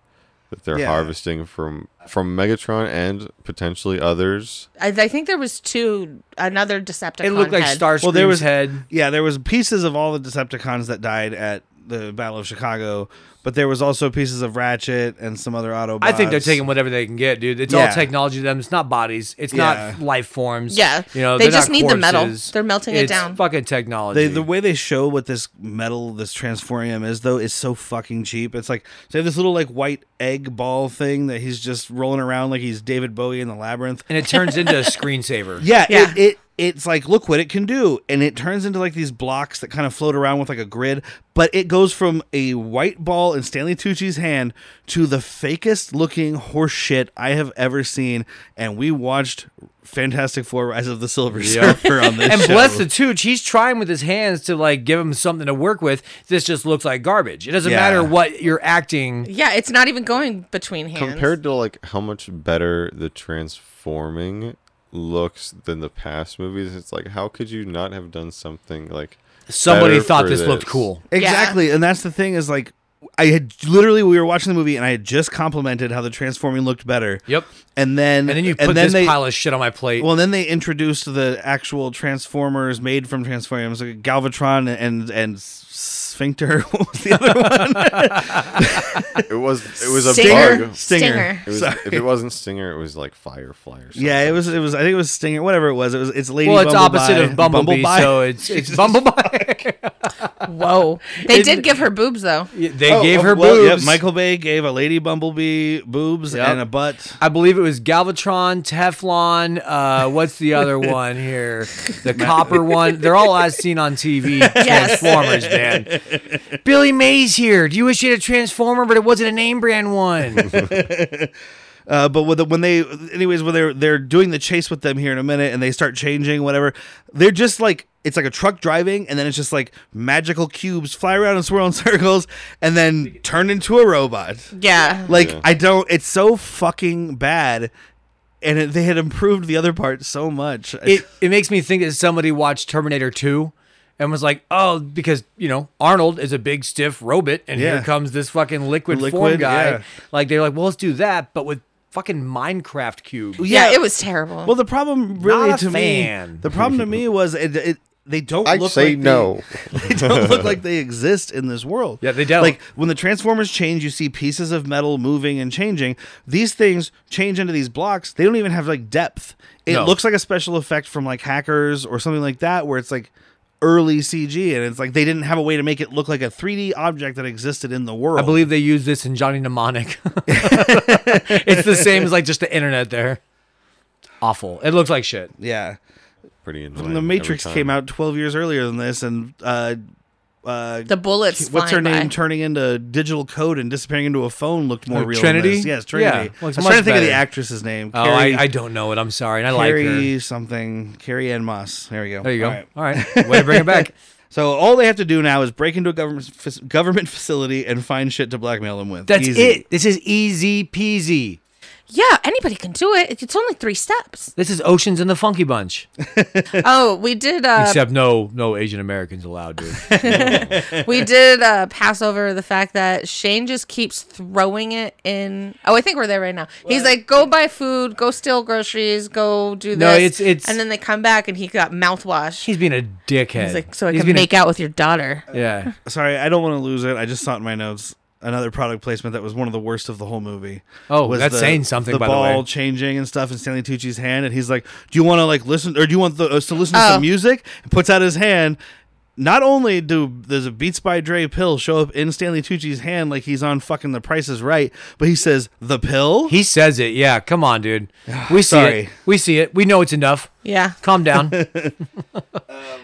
that they're
Yeah.
harvesting from from Megatron and potentially others.
I, I think there was two another Decepticon.
It looked like
head.
Starscream's
Well, there was-
head.
Yeah, there was pieces of all the Decepticons that died at the Battle of Chicago, but there was also pieces of Ratchet and some other Autobots.
I think they're taking whatever they can get, dude. It's all
Yeah.
technology to them. It's not bodies. It's
Yeah.
not life forms.
Yeah.
you know
They
they're
just
not
need the metal.
corpses.
They're melting it
It's
down.
Fucking technology.
They, the way they show what this metal, this transforium is, though, is so fucking cheap. It's like they have this little like white egg ball thing that he's just rolling around like he's David Bowie in the labyrinth.
and it turns into a screensaver.
[laughs] Yeah,
Yeah.
It, it it's like look what it can do, and it turns into like these blocks that kind of float around with like a grid. But it goes from a white ball in Stanley Tucci's hand to the fakest looking horse shit I have ever seen. And we watched Fantastic Four: Rise of the Silver Surfer on this
[laughs] And
show.
bless the Tooch, he's trying with his hands to like give him something to work with. This just looks like garbage. It doesn't
Yeah.
matter what you're acting.
Yeah, it's not even going between hands.
Compared to like how much better the transforming looks than the past movies, it's like how could you not have done something
[laughs]
like
Somebody
better
thought
for
this, looked
this?
cool.
Exactly. And that's the thing is like I had literally we were watching the movie and I had just complimented how the transforming looked better.
Yep.
And then
And then you put this pile of shit on my plate.
Well, then they introduced the actual Transformers made from Transformers, like Galvatron and and Sphincter. [laughs] What was the other one?
It was it was a
Stinger.
bug.
Stinger.
It was,
Sorry.
if it wasn't Stinger, it was like Firefly or something.
Yeah, it was. It was. I think it was Stinger. Whatever it was. It was. It's Lady.
Well, it's
Bumblebee.
opposite of Bumblebee, so
[laughs]
it's it's Bumblebee.
Whoa. They
It-
did give her boobs though.
they
Oh,
[laughs] gave
oh,
her
well, yep,
boobs.
Michael Bay gave a Lady Bumblebee boobs
Yep.
and a butt.
I believe it was Galvatron, Teflon. Uh, what's the other
[laughs]
one here? The copper one. They're all as seen on
[laughs]
TV.
Yes.
Transformers, man. Billy Mays here. Do you wish you had a Transformer, but it wasn't a name
[laughs]
brand one?
Uh, but with the, when they, anyways, when they're they're doing the chase with them here in a minute, and they start changing whatever, they're just like it's like a truck driving, and then it's just like magical cubes fly around and [laughs] swirl in circles, and then turn into a robot.
Yeah.
Like
Yeah.
I don't. It's so fucking bad, and it, they had improved the other part so much.
It it makes me think that somebody watched Terminator Two. And was like, oh, because you know Arnold is a big stiff robot, and here
Yeah.
comes this fucking liquid, form
Liquid,
guy.
yeah.
Like they're like, well, let's do that, but with fucking Minecraft cubes.
yeah, it was terrible.
Well, the problem really
Not a
to
fan.
me, the problem to me
[laughs]
was it. it they don't
I
look
say
like they-
no.
[laughs] they don't look
[laughs]
like they exist in this world.
Yeah, they don't.
Like when the Transformers change, you see pieces of metal moving and changing. These things change into these blocks. They don't even have like depth. It
No.
looks like a special effect from like hackers or something like that, where it's like early CG, and it's like they didn't have a way to make it look like a 3D object that existed in the world.
I believe they use this in Johnny Mnemonic. [laughs] it's the same as like just the internet there. Awful. It looks like shit.
Yeah.
Pretty annoying.
And the
every
Matrix
time.
came out 12 years earlier than this, and uh, uh,
the bullets.
what's her
flying
name
by.
turning into digital code and disappearing into a phone looked more
Oh,
real.
Trinity?
Than this. Yes, Trinity.
Yeah,
I was
looks
trying
much
to think of the
better.
actress' name.
Oh,
Carrie,
I, I don't know it. I'm sorry. And I like
Carrie
her.
something. Carrie Ann Moss. There we go.
There you go.
All right.
All right. Way to bring
[laughs]
it back.
So all they have to do now is break into a government [laughs] fac- government facility and find shit to blackmail them with.
That's
Easy.
it. This is easy peasy.
Yeah, anybody can do it. It's only three
[laughs]
steps.
This is Oceans and the Funky Bunch.
oh, we did. Uh,
Except no, no Asian Americans
[laughs]
allowed, dude.
we did uh, pass over the fact that Shane just keeps throwing it in. Oh, I think we're there right now. He's like, go buy food, go steal groceries, go do this.
No, it's- it's-
And then they come back and he got mouthwash.
He's being a dickhead.
He's like, so I
He's
can
being a-
make out with your daughter.
yeah.
Sorry, I don't want to lose it. I just saw it in my notes another product placement that was one of the worst of the whole movie.
Oh,
was
that's saying something,
The
by the
ball
way.
changing and stuff in Stanley Tucci's hand, and he's like, "Do you want to like listen, or do you want the, us to listen to
Oh.
some music?" And puts out his hand. Not only do there's a Beats by Dre pill show up in Stanley Tucci's hand like he's on fucking The Price Is Right, but he says the pill.
He says it. Yeah. Come on, dude. We see it.
Sorry. Um,
We see it. We know it's enough.
Yeah.
[laughs]
Calm down. [laughs]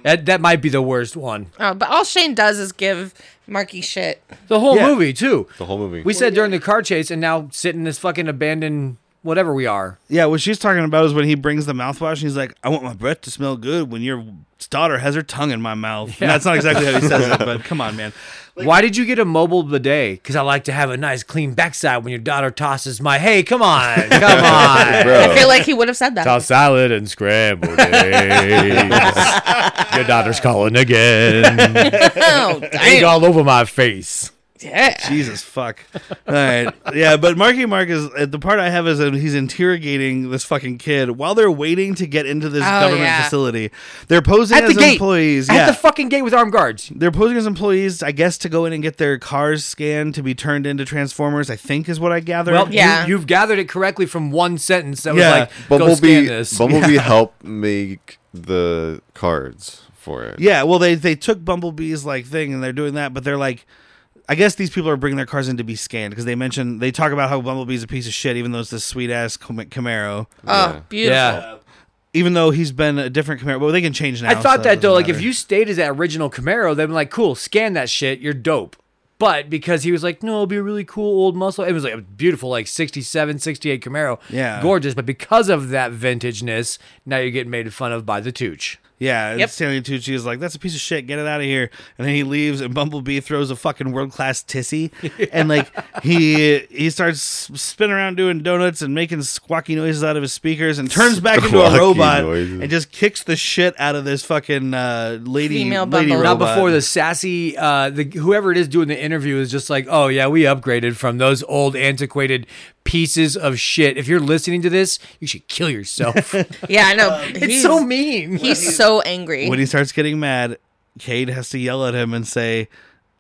that, that might be the worst one.
Oh, but all Shane does is give Marky shit.
The whole
Yeah.
movie, too.
The whole movie.
We said during the car chase, and now sit in this fucking abandoned whatever we are.
Yeah, what she's talking about is when he brings the mouthwash and he's like, I want my breath to smell good when your daughter has her tongue in my mouth. And that's not exactly how he says it, but come on, man.
Why did you get a mobile bidet? Because I like to have a nice clean backside when your daughter tosses my. Hey, come [laughs] on, come on.
Bro.
I feel like he would have said that.
salad and scrambled [laughs] eggs. your daughter's calling [laughs] again.
[laughs] oh,
[laughs]
damn.
all over my face.
Yeah.
Jesus fuck. All right. Yeah, but Marky Mark is uh, the part I have is that he's interrogating this fucking kid while they're waiting to get into this
Oh,
government
yeah.
facility. They're posing
At the
as
gate.
employees.
At
yeah.
the fucking gate with armed guards.
they're posing as employees, I guess, to go in and get their cars scanned to be turned into Transformers, I think is what I gathered.
Well,
Yeah.
you, have gathered it correctly from one sentence that
Yeah.
was like, go scan
Bumblebee,
this.
[laughs]
Bumblebee helped make the cards for it.
Yeah, well, they they took Bumblebee's like thing and they're doing that, but they're like, I guess these people are bringing their cars in to be scanned because they mention they talk about how Bumblebee's a piece of shit, even though it's this sweet ass Cam- Camaro,
Oh, beautiful.
yeah.
even though he's been a different Camaro. But they can change now.
I thought
so
that
doesn't
though, like if
matter.
you stayed as that original Camaro, they'd be like, cool, scan that shit, you're dope. But because he was like, no, it'll be a really cool old muscle. It was like a beautiful, like 67, 68 Camaro.
Yeah.
Gorgeous. But because of that vintageness, now you're getting made fun of by the Tooch.
yeah, and
Yep.
Stanley Tucci is like, that's a piece of shit, get it out of here, and then he leaves, and Bumblebee throws a fucking world class
[laughs]
tissy, and like he he starts spinning around doing donuts and making squawky noises out of his speakers, and turns back into a
Squawky
robot
noises.
and just kicks the shit out of this fucking uh, lady
Female
lady
Bumblebee.
Not
robot.
before the sassy, uh, the whoever it is doing the interview is just like, oh yeah, we upgraded from those old antiquated pieces of shit. If you're listening to this, you should
[laughs]
kill yourself.
Yeah, I know.
it's so mean.
He's so angry.
when he starts getting mad, Cade has to yell at him and say,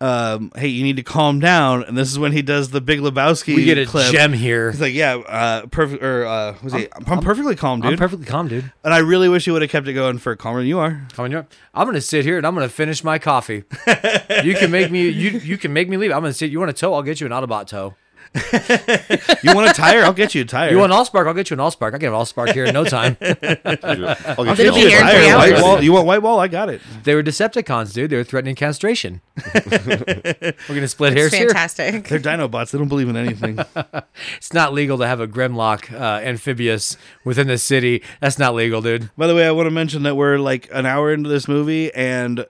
um, "Hey, you need to calm down." And this is when he does the Big Lebowski.
we get a
clip.
gem here.
He's like, "Yeah, uh, perfect." Or uh, was he? I'm, perfectly calm, dude.
I'm perfectly calm, dude.
and I really wish he would have kept it going for calmer than you are.
Come on, you're- I'm gonna sit here and I'm gonna finish my coffee. you can make me you you can make me leave. I'm gonna sit. You want a tow? I'll get you an Autobot tow.
You want a tire? I'll get you a tire.
[laughs] You want an Allspark? I'll get you an Allspark. I can have an Allspark here in no
[laughs]
time.
I'll get
It'll
you
be
all
here in
that.
three
tire?
hours.
White wall? You want white wall? I got it.
they were Decepticons, dude. They were threatening
[laughs]
castration. we're gonna split hairs
It's
here.
fantastic.
They're Dinobots. They don't believe in
[laughs]
anything.
It's not legal to have a Grimlock uh, amphibious within the city. That's not legal, dude.
By the way, I want to mention that we're like an hour into this movie and.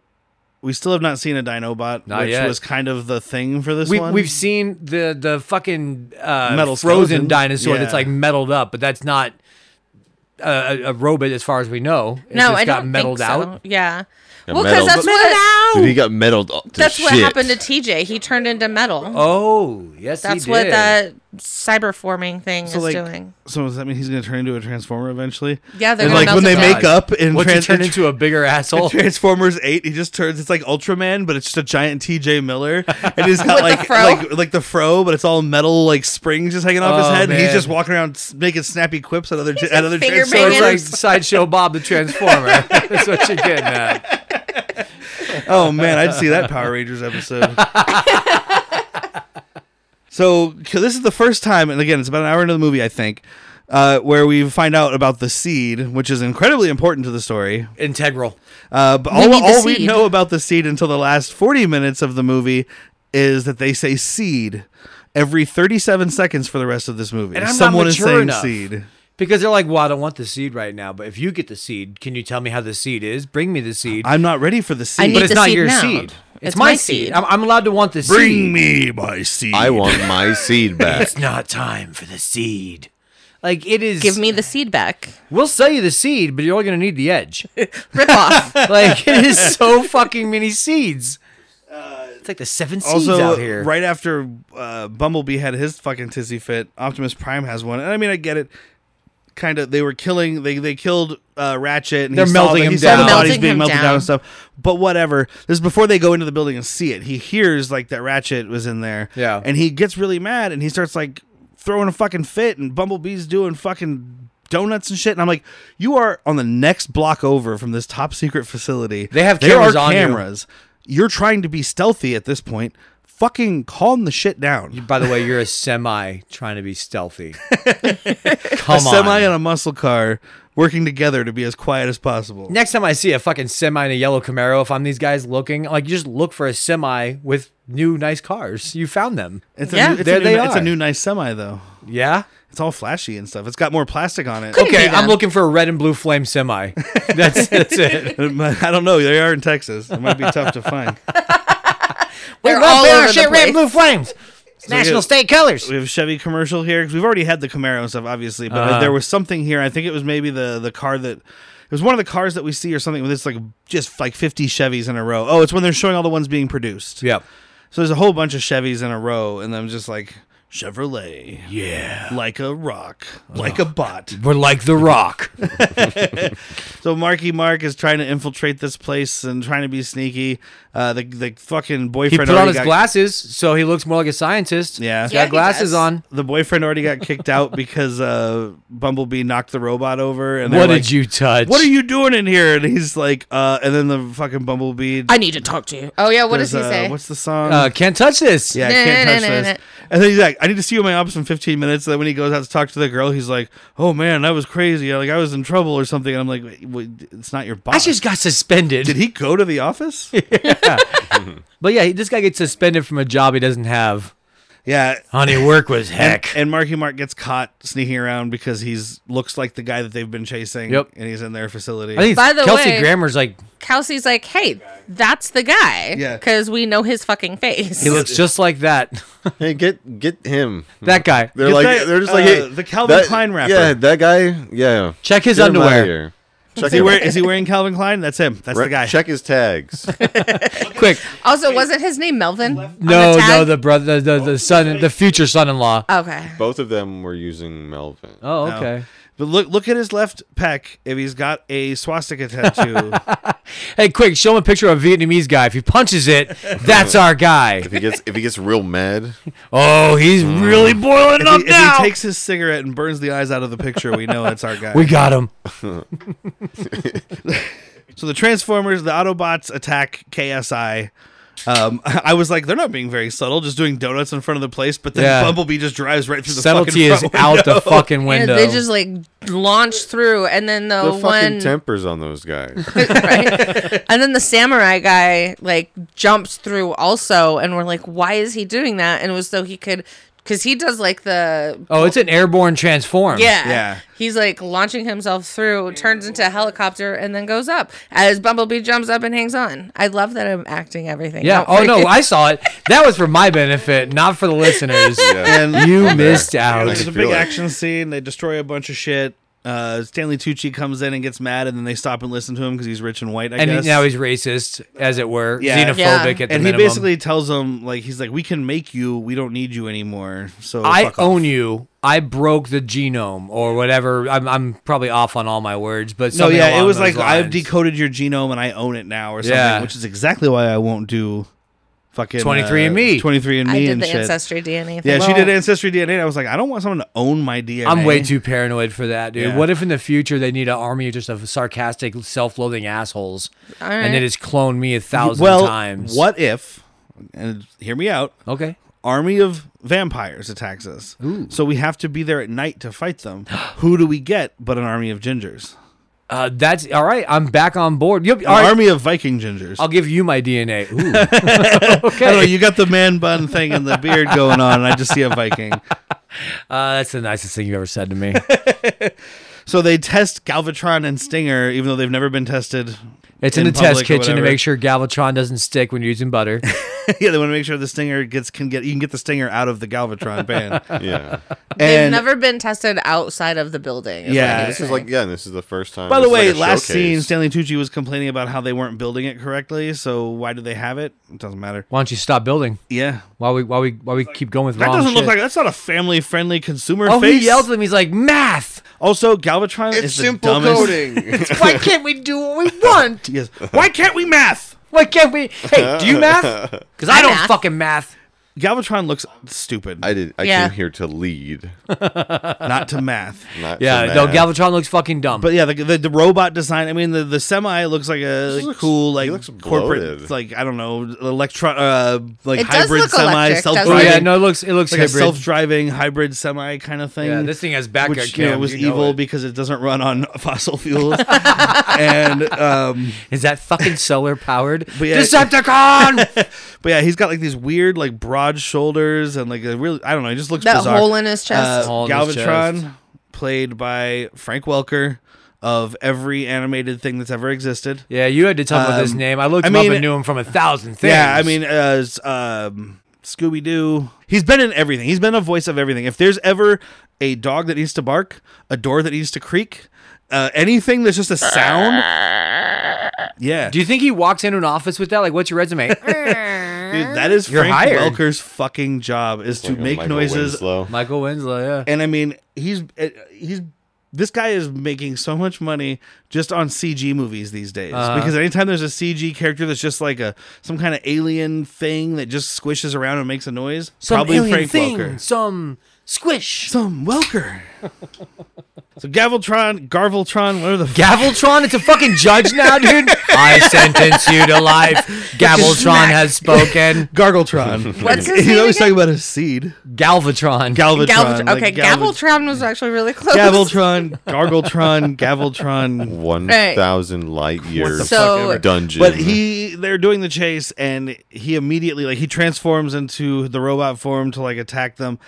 We still have not seen a Dinobot,
Not
which
yet.
was kind of the thing for this
We,
one.
we've seen the the fucking uh,
Metal
frozen
skeleton.
dinosaur
Yeah.
that's like metaled up, but that's not a, a, a robot as far as we know. It's
no,
just
I
got
don't
metaled
think
out.
so. Yeah.
Got
Well, because
metal.
that's what
Dude, he got meddled up to
that's
shit.
what happened to TJ. He turned into metal.
Oh, yes, he
that's what
did.
that cyber forming thing
So,
is
like-
doing.
So does that mean he's going to turn into a transformer eventually?
Yeah, they're
and
gonna
like
melt
when they
him.
make up in
Once
trans-
you turn into a bigger
[laughs]
[laughs] asshole,
Transformers Eight, he just turns. It's like Ultraman, but it's just a giant T.J. Miller, and he's got like
fro?
like like the fro, but it's all metal like springs just hanging off
Oh,
his head, and
man.
he's just walking around s- making snappy quips at other at other
finger
so
Transformers.
it's
banging.
like sideshow Bob the Transformer. [laughs] That's what you're getting at.
Oh man, I'd see that Power Rangers episode. so 'cause this is the first time, and again, it's about an hour into the movie, I think, uh, where we find out about the seed, which is incredibly important to the story.
Integral.
Uh, but
We
all,
need the
all we
seed.
know about the seed until the last 40 minutes of the movie is that they say seed every 37 seconds for the rest of this movie.
And I'm not
Someone is
mature
saying
enough.
seed.
Because they're like, well, I don't want the seed right now, but if you get the seed, can you tell me how the seed is? Bring me the seed.
I'm not ready for the seed.
I need
but it's
the
not
seed
your
now.
seed. It's,
It's
my,
my
seed.
seed.
I'm, I'm allowed to want the seed.
Bring me my seed.
[laughs]
I want my seed back.
It's not time for the seed. Like it is.
Give me the seed back.
We'll sell you the seed, but you're only gonna need the edge.
[laughs] Rip off.
[laughs] Like it is so fucking many seeds. It's like the seven seeds
Uh, also,
out here.
right after uh, Bumblebee had his fucking tizzy fit, Optimus Prime has one, and I mean, I get it. Kind of, they were killing. They they killed uh, Ratchet, and
They're
he
melting
saw, the-
him
he saw
down.
the bodies
Melting
being
him
melted down.
down.
and stuff. But whatever. This is before they go into the building and see it. He hears like that Ratchet was in there.
Yeah.
and he gets really mad, and he starts like throwing a fucking fit, and Bumblebee's doing fucking donuts and shit. And I'm like, you are on the next block over from this top secret facility.
They have
There
cameras
are
on you.
cameras. You're trying to be stealthy at this point. Fucking calm the shit down.
By the way, you're a semi trying to be stealthy.
[laughs]
Come
a semi
on.
and a muscle car working together to be as quiet as possible.
Next time I see a fucking semi and a yellow Camaro, if I'm these guys looking, like you just look for a semi with new nice cars. You found them.
It's
Yeah.
a new, it's
There
a new,
they
It's
are.
a new nice semi though.
Yeah.
It's all flashy and stuff. It's got more plastic on it.
Could-
Okay,
be them.
I'm looking for a red and blue
[laughs]
flame semi. That's that's it.
I don't know. They are in Texas. It might be tough to find.
They're all over the place.
blue flames. It's
national
state
[laughs]
colors.
We have Chevy commercial here because we've already had the Camaro and stuff, obviously. But
Uh-huh.
there was something here. I think it was maybe the the car that it was one of the cars that we see or something. With it's like just like fifty Chevys in a row. Oh, it's when they're showing all the ones being produced.
Yep.
So there's a whole bunch of Chevys in a row, and I'm just like Chevrolet,
Yeah.
like a rock, like a bot.
[laughs] We're like
[laughs]
the rock.
So Marky Mark is trying to infiltrate this place and trying to be sneaky. Uh, the the fucking
He
boyfriend
put on
already
his
got-
glasses, so he looks more like a scientist.
Yeah.
He's
Yeah,
got
he
glasses
does.
on.
The boyfriend already got kicked out because uh, Bumblebee knocked the robot over. And they're
What
like,
did you touch?
what are you doing in here? And he's like, uh, and then the fucking bumblebee.
I need to talk to you. Oh yeah, what does he
does, uh,
say?
What's the song?
Uh, can't touch this.
yeah, I can't touch
na- na-
this. And then he's like, I need to see you in my office in 15 minutes. And then when he goes out to talk to the girl, he's like, Oh man, that was crazy. Like I was in trouble or something. And I'm like, "Wait, wait, It's not your boss.
I just got
[laughs]
suspended.
Did he go to the
[laughs]
office?
But yeah, he- this guy gets suspended from a job he doesn't have.
yeah.
Honey, work was heck.
And Marky Mark gets caught sneaking around because he's looks like the guy that they've been chasing.
Yep.
And he's in their facility.
I think
By the
Kelsey
way-
Grammer's like
Kelsey's like, hey, that's the guy.
Yeah.
Because we know his fucking face.
he looks just like that. [laughs]
Hey, get get him.
that guy.
They're
Get
like
that,
they're just like hey,
uh, the Calvin
that-
Klein rapper.
Yeah, that guy. Yeah,
Check his
Get him outta
underwear.
here. Check
is, he
[laughs]
him.
wear, is he wearing Calvin Klein? That's him. That's
Re-
the guy.
Check his tags.
Quick.
also, wasn't his name Melvin? on the
No, no,
tag?
the brother, the, the, the son, the future son-in-law.
Okay.
Both of them were using Melvin.
Oh,
No.
okay.
But look look at his left pec if he's got a
[laughs]
swastika tattoo.
Hey, quick, show him a picture of a Vietnamese guy. If he punches it, that's our guy.
If he gets if he gets real
[laughs]
mad,
Oh, he's really
Mm.
boiling
if,
up
he, if
now.
he takes his cigarette and burns the eyes out of the picture, we know it's our guy.
we got him.
so the Transformers, the Autobots attack KSI. Um, [laughs] I was like, they're not being very subtle, just doing donuts in front of the place. But then
Yeah.
Bumblebee just drives right through the
Subtlety is
[laughs] fucking front
out the
window.
fucking
Yeah,
window.
they just like launch through, and then the
the
one,
fucking tempers on those guys.
[laughs] right? and then the samurai guy like jumps through also, and we're like, why is he doing that? And it was so he could, because he does like the
oh, it's an airborne transform.
yeah,
Yeah.
He's like launching himself through, turns into a helicopter, and then goes up as Bumblebee jumps up and hangs on. I love that I'm acting everything.
Yeah.
out
Oh
for
no,
you.
I saw it. That was for my benefit, not for
[laughs]
the listeners. [laughs]
And
You missed out.
there's a
feel
big
it.
action scene. They destroy a bunch of shit. Uh, Stanley Tucci comes in and gets mad, and then they stop and listen to him because he's rich and white. I
And
guess.
now he's racist, as it were,
Yeah.
xenophobic
Yeah.
at the
and he
minimum.
basically tells him like he's like, "We can make you. We don't need you anymore." So
I
fuck off."
own you. I broke the genome or whatever. I'm, I'm probably off on all my words, but
No,
something
yeah, it
along
was
those
like I've
lines.
decoded your genome and I own it now, or something,
Yeah.
which is exactly why I won't do fucking uh,
23andMe.
Twenty three and
I
Me
did
and
the
shit.
ancestry DNA. Thing.
Yeah, she
Well,
did ancestry DNA. I was like, I don't want someone to own my DNA.
I'm way too paranoid for that, dude.
Yeah.
What if in the future they need an army just of sarcastic, self-loathing assholes,
All
and they
right.
just clone me a thousand
well.
times?
What if? And hear me out.
Okay.
Army of vampires attacks us, so we have to be there at night to fight
[gasps]
them. Who do we get but an army of gingers?
Uh, that's all right. I'm back on board. Yep.
An
All right.
army of Viking gingers.
I'll give you my
[laughs]
DNA. Ooh. [laughs]
I don't know, you got the man bun thing and the beard going on, and I just see a Viking.
Uh, that's the nicest thing you've ever said
[laughs]
to me.
So they test Galvatron and Stinger, even though they've never been tested. [laughs]
It's in,
in
the test
public or
kitchen to
whatever.
make sure Galvatron doesn't stick when you're
[laughs]
using butter.
yeah, they want to make sure the stinger gets can get you can get the stinger out of the Galvatron pan.
Yeah.
[laughs]
[laughs]
They've
And
never been tested outside of the building. is
Yeah,
what
this
This is like yeah, and this is the first time.
by the
this is
way,
like a
last
showcase.
scene Stanley Tucci was complaining about how they weren't building it correctly, so why do they have it? It doesn't matter.
Why don't you stop building?
Yeah.
Why we why we why we keep going with
That
wrong
doesn't look
shit?
like that's not a family friendly consumer
Oh,
face.
he yelled at him. He's like, math.
Also, Galvatron
It's
is the
simple
dumbest.
coding.
[laughs]
[laughs]
Why can't we do what we want?
Yes. Why can't we math?
Why
[laughs]
can't we? Hey, do you math? Because I
I
don't
math.
fucking math.
Galvatron looks stupid,
I did. I
Yeah.
came here to lead,
not to
[laughs]
math.
not
Yeah,
to
no,
math.
Galvatron looks fucking dumb.
But yeah, the, the, the robot design. I mean, the, the semi looks like a
looks-
cool, like
he looks
corporate,
bloated.
like I don't know, electro, uh, like
It does
hybrid
look
semi,
electric, doesn't it?
oh
self-driving,
yeah, no, it looks it looks
like a
hybrid.
self-driving hybrid semi kind of thing.
yeah, this thing has backup
which you
cam.
know, was
you know
evil
it.
because it doesn't run on [laughs]
[laughs]
fossil fuels, and um,
Is that fucking solar powered?
[laughs] But yeah, it- [laughs]
Decepticon.
But yeah, he's got like these weird, like broad shoulders and like a really, I don't know, he just looks
That
bizarre.
hole in his
Uh,
chest.
Hole in his
Galvatron,
chest.
played by Frank Welker, of every animated thing that's ever existed.
yeah, you had to tell me about his
Um,
name. I looked
I
him
mean-
up and knew him from a thousand things.
Yeah, I mean, uh, s- um, Scooby Doo. He's been in everything. He's been a voice of everything. If there's ever a dog that needs to bark, a door that needs to creak, uh, anything that's just a sound. Yeah,
do you think he walks into an office with that? Like, what's your [laughs] resume?
dude, that is
You're
Frank
hired.
Welker's fucking job is to
Like a
make
Michael
noises
Winslow.
Michael Winslow. Yeah.
and I mean, he's uh, he's this guy is making so much money just on CG movies these days
Uh-huh.
because anytime there's a CG character that's just like a some kind of alien thing that just squishes around and makes a noise, probably Frank Welker.
Some squish.
Some Welker. so Gaveltron, Garveltron, whatever
[laughs]
the fuck.
Gaveltron, it's a fucking judge
[laughs]
now, dude. I sentence you to life. Gaveltron has spoken.
[laughs] Gargletron. [laughs]
What's his
He's
name
always
again?
talking about his seed.
Galvatron.
Galvatron.
Galvatron.
like
okay,
Galvat-
Gaveltron was actually really
[laughs]
close.
Gaveltron, Gargletron, Gaveltron,
One
Hey.
thousand light years
So- fuck ever?
dungeon.
But he, they're doing the chase, and he immediately like he transforms into the robot form to like attack them,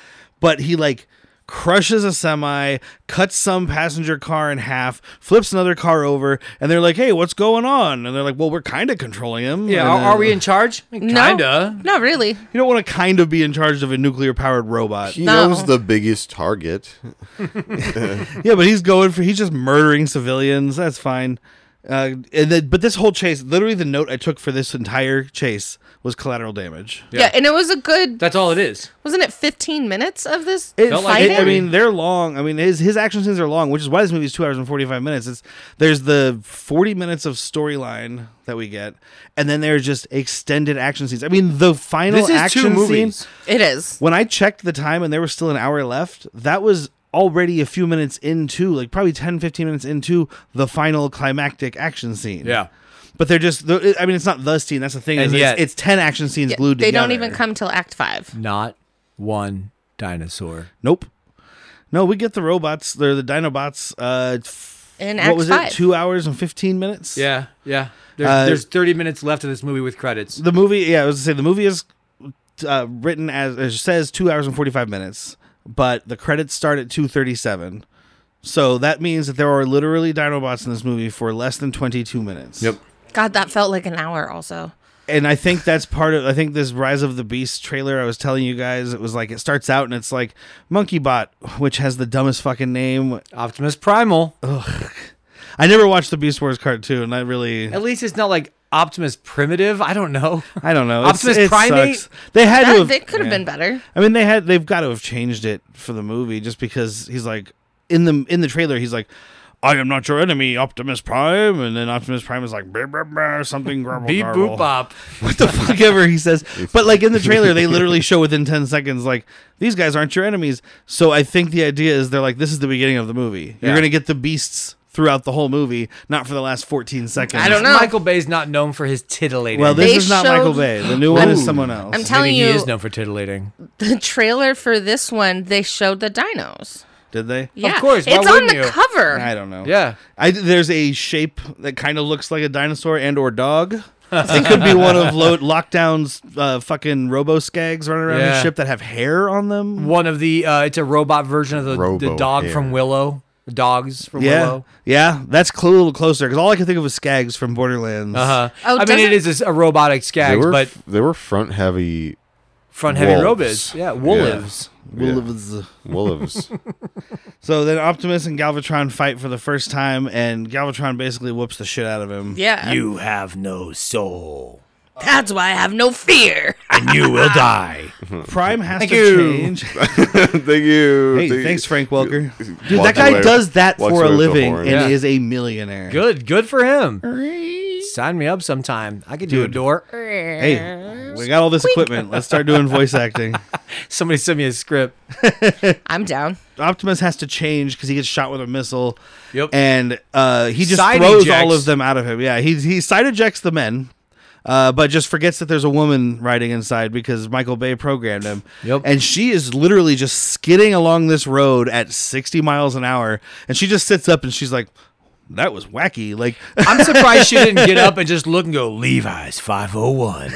but he like crushes a semi, cuts some passenger car in half, flips another car over, and they're like, "Hey, what's going on?" And they're like, "Well, we're kind of controlling him."
Yeah,
And
are,
then-
are we in charge?
No,
Kinda.
not really.
You don't want to kind of be in charge of a nuclear powered robot.
He
No.
knows the biggest target.
yeah, but he's going for he's just murdering civilians. That's fine. Uh, and then, but this whole chase, literally, the note I took for this entire chase was collateral damage.
Yeah. and it was a good.
That's all it is.
Wasn't it 15 minutes of this
It,
Felt like
fighting?
I mean, they're long. I mean, his his action scenes are long, which is why this movie is two hours and forty five minutes. It's there's the forty minutes of storyline that we get, and then there's just extended action scenes. I mean, the final
This is
action
two
scene.
movies.
it is.
When I checked the time and there was still an hour left, that was already a few minutes into, like probably 10, 15 minutes into the final climactic action scene.
Yeah.
But they're just, they're- I mean, it's not the scene. That's the thing.
And
is
yet-
it's, it's 10 action scenes glued
They
together.
don't even come till Act 5.
Not one dinosaur.
Nope. No, we get the robots. They're the Dinobots. Uh, f-
In
what
Act
was it?
Five.
Two hours and fifteen minutes.
Yeah, yeah. There's,
Uh,
there's 30 minutes left of this movie with credits.
The movie. Yeah, I was to say the movie is uh, written as it says two hours and forty five minutes, but the credits start at two thirty seven. So that means that there are literally Dinobots in this movie for less than twenty two minutes.
Yep.
God, that felt like an hour also.
and I think that's part of I think this Rise of the Beast trailer I was telling you guys it was like it starts out and it's like Monkey Bot, which has the dumbest fucking name.
Optimus Primal.
I never watched the Beast Wars cartoon. I really
At least it's not like Optimus Primitive. I don't know.
I don't know. It's,
Optimus
it
Primate?
sucks. They had to.
That,
Have,
they could have
yeah.
been better.
I mean, they had. They've got to have changed it for the movie, just because he's like in the in the trailer. He's like, "I am not your enemy, Optimus Prime," and then Optimus Prime is like, "Brr, brr, brr," something grumble,
Beep boop
garble.
bop.
[laughs] What the fuck ever he says. But like in the trailer, they literally show within ten seconds, like these guys aren't your enemies. So I think the idea is they're like, this is the beginning of the movie. You're
Yeah.
gonna get the beasts throughout the whole movie, not for the last fourteen seconds.
I don't know.
Michael Bay's not known for his titillating.
Well, this
They
is not
showed-
Michael Bay. The new one is someone else.
I'm telling
Maybe he
you,
is known for titillating.
the trailer for this one, they showed the dinos.
Did they?
Yeah.
course, why
it's on
wouldn't
the
you?
cover.
I don't know.
Yeah.
I, there's a shape that kind of looks like a dinosaur and or dog. it could be one of Lo- Lockdown's uh, fucking robo skags running around
Yeah.
the ship that have hair on them.
One of the, uh, it's a robot version of the, the
Robo
dog
hair.
from Willow. the dogs from
yeah,
Willow.
yeah, that's cl- a little closer because all I could think of was Skags from Borderlands.
Uh huh.
Oh,
I mean, it
doesn't-
is a robotic
They
skag,
were
but
f- they were front heavy
front heavy
wolves.
robots. Yeah, wolves.
Wolves. [laughs]
wolves.
So then Optimus and Galvatron fight for the first time, and Galvatron basically whoops the shit out of him.
Yeah.
You have no soul,
That's why I have
[laughs]
no fear.
and you will die.
Prime has
Thank
to
you.
change.
[laughs] Thank you.
hey,
Thank you.
thanks, Frank Welker. Dude,
Walks
that guy
away-
does that
walks
for
away
a
with the
living
horn.
and
Yeah.
is a millionaire.
Good, good for him. Sign me up sometime. I could do a
Dude.
door.
Hey, we got all this equipment. Let's start doing voice acting. [laughs]
Somebody send me a script.
I'm down.
Optimus has to change because he gets shot with a missile,
Yep.
and uh, he just
Side
throws
ejects.
all of them out of him. Yeah, he he side ejects the men, uh, but just forgets that there's a woman riding inside because Michael Bay programmed him.
Yep.
And she is literally just skidding along this road at 60 miles an hour, and she just sits up and she's like, "That was wacky." Like,
I'm surprised she didn't get up and just look and go, Levi's 501.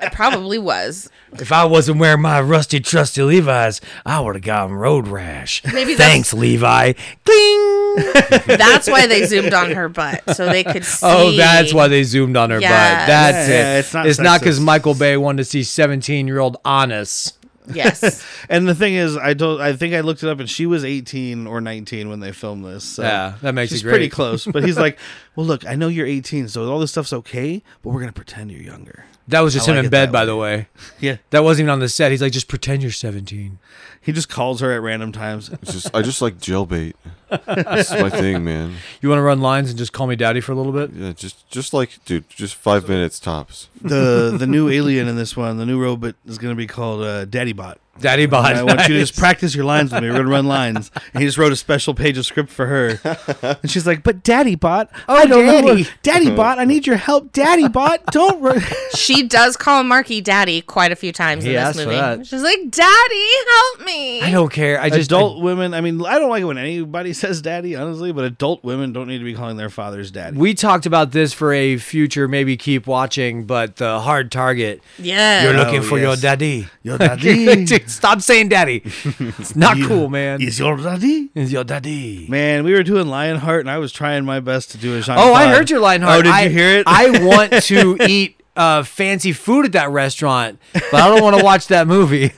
It probably was.
[laughs] If I wasn't wearing my rusty, trusty Levi's, I would have gotten road rash.
Maybe that's-
Thanks, Levi. Cling.
[laughs] That's why they zoomed on her butt so they could
[laughs]
see.
Oh, that's why they zoomed on her butt.
Yes.
That's
Yeah,
it.
it's not
It's not
sexist.
because Michael Bay wanted to see 17 year old Honest.
Yes.
and the thing is, I don't. I think I looked it up, and she was 18 or 19 when they filmed this. So
Yeah, that makes
she's
it great.
pretty close. But
[laughs]
he's like, "Well, look, I know you're 18, so all this stuff's okay, but we're gonna pretend you're younger."
That was just
I
him
like
in
it
bed,
that
by the way.
Yeah,
That wasn't even on the set. He's like, just pretend you're 17.
he just calls her at random times.
It's just I just
[laughs]
like jailbait. this is my thing, man.
You want to run lines and just call me daddy for a little bit?
Yeah, just just like dude, just five minutes tops.
[laughs]
the The new alien in this one, the new robot, is gonna be called uh, Daddy Bot.
Daddy bod.
And I want you
[laughs]
to just practice your lines with me. We're gonna run lines. And he just wrote a special page of script for
[laughs]
her, and she's like, "But Daddy Bot, I don't know,
Daddy.
what- Oh, Daddy Bot, I need your help, Daddy Bot, don't." Ru-.
she does call Marky Daddy quite a few times
He
in
asked
this
for
movie.
that.
She's like, Daddy, help me.
I don't care. I just
adult women. I mean, I don't like it when anybody [laughs] says daddy, honestly, but adult women don't need to be calling their fathers
[laughs]
daddy.
We talked about this for a future, maybe keep watching, but the hard target.
Yeah.
You're looking
Oh,
for your
yes. [laughs]
daddy.
Your daddy
Dude, Stop saying
[laughs]
daddy. It's not cool, man.
is your daddy.
It's your daddy.
Man, we were doing Lionheart, and I was trying my best to do a Jean.
Oh, I heard your line
Oh, did you hear it?
[laughs] I want to eat uh, fancy food at that restaurant, but I don't want to watch that [laughs] movie.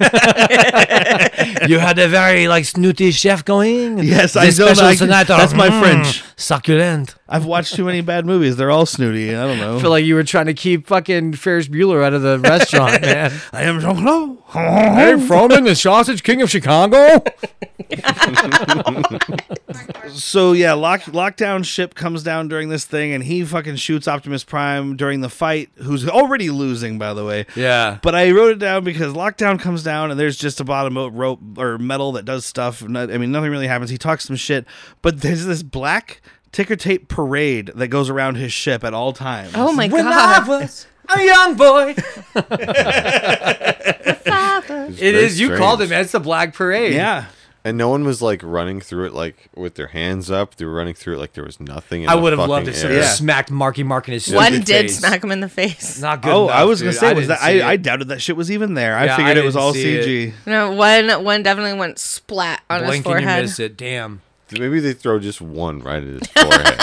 you had a very like snooty chef
[laughs]
going.
Yes,
the
I know that
Special
I can-
tonight are,
that's my
mm,
French.
Succulent.
I've watched too many bad movies. They're all snooty. I don't know.
I feel like you were trying to keep fucking Ferris Bueller out of the [laughs] restaurant, man.
I am Jean Claude. [laughs]
Hey, [laughs] Froman, the sausage king of Chicago.
So yeah, lock lockdown ship comes down during this thing, and he fucking shoots Optimus Prime during the fight, who's already losing, by the way.
Yeah.
But I wrote it down because lockdown comes down and there's just a bottom of rope or metal that does stuff. No- I mean, nothing really happens. He talks some shit, but there's this black ticker tape parade that goes around his ship at all times.
Oh my
When I
God.
was a young boy.
It's
It
very
is. You
strange.
called it, man. It's the Black Parade.
yeah.
And no one was like running through it like with their hands up. They were running through it like there was nothing. In
I
the
would have
fucking
loved it. So
air.
yeah.
Yeah.
smacked Marky Mark in his
One
stupid
did
face.
smack him in the face.
Not good.
Oh,
enough,
I was
dude.
gonna say was that
didn't see
I, I
it.
doubted that shit was even there. I
Yeah,
figured
I
it was
didn't
all
see it.
CG.
No, one one definitely went splat on his
blink and you
forehead.
miss it. Damn.
Maybe they throw just one right
[laughs]
at his forehead.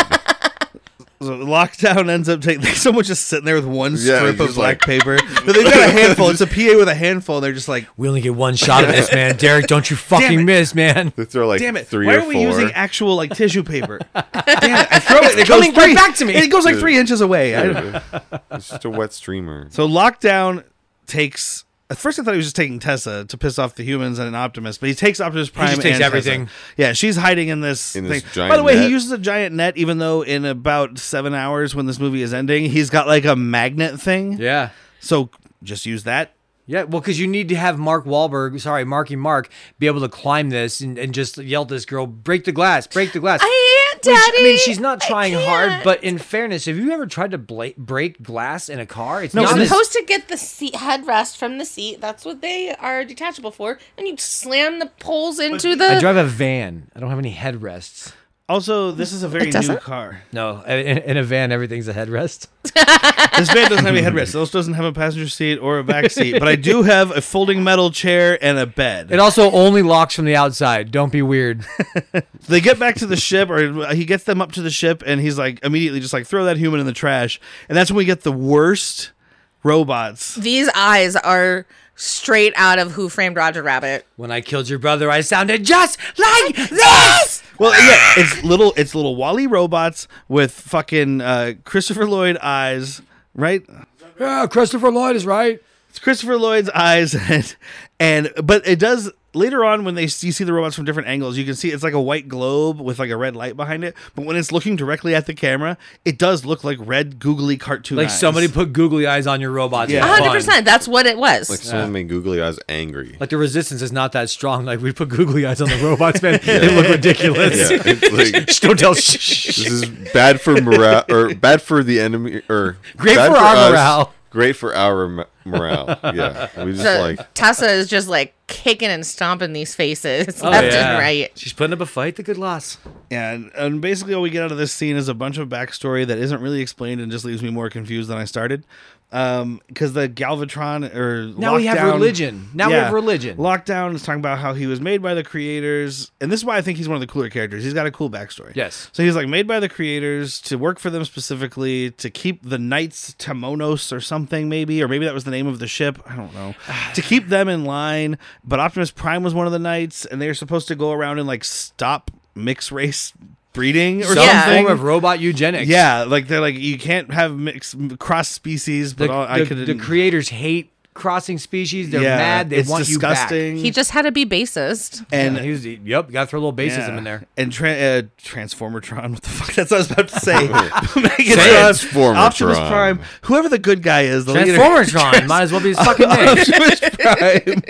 So lockdown ends up [laughs] taking someone just sitting there with one
Yeah,
strip of
just
black
like- [laughs]
paper. No, they've got a handful. It's a PA with a handful. And they're just like,
We only get one shot of this, man. Derek,
[laughs]
don't you fucking
it.
miss, man.
they throw like
damn it!
three
why
or
are we [laughs]
four.
using actual like tissue
[laughs]
paper? damn it! I throw it. and It
coming
goes
right
three-
back to
[laughs]
me.
It goes like three inches away. I don't-
it's just a wet streamer.
so lockdown takes. At first, I thought he was just taking Tessa to piss off the humans and an Optimus, but he takes Optimus Prime.
takes
and Tessa.
everything.
Yeah, she's hiding in this
In
thing.
this giant
By the way,
net.
he uses a giant net, even though in about seven hours, when this movie is ending, he's got like a magnet thing.
Yeah.
So just use that.
Yeah, well, because you need to have Mark Wahlberg, sorry, Marky Mark, be able to climb this and, and just yell at this girl, break the glass, break the glass.
I can't,
Which, I mean,
Daddy.
she's not
I
trying hard,
can't.
but in fairness, have you ever tried to bla- break glass in a car? It's
No,
not
and
You're
this-
as-
supposed to get the seat headrest from the seat. That's what they are detachable for. And you slam the poles into the.
I drive a van. I don't have any headrests.
Also, this is a very new
doesn't?
car.
No, in, in a van, everything's a
[laughs]
headrest.
This van doesn't have a headrest. This doesn't have a passenger seat or a back seat, but I do have a folding metal chair and a bed.
It also only locks from the outside. Don't be weird.
[laughs]
they get back to the ship or he gets them up to the ship and he's like immediately just like throw that human in the trash and that's when we get the worst robots
These eyes are straight out of Who Framed Roger Rabbit.
When I killed your brother, I sounded just like this.
well yeah it's little it's little wally robots with fucking uh, christopher lloyd eyes right
Yeah, Christopher Lloyd is right.
it's christopher lloyd's eyes [laughs] and and but it does later on when they you see the robots from different angles you can see it's like a white globe with like a red light behind it but when it's looking directly at the camera it does look like red googly cartoon
Like
eyes.
somebody put googly eyes on your robots.
Yeah.
for fun.
100%. That's what it was.
Like someone made googly eyes angry.
Like the resistance is not that strong. Like we put googly eyes on the
[laughs]
robots, man. They look [laughs] ridiculous.
Yeah, it's like
Shh, don't tell. shh, shh, shh.
this is bad for morale or bad for the enemy or
Great
bad
for our morale.
Great for our mo- morale.
[laughs]
Yeah, we just
So
um,
like
Tessa is just like kicking and stomping these faces
Oh,
left
yeah.
and right.
She's putting up a fight. The good loss.
Yeah, and, and basically all we get out of this scene is a bunch of backstory that isn't really explained and just leaves me more confused than I started. Um, because the Galvatron or
Now we have
Lockdown-
religion. Now we have religion.
Lockdown is talking about how he was made by the creators, and this is why I think he's one of the cooler characters. He's got a cool backstory.
Yes.
So he's like made by the creators to work for them specifically to keep the knights Temonos or something maybe, or maybe that was the name of the ship. I don't
[sighs]
know. to keep them in line, but Optimus Prime was one of the knights, and they were supposed to go around and like stop mixed race breeding or
Some
Yeah.
something.
form of robot eugenics.
yeah, like they're like you can't have mixed cross species, but
The,
all, I
the-
could
the creators hate crossing species. They're
yeah,
mad. They
it's
want you back.
disgusting.
He just had to be bassist.
and
And he was, yep, got to throw a little bassism
Yeah.
in there.
And tra- uh, Transformertron, what the fuck? That's what I was about to say. Megatron,
Transformertron.
Optimus Prime, whoever the good guy is, the [laughs]
Transformertron might as well be his fucking name.
leader. Optimus Prime,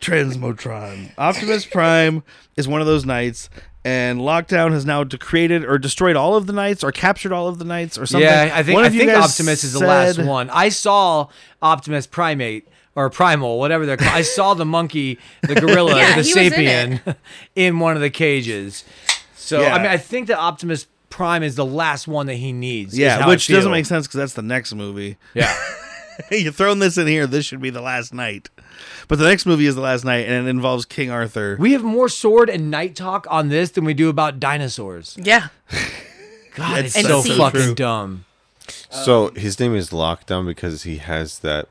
[laughs] Transmotron. Optimus Prime is one of those knights, and Lockdown has now created or destroyed all of the knights, or captured all of the knights, or something.
Yeah, I think
One
I
of you
think
guys
Optimus is the last
said-
one. I saw Optimus Primate or Primal, whatever they're called. I saw the monkey, the gorilla,
[laughs] Yeah,
the
he was in
sapien [laughs] in, one of the cages. So
Yeah.
I mean, I think that Optimus Prime is the last one that he needs. is how
Yeah,
I
which doesn't
feel.
make sense because that's the next movie. [laughs]
Yeah,
You're throwing this in here. This should be the last night, but the next movie is the last night, and it involves King Arthur.
we have more sword and night talk on this than we do about dinosaurs.
Yeah.
God, it's
And
so
seeds.
fucking
True.
dumb.
so. His name is Lockdown because he has that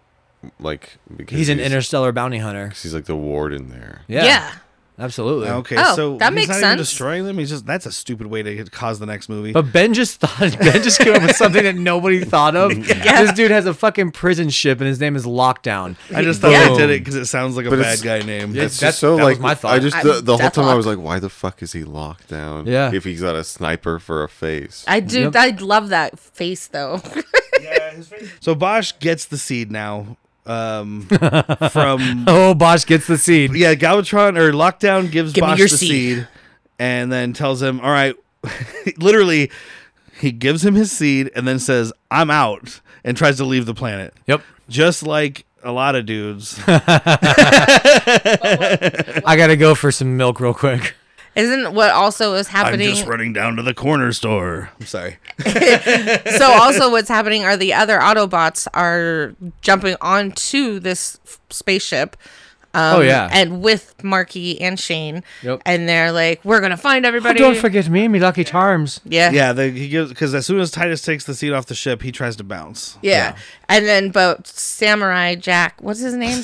like because
He's an
he's,
interstellar bounty hunter.
He's like the warden there.
Yeah,
yeah.
absolutely.
Okay,
Oh,
so
that
he's
makes
not Even
sense.
destroying them, he's just that's a stupid way to get- cause the next movie.
But Ben just thought [laughs] Ben just came up with something that nobody thought [laughs] of. This dude has a fucking prison ship and his name is Lockdown.
I just thought I
Boom.
did it because it sounds like a
But
bad
it's-
guy name.
Yeah. That's-
It's just so
that
like
was my thought.
I just
I'm
the, the whole time I
deathlocked.
was like, why the fuck is he locked down?
Yeah.
if he's got a sniper for a face.
I do.
Yep.
I love that face though. [laughs]
So Bosch gets the seed now um, from
Oh, Bosch gets the seed.
yeah Galvatron or Lockdown gives
Give me
Bosch
your
the
seed.
seed and then tells him, "All right, [laughs] literally." He gives him his seed and then says, "I'm out," and tries to leave the planet.
Yep.
Just like a lot of
[laughs]
dudes.
I gotta go for some milk real quick.
Isn't what also is
I'm
happening?
just running down to the corner store. I'm sorry.
[laughs]
so also what's happening are the other Autobots are jumping onto this f- spaceship. Um,
Oh, yeah.
and with Marky and Shane,
Yep.
and they're like, "We're gonna find everybody."
don't forget me, me lucky charms.
Yeah, yeah,
Yeah, they, he gives because as soon as Titus takes the seat off the ship, he tries to bounce.
And then, but Samurai Jack, what's his name?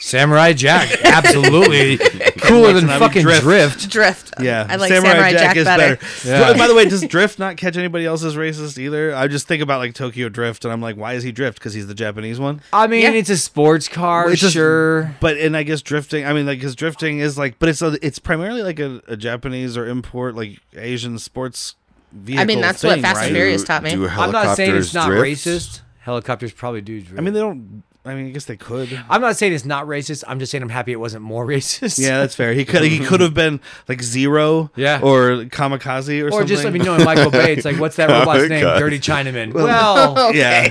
Samurai [laughs] Jack, absolutely cooler than
Watch
fucking
Drift.
drift.
Drift.
Yeah,
I like Samurai, Jack, better.
Yeah.
Dr- By the way, does Drift not catch anybody else's racist either? I just think about like Tokyo Drift, and I'm like, why is he Drift? Because he's the Japanese one.
I mean,
Yeah.
it's a sports car,
It's just-
sure.
But and I guess drifting. I mean, like because drifting is like, but it's a, it's primarily like a, a Japanese or import like Asian sports vehicle.
that's what
thing,
Fast and
right?
Furious taught me.
Do
I'm
I'm not saying it's
helicopters
not
drift?
racist. Helicopters probably do. Drift.
I mean, they don't I mean, I guess they
[laughs]
could.
I'm not saying it's not racist. I'm just saying I'm happy it wasn't more [laughs] racist.
Yeah, that's fair. He could he could have been like zero,
Yeah.
or kamikaze, or,
Or
something. Oh,
just, I mean, knowing Michael Bay, it's like,
[laughs]
what's that robot's name?
God.
Dirty Chinaman. [laughs] Well,
yeah.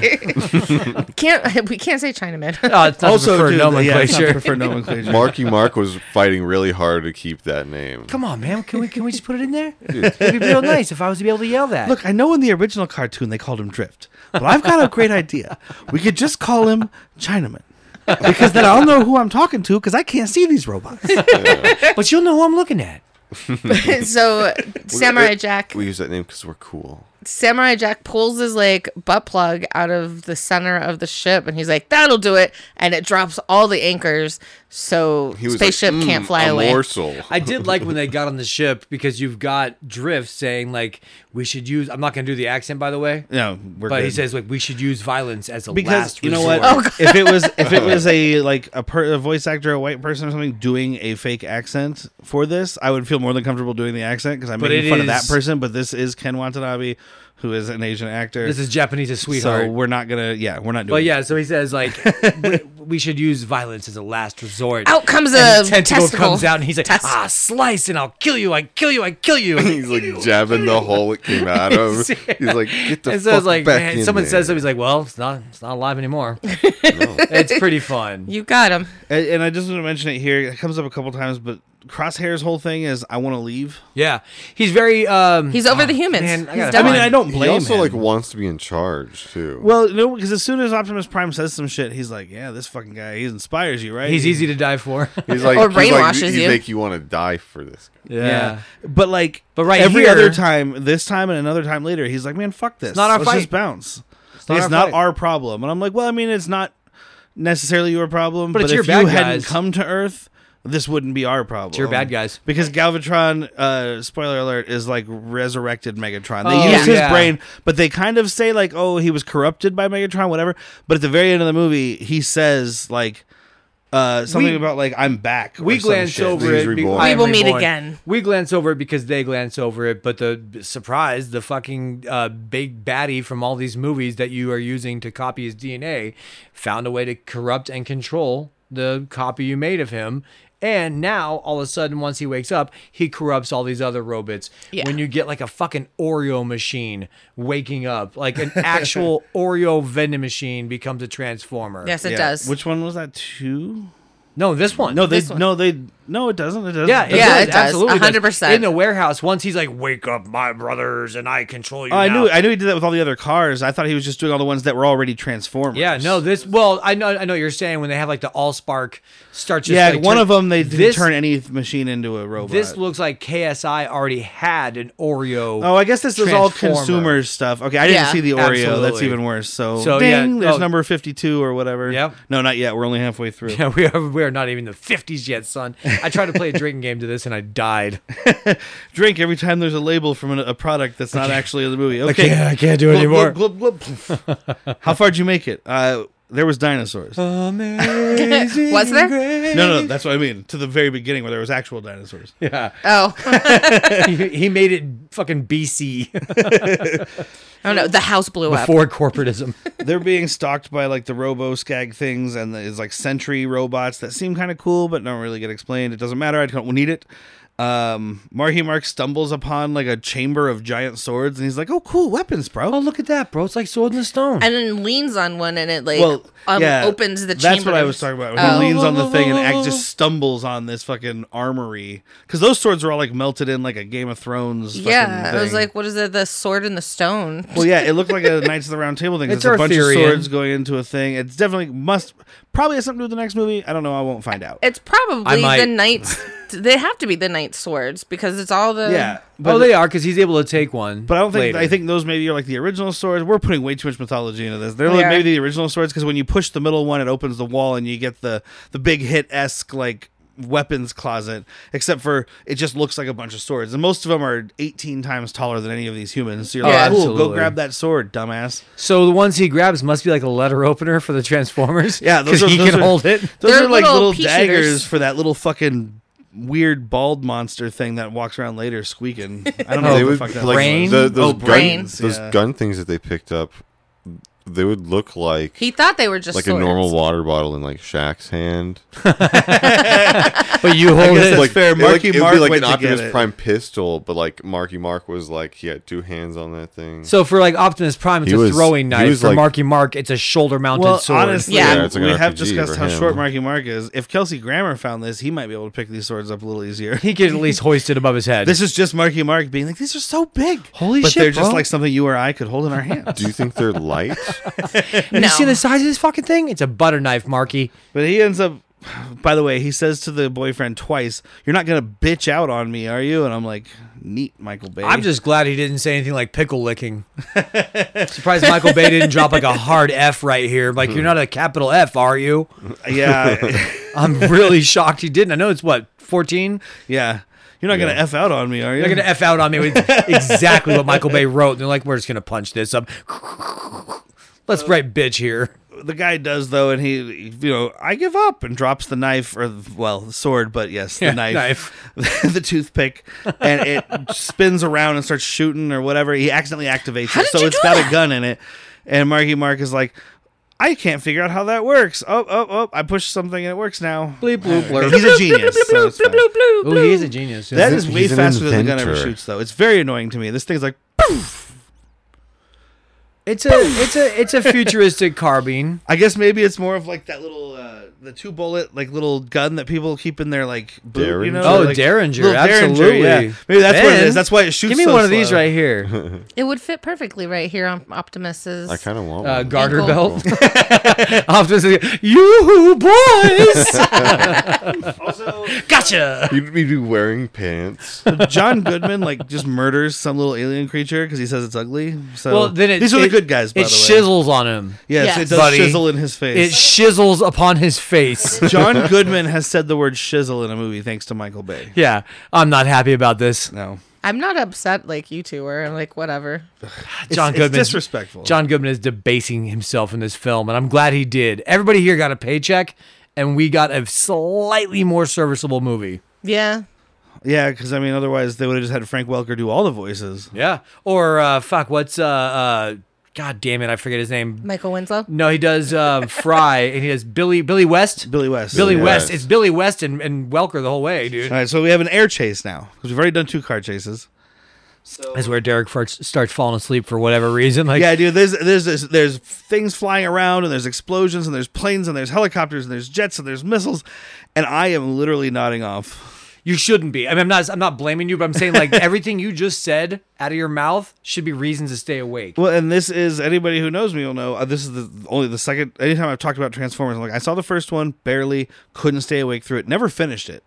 can't [laughs] we can't say Chinaman.
no, Oh, [laughs] it's not also,
Also,
preferred
dude, yeah, it's not
nomenclature.
preferred
[laughs]
nomenclature.
Marky Mark was fighting really hard to keep that name.
Come on, man. Can we can we just put it
[laughs]
in there? It'd be real nice if I was to be able to yell that.
Look, I know in the original cartoon they called him Drift, but I've got a great idea. We could just call him Chinaman. because then I'll know who I'm talking to because I can't see these robots.
but you'll know who I'm looking at.
[laughs] so Samurai Jack
We use that name because we're cool.
Samurai Jack pulls his like butt plug out of the center of the ship and he's like, That'll do it and it drops all the anchors so
He was like,
spaceship
"Mm,
can't fly
a
away.
Morsel.
I did like when they got on the ship because you've got Drift saying like we should use. I'm not gonna do the accent by the way,
No, we're
but he
good.
says like we should use violence as a
because
last.
you know what?
resort.
if it was if it was a like a, per, a voice actor, a white person or something doing a fake accent for this, I would feel more than comfortable doing the accent because I'm
But
making
it
fun of that
is-
person. But this is Ken Watanabe, who is an Asian actor.
This is Japanese as sweetheart.
So we're not gonna. Yeah, we're not doing.
but yeah, so he says like
[laughs]
we, we should use violence as a last resort.
Out comes
And
a
the tentacle,
testicle.
comes out and he's like,
Test-
ah, slice and I'll kill you, I kill you, I kill you. And
[laughs] [laughs] He's like jabbing the hole it
[laughs]
came out of. He's like, get the
and so
fuck
I was like,
back
man,
in
someone
there.
says something, he's like, well, it's not, it's not alive
[laughs]
anymore. [laughs] it's pretty fun.
You got him.
And, and I just want to mention it here. It comes up a couple times, but Crosshair's whole thing is I want to leave.
Yeah, he's very. um
He's over the humans.
man, I
He's
gotta
I
done.
mean,
Fine.
I don't
He
blame
also
him.
like wants to be in charge too.
well, no, because as soon as Optimus Prime says some shit, he's like, "Yeah, this fucking guy. He inspires you, right?
he's easy to die for. [laughs]
he's like,
Or
he's like,
brainwashes
you,
you.
make you want to die for this. Guy.
Yeah.
Yeah.
But like,
But right
every
here-
other time, this time and another time later, he's like, "Man, fuck this.
not our
Let's just
fight.
bounce. It's,
not
not,
our fight."
our problem." And I'm like, "Well, I mean, it's not necessarily your problem, but,
But it's your
if
bad
you hadn't
guys.
come to Earth." This wouldn't be our problem. It's
your bad guys.
because Galvatron, uh, spoiler alert, is like resurrected Megatron. They
Oh,
use his
yeah.
brain, but they kind of say like, "Oh, he was corrupted by Megatron," whatever. But at the very end of the movie, he says like uh, something
We-
about like, "I'm back." or
we
some
glance
shit.
over
He's
it. be-
reborn.
I
We
am
will meet
reborn.
again.
We glance over it because they glance over it. But the surprise, the fucking uh, big baddie from all these movies that you are using to copy his DNA, found a way to corrupt and control the copy you made of him. And now, all of a sudden, once he wakes up, he corrupts all these other robots.
Yeah.
When you get like a fucking Oreo machine waking up, like an
[laughs]
actual Oreo vending machine becomes a transformer.
Yes, it
Yeah.
does.
Which one was that? Two?
No, this one.
No, they
This one.
no they no it doesn't. It doesn't.
Yeah,
It
it
Yeah,
does.
it does.
Absolutely, does.
100%.
In the warehouse, once he's like, "Wake up, my brothers, and I control you."
Oh, I
now."
knew I knew he did that with all the other cars. I thought he was just doing all the ones that were already transformers.
Yeah, no, this. Well, I know, I know what you're saying when they have like the all spark start. Just,
yeah,
like,
one
turn-
of them they didn't
this-
turn any machine into a robot.
This looks like KSI already had an Oreo.
Oh, I guess this is all
Transformer.
consumer stuff. Okay, I didn't
Yeah.
see the Oreo. That's
Absolutely.
even worse. So,
So,
ding,
yeah,
there's
oh.
number 52 or whatever.
Yep.
No, not yet. We're only halfway through.
[laughs] Yeah, we are. We are not even in the fifties yet, son. I tried to play a drinking game to this and I died.
Drink every time there's a label from an, a product that's not actually in the movie. Okay.
[laughs] I can't do it
Glub, glub, glub, glub.
[laughs]
How far'd you make it? Uh, there was dinosaurs.
[laughs]
[laughs]
Amazing
Was there?
grace.
No, no, that's what I mean. To the very beginning where there was actual dinosaurs.
Yeah,
oh, [laughs] I
he, he made it fucking BC
don't know. Oh, The house blew
[laughs]
up.
before corporatism.
They're being stalked by like the robo scag things and the, it's like sentry robots that seem kind of cool but don't really get explained. It doesn't matter. I don't need it. Um, Marky Mark stumbles upon like a chamber of giant swords and he's like, "Oh, cool weapons, bro."
Oh, look at that, bro! It's like Sword in the Stone.
and then leans on one and it like
well,
um,
yeah,
opens the chamber.
That's what I was talking about. When
Oh.
He leans on the thing and act just stumbles on this fucking armory because those swords are all like melted in like a Game of Thrones. Fucking
Yeah, I was
thing.
like, what is it? The sword and the stone.
Well, yeah, it looked like a Knights of the Round Table thing.
It's
It's a
our
bunch
theory.
of swords going into a thing. It's definitely must probably has something to do with the next movie. I don't know. I won't find out.
It's probably
might-
the knights. they have to be the knights' swords because it's all the
yeah, but
But
oh,
Oh, they are because he's able to take one.
but I don't think
later.
I think those maybe are like the original swords. We're putting way too much mythology into this. They're
We
like
are.
maybe the original swords because when you push the middle one, it opens the wall and you get the the big hit esque like weapons closet. Except for it just looks like a bunch of swords, and most of them are eighteen times taller than any of these humans. So you're
Yeah.
like, cool, go
Absolutely.
grab that sword, dumbass.
so. The ones he grabs must be like a letter opener for the Transformers.
[laughs] Yeah, those
[laughs] because
are-
he
those
can
are- [laughs]
hold it.
Those
They're
are like
little
little
pea
daggers
shooters.
for that little fucking weird bald monster thing that walks around later squeaking. I don't know
[laughs] Oh,
what Oh,
they
the
would
fuck
like
that
brain?
was.
the, those
Oh,
gun,
brains,
those
yeah.
gun things that they picked up they would look like
He thought they were just
like
swords.
a normal water bottle in like Shaq's hand.
But you hold
guess
it.
That's [laughs]
like
fair.
it- like,
Marky
it would
Mark
be like
went
an
to get
Optimus
it.
Prime pistol, but like Marky Mark was like he had two hands on that thing.
so for like Optimus Prime, it's
He
a
was-
throwing
he
knife.
was
For
like-
Marky Mark, it's a shoulder-mounted
Well,
sword.
honestly,
Yeah. Yeah,
it's like
we
an
have
RPG
discussed
for
how
him.
short Marky Mark is. If Kelsey Grammer found this, he might be able to pick these swords up a little easier. [laughs]
he could at least hoist it above his head.
This is just Marky Mark being like, "These are so big,
Holy
but
shit,
they're just
bro.
like something you or I could hold in our
[laughs]
hands."
Do you think they're
[laughs]
light?
you
No.
see the size of this fucking thing? It's a butter knife, Marky.
but he ends up. By the way, he says to the boyfriend twice, "You're not gonna bitch out on me, are you?" And I'm like, "Neat, Michael Bay."
I'm just glad he didn't say anything like pickle licking. [laughs] Surprised Michael Bay didn't drop like a hard F right here. Like
Hmm.
you're not a capital F, are you?
yeah, [laughs]
I'm really shocked he didn't. I know it's what 14.
yeah. You're not gonna
Yeah.
f out on me, are you?
They're gonna F out on me with exactly what Michael Bay wrote. And they're like, we're just gonna punch this up. Let's
Uh,
write bitch here.
the guy does though, and he, you know, I give up and drops the knife or well, the sword, but yes, the
Yeah,
knife, [laughs] the toothpick, and it spins around and starts shooting or whatever. He accidentally activates
How
it,
did
so
you
it's
do
got a
that?
gun in it. And Marky Mark is like, I can't figure out how that works. Oh, oh, oh! I pushed something and it works now.
Bleep bloop
But
blurp.
He's a genius. so it's fine.
Ooh, he's a genius.
That
an-
is way
he's an
faster than the gun ever
inventor.
shoots, though. It's very annoying to me. This thing's like,
It's a it's a it's a
[laughs]
futuristic carbine.
I guess maybe it's more of like that little, uh, the two bullet like little gun that people keep in their like boot, you know?
Derringer?
Oh,
like,
Derringer,
little
absolutely.
Maybe that's what it
Ben,
is. That's why it shoots.
Give me
so
one of these
slow. [laughs]
right here.
It would fit perfectly right here on Optimus's.
I kind of want
Uh,
one.
garter
Ankle.
belt. [laughs] Optimus, is- you boys.
[laughs]
[laughs] gotcha.
You'd be wearing pants.
John Goodman like just murders some little alien creature because he says it's ugly. So
Well, then it,
these are
it-
the good guys. By
it
the way,
shizzles on him.
Yes,
Yes.
it does
Buddy.
shizzle in his
It
face.
shizzles upon his face.
John Goodman has said the word shizzle in a movie thanks to Michael Bay.
yeah, I'm not happy about this.
No,
I'm not upset like you two were. I'm like, whatever.
John
it's,
Goodman.
It's disrespectful.
John Goodman is debasing himself in this film, and I'm glad he did. Everybody here got a paycheck, and we got a slightly more serviceable movie.
Yeah.
Yeah, because I mean, otherwise they would have just had Frank Welker do all the voices.
Yeah. Or uh, fuck, what's uh, uh, God damn it, I forget his name.
Michael Winslow.
No, he does um, [laughs] Fry, and he does Billy Billy West.
Billy West.
Billy
Billy
West.
West.
It's Billy West and, and Welker the whole way, dude.
All right, so we have an air chase now because we've already done two car chases.
That's where Derek farts, starts falling asleep for whatever reason. Like,
Yeah, dude. There's, there's there's there's things flying around and there's explosions and there's planes and there's helicopters and there's jets and there's missiles, and I am literally nodding off.
you shouldn't be. I mean, I'm not. I'm not blaming you, but I'm
[laughs]
saying like everything you just said out of your mouth should be reasons to stay awake.
Well, and this is anybody who knows me will know. Uh, this is the only the second anytime I've talked about Transformers. I'm like I saw the first one, barely couldn't stay awake through it, never finished it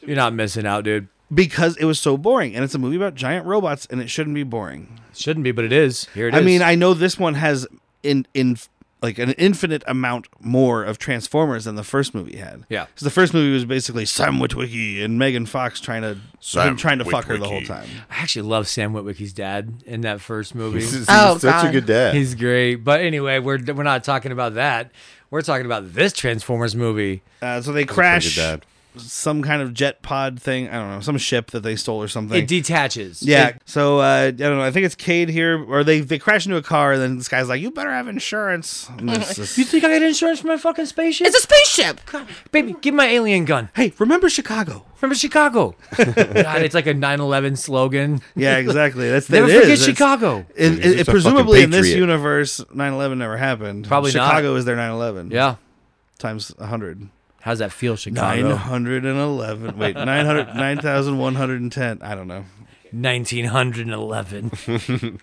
You're not missing out, dude.
because it was so boring. And it's a movie about giant robots, and it shouldn't be boring.
Shouldn't be, but it is. Here it is.
I mean, I know this one has in in like an infinite amount more of Transformers than the first movie had.
Yeah.
because the first movie was basically Sam Witwicky and Megan Fox trying to him trying to fuck her the whole time.
I actually love Sam Witwicky's dad in that first movie.
He's, he's
Oh,
such a
God.
good dad.
He's great. But anyway, we're we're not talking about that. We're talking about this Transformers movie.
Uh, so they
Pretty good
crash
dad.
some kind of jet pod thing. I don't know, some ship that they stole or something.
It detaches.
yeah.
It-
so uh, I don't know. I think it's Cade here, or they they crash into a car, and then this guy's like, "You better have insurance." And
[laughs]
it's
you
just-
think I got insurance for my fucking spaceship?
It's a spaceship.
Baby, give my alien gun.
hey, remember Chicago? [laughs]
Remember Chicago? God, it's like a 9/11 slogan.
Yeah, exactly. That's
Never
it
forget
is. It's-
Chicago.
And,
Dude,
and-
he's
and
a fucking
presumably in this
patriot.
universe, 9/11 never happened.
Probably not.
Chicago is their 9/11.
Yeah.
times 100.
How's that feel, Chicago?
911. Wait,
[laughs]
900 9,110. I don't know.
1911.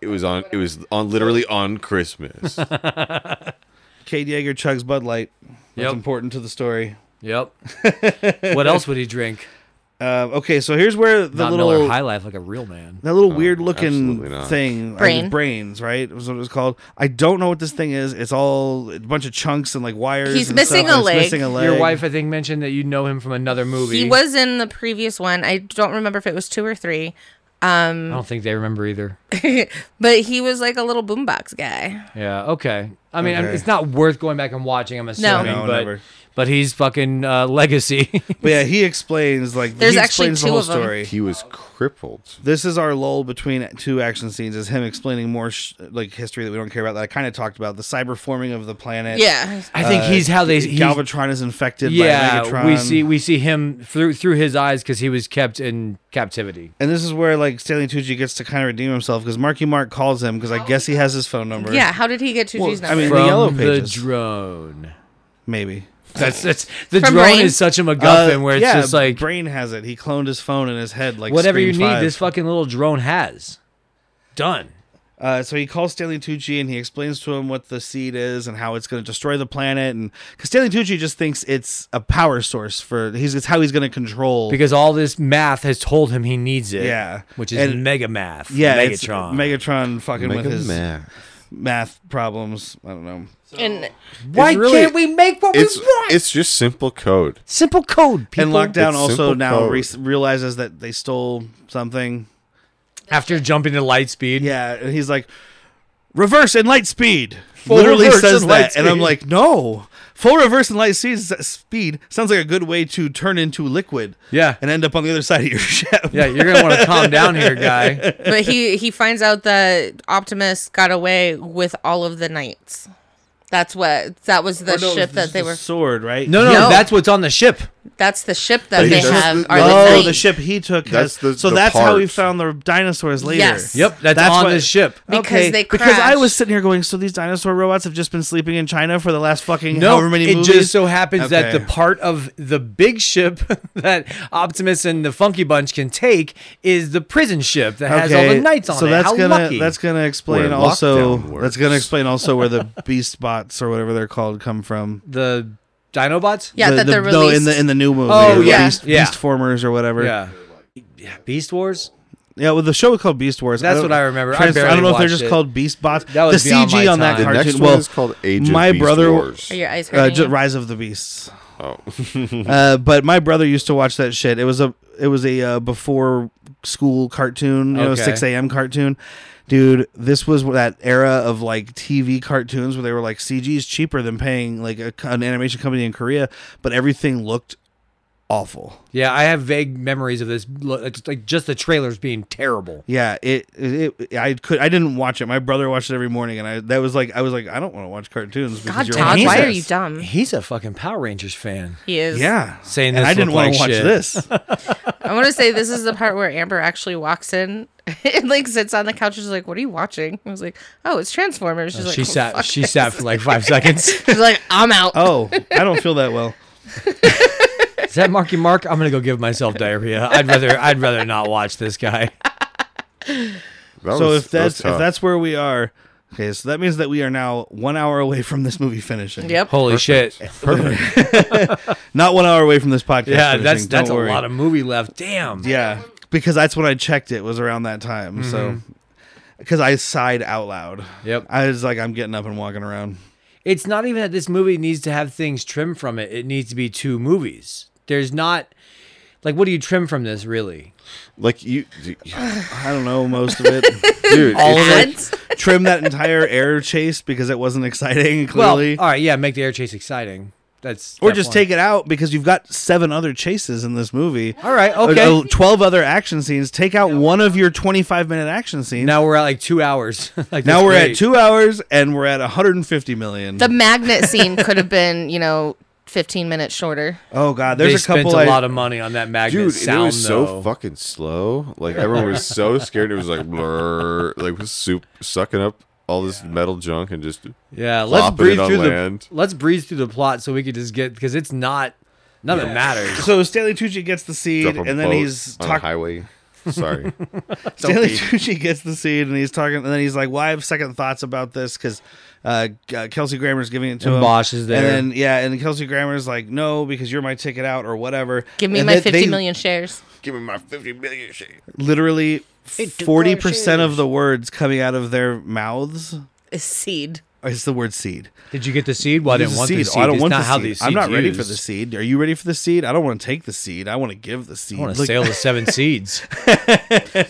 It was on. It was on literally
[laughs]
on Christmas.
Cade Yeager chugs Bud Light. That's
Yep.
important to the story. [laughs]
yep. what else would he drink?
Uh, okay, so here's where the
not Miller
little
High Life like a real man.
that little
Oh,
weird looking
absolutely not.
thing, uh,
Brain.
brains, right? Was what it was called. I don't know what this thing is. It's all a bunch of chunks and like wires.
He's
and
missing
stuff, and
a
it's
leg.
Missing a leg.
Your wife, I think, mentioned that you know him from another movie.
He was in the previous one. I don't remember if it was two or three, Um,
I
Oh.
don't think they remember either.
but he was like a little boombox guy.
Yeah. Okay. I mean, I mean,
Okay.
it's not worth going back and watching. I'm assuming,
No,
but
never.
but he's fucking uh, legacy.
[laughs] But yeah, he explains like
There's
he
actually
explains
two
the whole
of 'em.
story.
He was crippled.
This is our lull between two action scenes. Is him explaining more sh- like history that we don't care about. That I kind of talked about the cyber forming of the planet.
Yeah.
I think
Uh,
he's how they he's,
Galvatron is infected.
yeah.
by Megatron.
We see we see him through through his eyes because he was kept in captivity.
and this is where like Stanley Tucci gets to kind of redeem himself because Marky Mark calls him because I guess he has his phone number.
Yeah. How did he get two
Well,
G's
I
number?
mean- In the
From
Yellow
the
Pages.
drone.
maybe.
That's that's the
From
drone
Brain?
is such a MacGuffin
Uh,
where it's
yeah,
just like
brain has it. He cloned his phone in his head. Like
whatever
Scream
you need,
5.
this fucking little drone has. Done.
Uh, so he calls Stanley Tucci and he explains to him what the seed is and how it's going to destroy the planet. And because Stanley Tucci just thinks it's a power source for he's it's how he's going to control.
Because all this math has told him he needs it.
Yeah.
Which is
And-
mega math.
yeah, it's
Megatron.
Megatron fucking with his
man.
math problems. I don't know.
and
Why
It's really-
can't we make what
It's
we want?
it's just simple code.
Simple code, people.
And lockdown
It's
also
simple
now
code.
re- realizes that they stole something.
After jumping to light speed.
Yeah, and he's like, reverse and light speed.
Full
Literally
reverse
says
and light
that, and I'm
speed.
like, no. Full reverse and light speed, speed sounds like a good way to turn into liquid.
Yeah.
and end up on the other side of your [laughs] ship.
Yeah, you're gonna want to calm
[laughs]
down here, guy.
but he he finds out that Optimus got away with all of the knights. That's what that was the
Or no,
ship
this is
that they
the
were.
sword, right?
No, no,
No.
that's what's on the ship.
That's the ship that
Like,
they
that's
have.
the-
are
no,
the,
Oh,
knights.
the ship he took. has,
That's the-
so
the
that's how we
part.
found the dinosaurs later.
Yes.
Yep, that's, on
why-
the ship.
Oh,
Because they
because I
crashed.
was sitting here going, so these dinosaur robots have just been sleeping in China for the last fucking
No,
however many
it
movies.
just so happens that
Okay.
the part of the big ship [laughs] that Optimus and the Funky Bunch can take is the prison ship that has all the knights on
so
it.
that's
How
gonna
lucky!
that's gonna explain
Where
also
lockdown works.
that's gonna explain also where
[laughs]
the beast bots or whatever they're called come from.
the Dinobots.
yeah,
The-
that
the-
they're
no, in the
released.
in the new movie.
Oh,
the
yeah.
beast,
Yeah.
beast formers or whatever.
yeah, Yeah, Beast Wars.
Yeah, well, the show was called Beast Wars.
That's
don't-
what I remember. I
Trans- I,
barely
don't know if they're
watched
just
it.
called Beast Bots.
That was
the
beyond
CG
my
on that
time.
The
cartoon.
next
well,
one is called Age
my
of Beast
brother-
Wars.
Are your eyes hurting?
uh, just
you?
Rise of the Beasts.
[laughs]
Oh,
Uh, but my brother used to watch that shit. It was a it was a uh, before school cartoon, you know,
Okay.
six a.m. cartoon. Dude, this was that era of like TV cartoons where they were like CG is cheaper than paying like a, an animation company in Korea, but everything looked awful.
Yeah, I have vague memories of this. lo- It's like just the trailers being terrible.
Yeah, it, it, it I could I didn't watch it. My brother watched it every morning, and I that was like I was like I don't want to watch cartoons. because
God,
you're
Todd,
watching
why
this."
are you dumb?
He's a fucking Power Rangers fan.
He is.
Yeah,
Saying
and
this
I didn't
looked
want
like
to watch
shit. [laughs]
this.
I want to say this is the part where Amber actually walks in [laughs] and like sits on the couch. She's like, "What are you watching?" I was like, "Oh, it's Transformers." She's like,
she
"Oh,
sat.
fuck
She
this."
sat for like five seconds.
[laughs] She's like, "I'm out."
Oh, I don't feel that well.
Is that Marky Mark? I'm gonna go give myself diarrhea. I'd rather. I'd rather not watch this guy.
that
so
was-
if
that was
that's if
tough.
that's where we are okay so that means that we are now one hour away from this movie finishing
Yep.
Holy shit!
not one hour away from this podcast
Yeah,
finishing,
that's
don't
that's a
worry.
lot of movie left. Damn.
yeah because that's when i checked it was around that time so
Mm-hmm.
because i sighed out loud
Yep.
i was like i'm getting up and walking around
It's not even that this movie needs to have things trimmed from it. It needs to be two movies. There's not. Like, what do you trim from this, really?
like you,
[laughs]
dude,
i don't know most of it
it's like-
Ads?
trim that entire air chase because it wasn't exciting [laughs] clearly
Well, uh, all right, yeah, make the air chase exciting. That's
or
step
just
one.
take it out because you've got seven other chases in this movie
All right,
Uh,
okay.
uh, 12 other action scenes take out one of your 25 minute action scenes
Now we're at like two hours. [laughs] like
Now
that's
we're
great.
at two hours and we're at 150 million.
the magnet scene could have been, you know, 15 minutes shorter.
oh god,
They
there's a
spent
couple.
a
I-
lot of money on that magnet
dude, and
sound
it was
though.
so fucking slow. Like everyone
[laughs]
was so scared. It was like blur, like was soup sucking up all this metal junk and just
yeah, let's
plopping
breathe
it on
through
land.
the let's breathe through the plot so we could just get because it's not none that matters.
so Stanley Tucci gets the
drop
seed,
a
and then
boat
he's
on a
talking.
highway. Sorry,
[laughs] Stanley
be.
Tucci gets the seed, and he's talking, and then he's like, "Well, I have second thoughts about this because uh, uh, Kelsey Grammer's giving it to
And
him."
Bosch is there.
and then yeah, and Kelsey Grammer's like, "No, because you're my ticket out, or whatever."
Give me
And
my
then
fifty
they
million shares.
give me my fifty million shit.
Literally, forty percent of the words coming out of their mouths
Is seed.
is the word seed.
Did you get the seed? Well, I
There's
didn't
a
want the
seed. Oh,
seed.
I don't
it's
want
not
the
how
seed.
these
I'm not
seeds
ready for
used.
the seed. Are you ready for the seed? I don't want to take the seed. I want to give the seed.
I want to
Like-
sail the
[laughs]
seven seeds.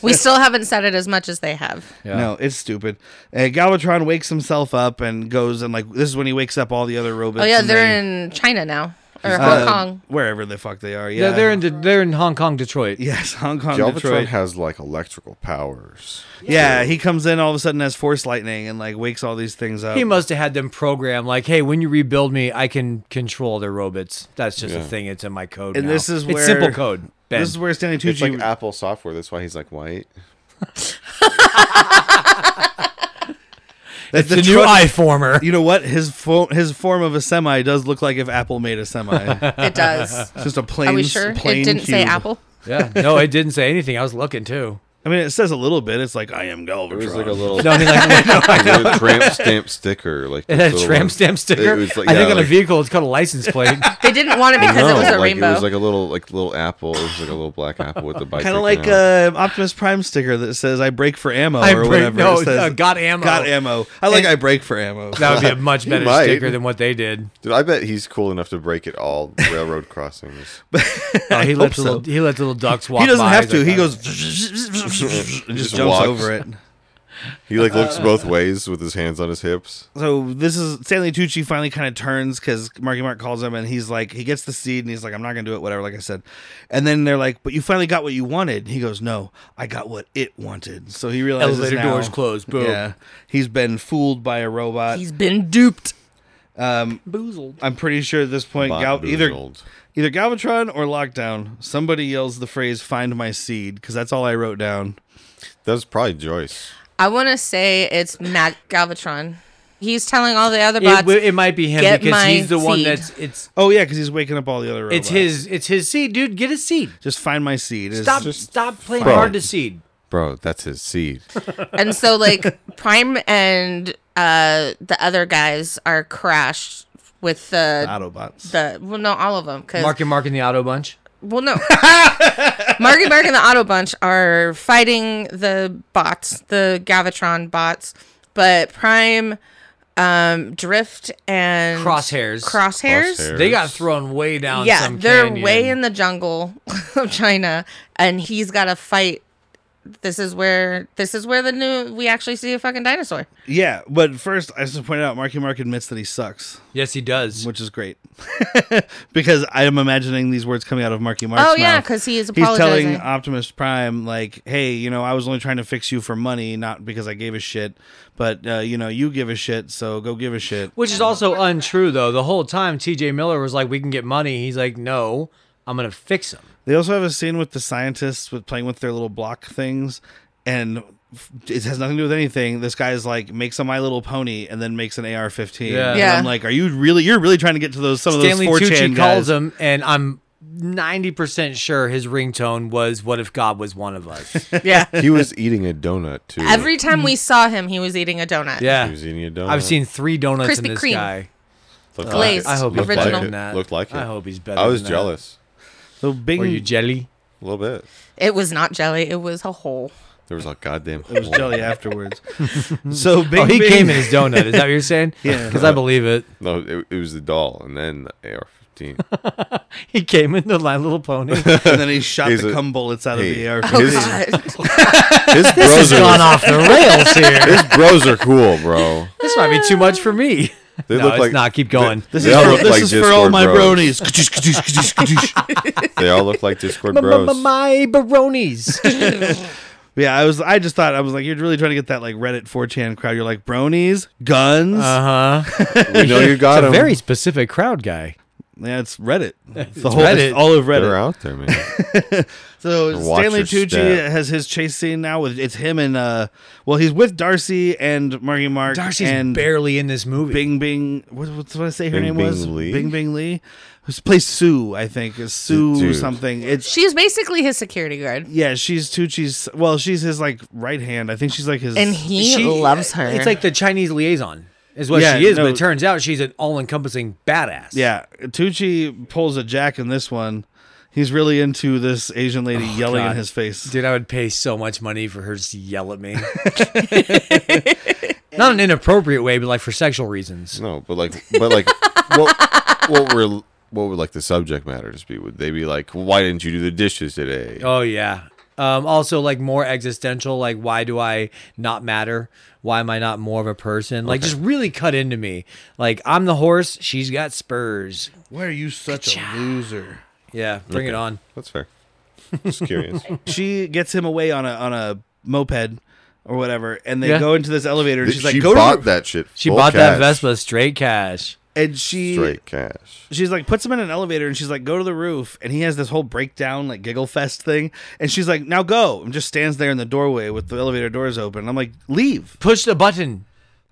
We still haven't said it as much as they have.
Yeah.
No, it's stupid. Uh, Galvatron wakes himself up and goes and like this is when he wakes up all the other robots.
Oh yeah,
and
they're
they-
in China now. or
Uh,
Hong Kong.
wherever the fuck they are. Yeah,
Yeah, they're in De- they're in Hong Kong,
[laughs]
Detroit.
Yes, Hong Kong,
Galvatron
Detroit.
has like electrical powers.
yeah, he comes in all of a sudden has force lightning and like wakes all these things up.
He must have had them programmed like, hey, when you rebuild me, I can control their robots. That's just a
Yeah.
thing. It's in my code.
And
now.
this is
it's
where-
simple code. Ben.
This is where Stanley
It's
Tucci.
like Apple software. That's why he's like white.
that's
the new eye
[laughs]
former.
You know what? His fo- his form of a semi does look like if Apple made a
[laughs]
semi.
It does.
It's just a plain.
Are we sure it
plain
didn't say
cube.
Apple?
yeah. No, it didn't say anything. I was looking too.
I mean, it says a little bit. It's like I am
It
Galvatron.
was like a little,
No, he
[laughs]
like [laughs]
it was a tramp stamp sticker, like
it
this
had a
little
tram
one.
stamp sticker.
It was like-
I think on
yeah,
a
like-
vehicle it's called a license
[laughs]
plate.
They didn't want it because it
No,
was a
like,
rainbow.
It was like a little, like little apple. It was like a little black apple with the bike.
Kind of
sticking
like
out.
uh,
a Optimus Prime sticker that says "I break for ammo"
I
or
break-
whatever.
no,
it says,
uh, got ammo.
Got ammo. I like
And-
"I break for [laughs] ammo."
That would be a much better
might.
sticker than what they
[laughs]
did.
Dude, I bet he's cool enough to break it all
[laughs]
railroad crossings.
Oh, he lets
hope
little
so.
he lets little ducks walk.
he doesn't
by.
have
He's
to.
like,
He
"Oh."
goes [laughs] and just
Just
jumps
walks.
over it.
He like
uh,
looks both ways with his hands on his hips.
so this is Stanley Tucci finally kind of turns because Marky Mark calls him and he's like, he gets the seed and he's like, I'm not gonna do it, whatever, like I said. And then they're like, but you finally got what you wanted. And he goes, no, I got what it wanted. So he realizes
Elevator
now-
doors closed, boom.
Yeah, he's been fooled by a robot.
He's been duped.
um,
boozled.
I'm pretty sure at this point,
Bot
Gal- either
Boozled.
either Galvatron or Lockdown, somebody yells the phrase "Find my seed" because that's all I wrote down.
that was probably Joyce.
I want to say it's Matt Galvatron. He's telling all the other
It,
bots.
w- it might be him
Get
because
my
he's the one
seed.
that's it's
Oh yeah, because he's waking up all the other robots.
Oh,
it's his it's his seed, dude. Get a seed.
Just find my seed. is-
Stop stop playing
Bro.
hard to seed.
Bro, that's his seed.
and so like [laughs] Prime and uh the other guys are crashed with the
Autobots.
the well no all of them because
Mark and Mark and the Auto Bunch.
well no [laughs] Marky Mark and the Auto Bunch are fighting the bots the Gavatron bots but Prime um Drift and
Crosshairs.
crosshairs,
Crosshairs.
They got thrown way down.
yeah
some
they're
canyon.
way in the jungle [laughs] of China and he's got to fight. This is where this is where the new we actually see a fucking dinosaur.
Yeah, but first, I just pointed out Marky Mark admits that he sucks,
Yes, he does.
which is great [laughs] because I am imagining these words coming out of Marky Mark's
Oh yeah,
mouth.
because he is
He's
apologizing.
telling Optimus Prime, like, hey, you know, I was only trying to fix you for money, not because I gave a shit, but, uh, you know, you give a shit, so go give a shit.
Which is also untrue though. The whole time T.J. Miller was like, "We can get money." He's like, "No, I'm gonna fix him."
They also have a scene with the scientists with playing with their little block things, and f- it has nothing to do with anything. This guy's like makes a My Little Pony and then makes an AR-15.
Yeah.
And
Yeah.
I'm like, are you really? You're really trying to get to those some
Stanley
of those 4chan
Tucci
guys.
calls him, and I'm. 90% sure his ringtone was what if god was one of us
yeah.
[laughs]
He was eating a donut too.
Every time
Mm.
we saw him, he was eating a donut.
he
yeah
was eating a donut.
i've seen three donuts
Krispy
in this
Kreme. Uh,
guy
Looked
glazed,
i
Like it.
hope he's
Looked like
better
original.
than
it.
that
Looked like it.
i hope he's better
I was
than that.
jealous.
So Bing,
were you jelly
A little bit.
It was not jelly. It was a hole.
There was a goddamn.
it was [laughs] jelly
[laughs]
afterwards. so Bing,
oh he
Bing-
came in his donut is that what you're saying [laughs]
Yeah.
because i believe it
No, it, it was the doll, and then the
[laughs]
AR-15.
he came in the my little
[laughs]
pony
and then he shot
He's
the
a-
cum bullets out
Hey.
of the AR.
Oh
His-
god.
His bros are
gone off the [laughs] rails here.
his bros are cool, bro.
This might be too much for me.
They
No,
look
it's
like
not. Keep going.
This
They
is
all
for,
look
this
like
is for all
Discord
my
bros.
bronies. Ka-doosh, ka-doosh,
[laughs]
ka-doosh, ka-doosh.
They all look like Discord
M-
bros.
m- m- [laughs] My [laughs] baronies.
yeah, I was. I just thought I was like, you're really trying to get that like Reddit 4chan crowd. You're like bronies, guns.
Uh huh.
We know you got
a
them.
very specific crowd guy.
yeah, it's
[laughs]
Reddit. It's the whole
Reddit.
It's all of Reddit.
They're out there, man.
So
Watch
Stanley
your
Tucci
step.
has his chase scene now with it's him and uh well he's with Darcy and Marky Mark
Darcy's
and
barely in this movie.
Bing Bing what, what's what I say her
Bing
name
Bing
was
Lee?
Bing Bing Lee who plays Sue I think is Sue
Dude.
something it's
She's basically his security guard,
yeah she's Tucci's well she's his like right hand I think she's like his
and he
She-
loves her.
It's like the Chinese liaison, is what
Yeah,
she is.
no.
But it turns out she's an all-encompassing badass.
yeah Tucci pulls a jack in this one he's really into this Asian lady yelling in
Oh, God.
his face
Dude, I would pay so much money for her just to yell at me.
[laughs]
[laughs] Not in an inappropriate way, but like for sexual reasons.
No, but like, but like, what, what were what would like the subject matters be? Would they be like, why didn't you do the dishes today?
Oh yeah. Um, also, like more existential, like why do I not matter? Why am I not more of a person? Like just really cut into me. Like I'm the horse, she's got spurs.
Why are you such a loser?
Yeah, bring it
Okay.
on.
That's fair. Just curious.
She gets him away on a on a moped or whatever, and they
Yeah.
go into this elevator. And [laughs] she's
she
like, "Go
bought
to your-"
that shit.
She
full
bought that
cash.
Vespa straight cash.
and she
Straight cash.
she's like puts him in an elevator and she's like go to the roof and he has this whole breakdown like giggle fest thing and she's like now go and just stands there in the doorway with the elevator doors open and i'm like leave
Push the button.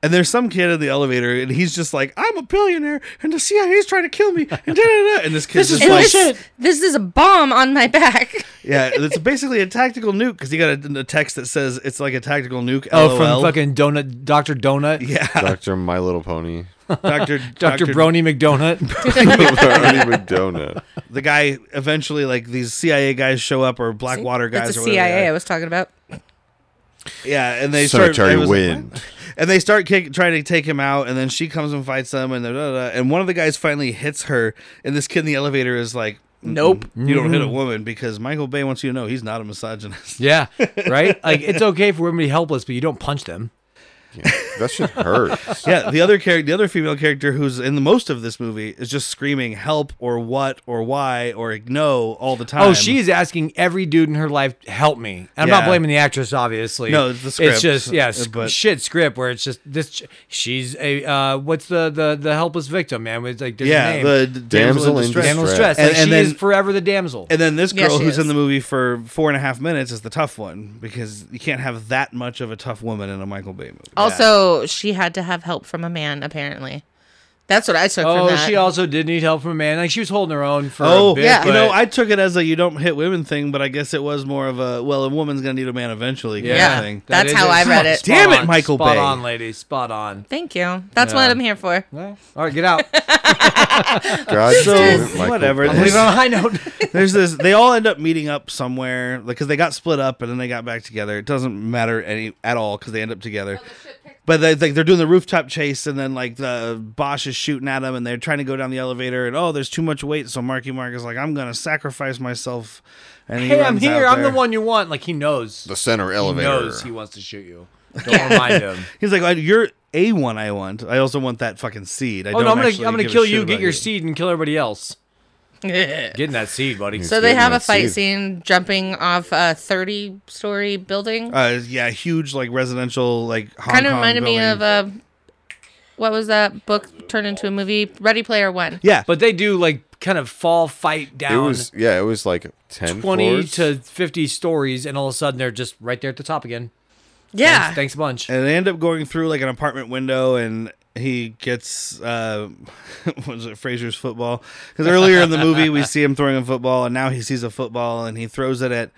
and there's some kid in the elevator and he's just like i'm a billionaire and the cia's trying to kill me and, da, da, da. and this kid's
This
just
is
And
like
my
this, this is a bomb on my back.
yeah it's basically a tactical nuke because he got a, a text that says it's like a tactical nuke
Oh,
LOL.
from fucking donut, Doctor Donut,
[laughs] [laughs] yeah
Doctor My Little
[laughs]
Pony. [laughs]
dr
[laughs] Doctor Brony McDonut. [laughs]
Bernie McDonut.
the guy eventually like these cia guys show up or blackwater guys
That's a
or whatever they
CIA I
are.
was talking about.
yeah and they start I
Secretary
was like, "What?"
Wind.
And they start kick, trying to take him out, and then she comes and fights them, and da, da, da, and one of the guys finally hits her, and this kid in the elevator is like,
Nope.
"Mm-mm, you don't hit a woman," because Michael Bay wants you to know he's not a misogynist. [laughs]
yeah, right. Like it's okay for women to be helpless, but you don't punch them.
[laughs]
That shit hurts.
yeah, the other character, the other female character who's in the most of this movie is just screaming "help" or "what" or "why" or "no" all the time.
Oh, she's asking every dude in her life, help me. And I'm not
Yeah.
blaming the actress, obviously.
No, it's the script,
It's just yeah, sc-
but-
shit script where it's just this. ch- She's a uh, what's the the the helpless victim man? It's like there's a
yeah,
name.
the d- damsel in
Damsel in
distress.
damsel
Stress.
stress.
And-
like,
and
she
then-
is forever the damsel.
And then this
Yeah,
girl
she
who's in
is.
the movie for four and a half minutes is the tough one because you can't have that much of a tough woman in a Michael Bay movie.
Also, she had to have help from a man, apparently. That's what I took from
oh,
that.
she also did need help from a man. Like she was holding her own for. a
Oh,
bit,
yeah. You know,
but-
I took it as a you don't hit women thing, but I guess it was more of a well, a woman's gonna need a man eventually. Kind
Yeah.
Of thing.
That
That's
is
how
it.
I read it.
Damn
Spot
it,
on,
Michael
Spot
Bay.
on, lady. Spot on.
Thank you. That's what I'm
[laughs]
here for.
All right, get
[laughs]
out.
God
So,
damn it, Michael
whatever.
Bay.
Leave
Leave it on a
[laughs]
high note.
There's this. They all end up meeting up somewhere because they got split up and then they got back together. It doesn't matter any at all because they end up together. But they like they're doing the rooftop chase and then like the Bosch is shooting at them and they're trying to go down the elevator and oh there's too much weight so Marky Mark is like I'm gonna sacrifice myself and he
hey, I'm
runs out
here. I'm the
there.
one you want. Like he knows.
The center
he
elevator.
knows he wants to shoot you. Don't remind him.
He's like, "Oh, you're a one. I want. I also want that fucking seed. I
Oh
don't
no, I'm gonna
actually
I'm gonna
give a
kill
shit
you,
about
get your seed, and kill everybody else.
so
Getting that seed, buddy.
they
getting
have a
that
fight
seed.
scene jumping off a 30 story building.
Uh, yeah, huge like residential like Hong
kind of
Kong
reminded me
building.
of uh, a what was that book turned into a movie? Ready Player One.
yeah, but
but they do like kind of fall fight
It
down
was yeah, it was like ten
twenty
floors.
to fifty stories, and all of a sudden they're just right there at the top again.
Yeah.
Thanks, thanks a bunch.
and they end up going through like an apartment window, and he gets uh, [laughs] what was it Fraser's football? Because earlier in the movie we see him throwing a football, and now he sees a football and he throws it at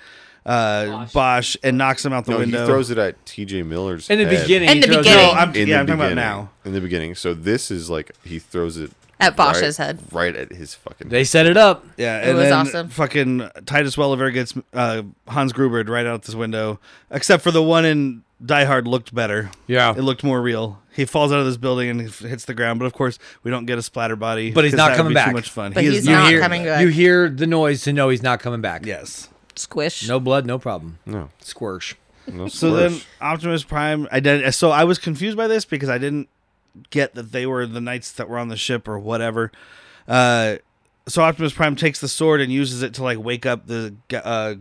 uh, Bosch. and knocks him out the
No,
window.
he throws it at T.J. Miller's
In the
head.
beginning,
In
he
the
throws
beginning.
No, I'm,
In
yeah,
the
I'm talking about
beginning.
now.
In the beginning, so this is like he throws it
At Bosch's
right-
head.
right at his fucking.
they set it up.
Yeah,
It
and
was
then
awesome.
fucking Titus Welliver gets uh, Hans Grubered right out this window, except for the one in Die Hard looked better.
Yeah.
it looked more real. He falls out of this building and he hits the ground, but of course we don't get a splatter body.
But he's
'cause
not
that would
coming
be
back.
Too much fun.
But
he
he's
is
not
not.
hear,
coming back.
You hear the noise to know he's not coming back.
Yes.
Squish.
No blood, no problem.
No,
Squirsh.
no.
So then
squish.
Optimus Prime. I did. So I was confused by this because I didn't get that they were the knights that were on the ship or whatever. Uh, so Optimus Prime takes the sword and uses it to like wake up the uh,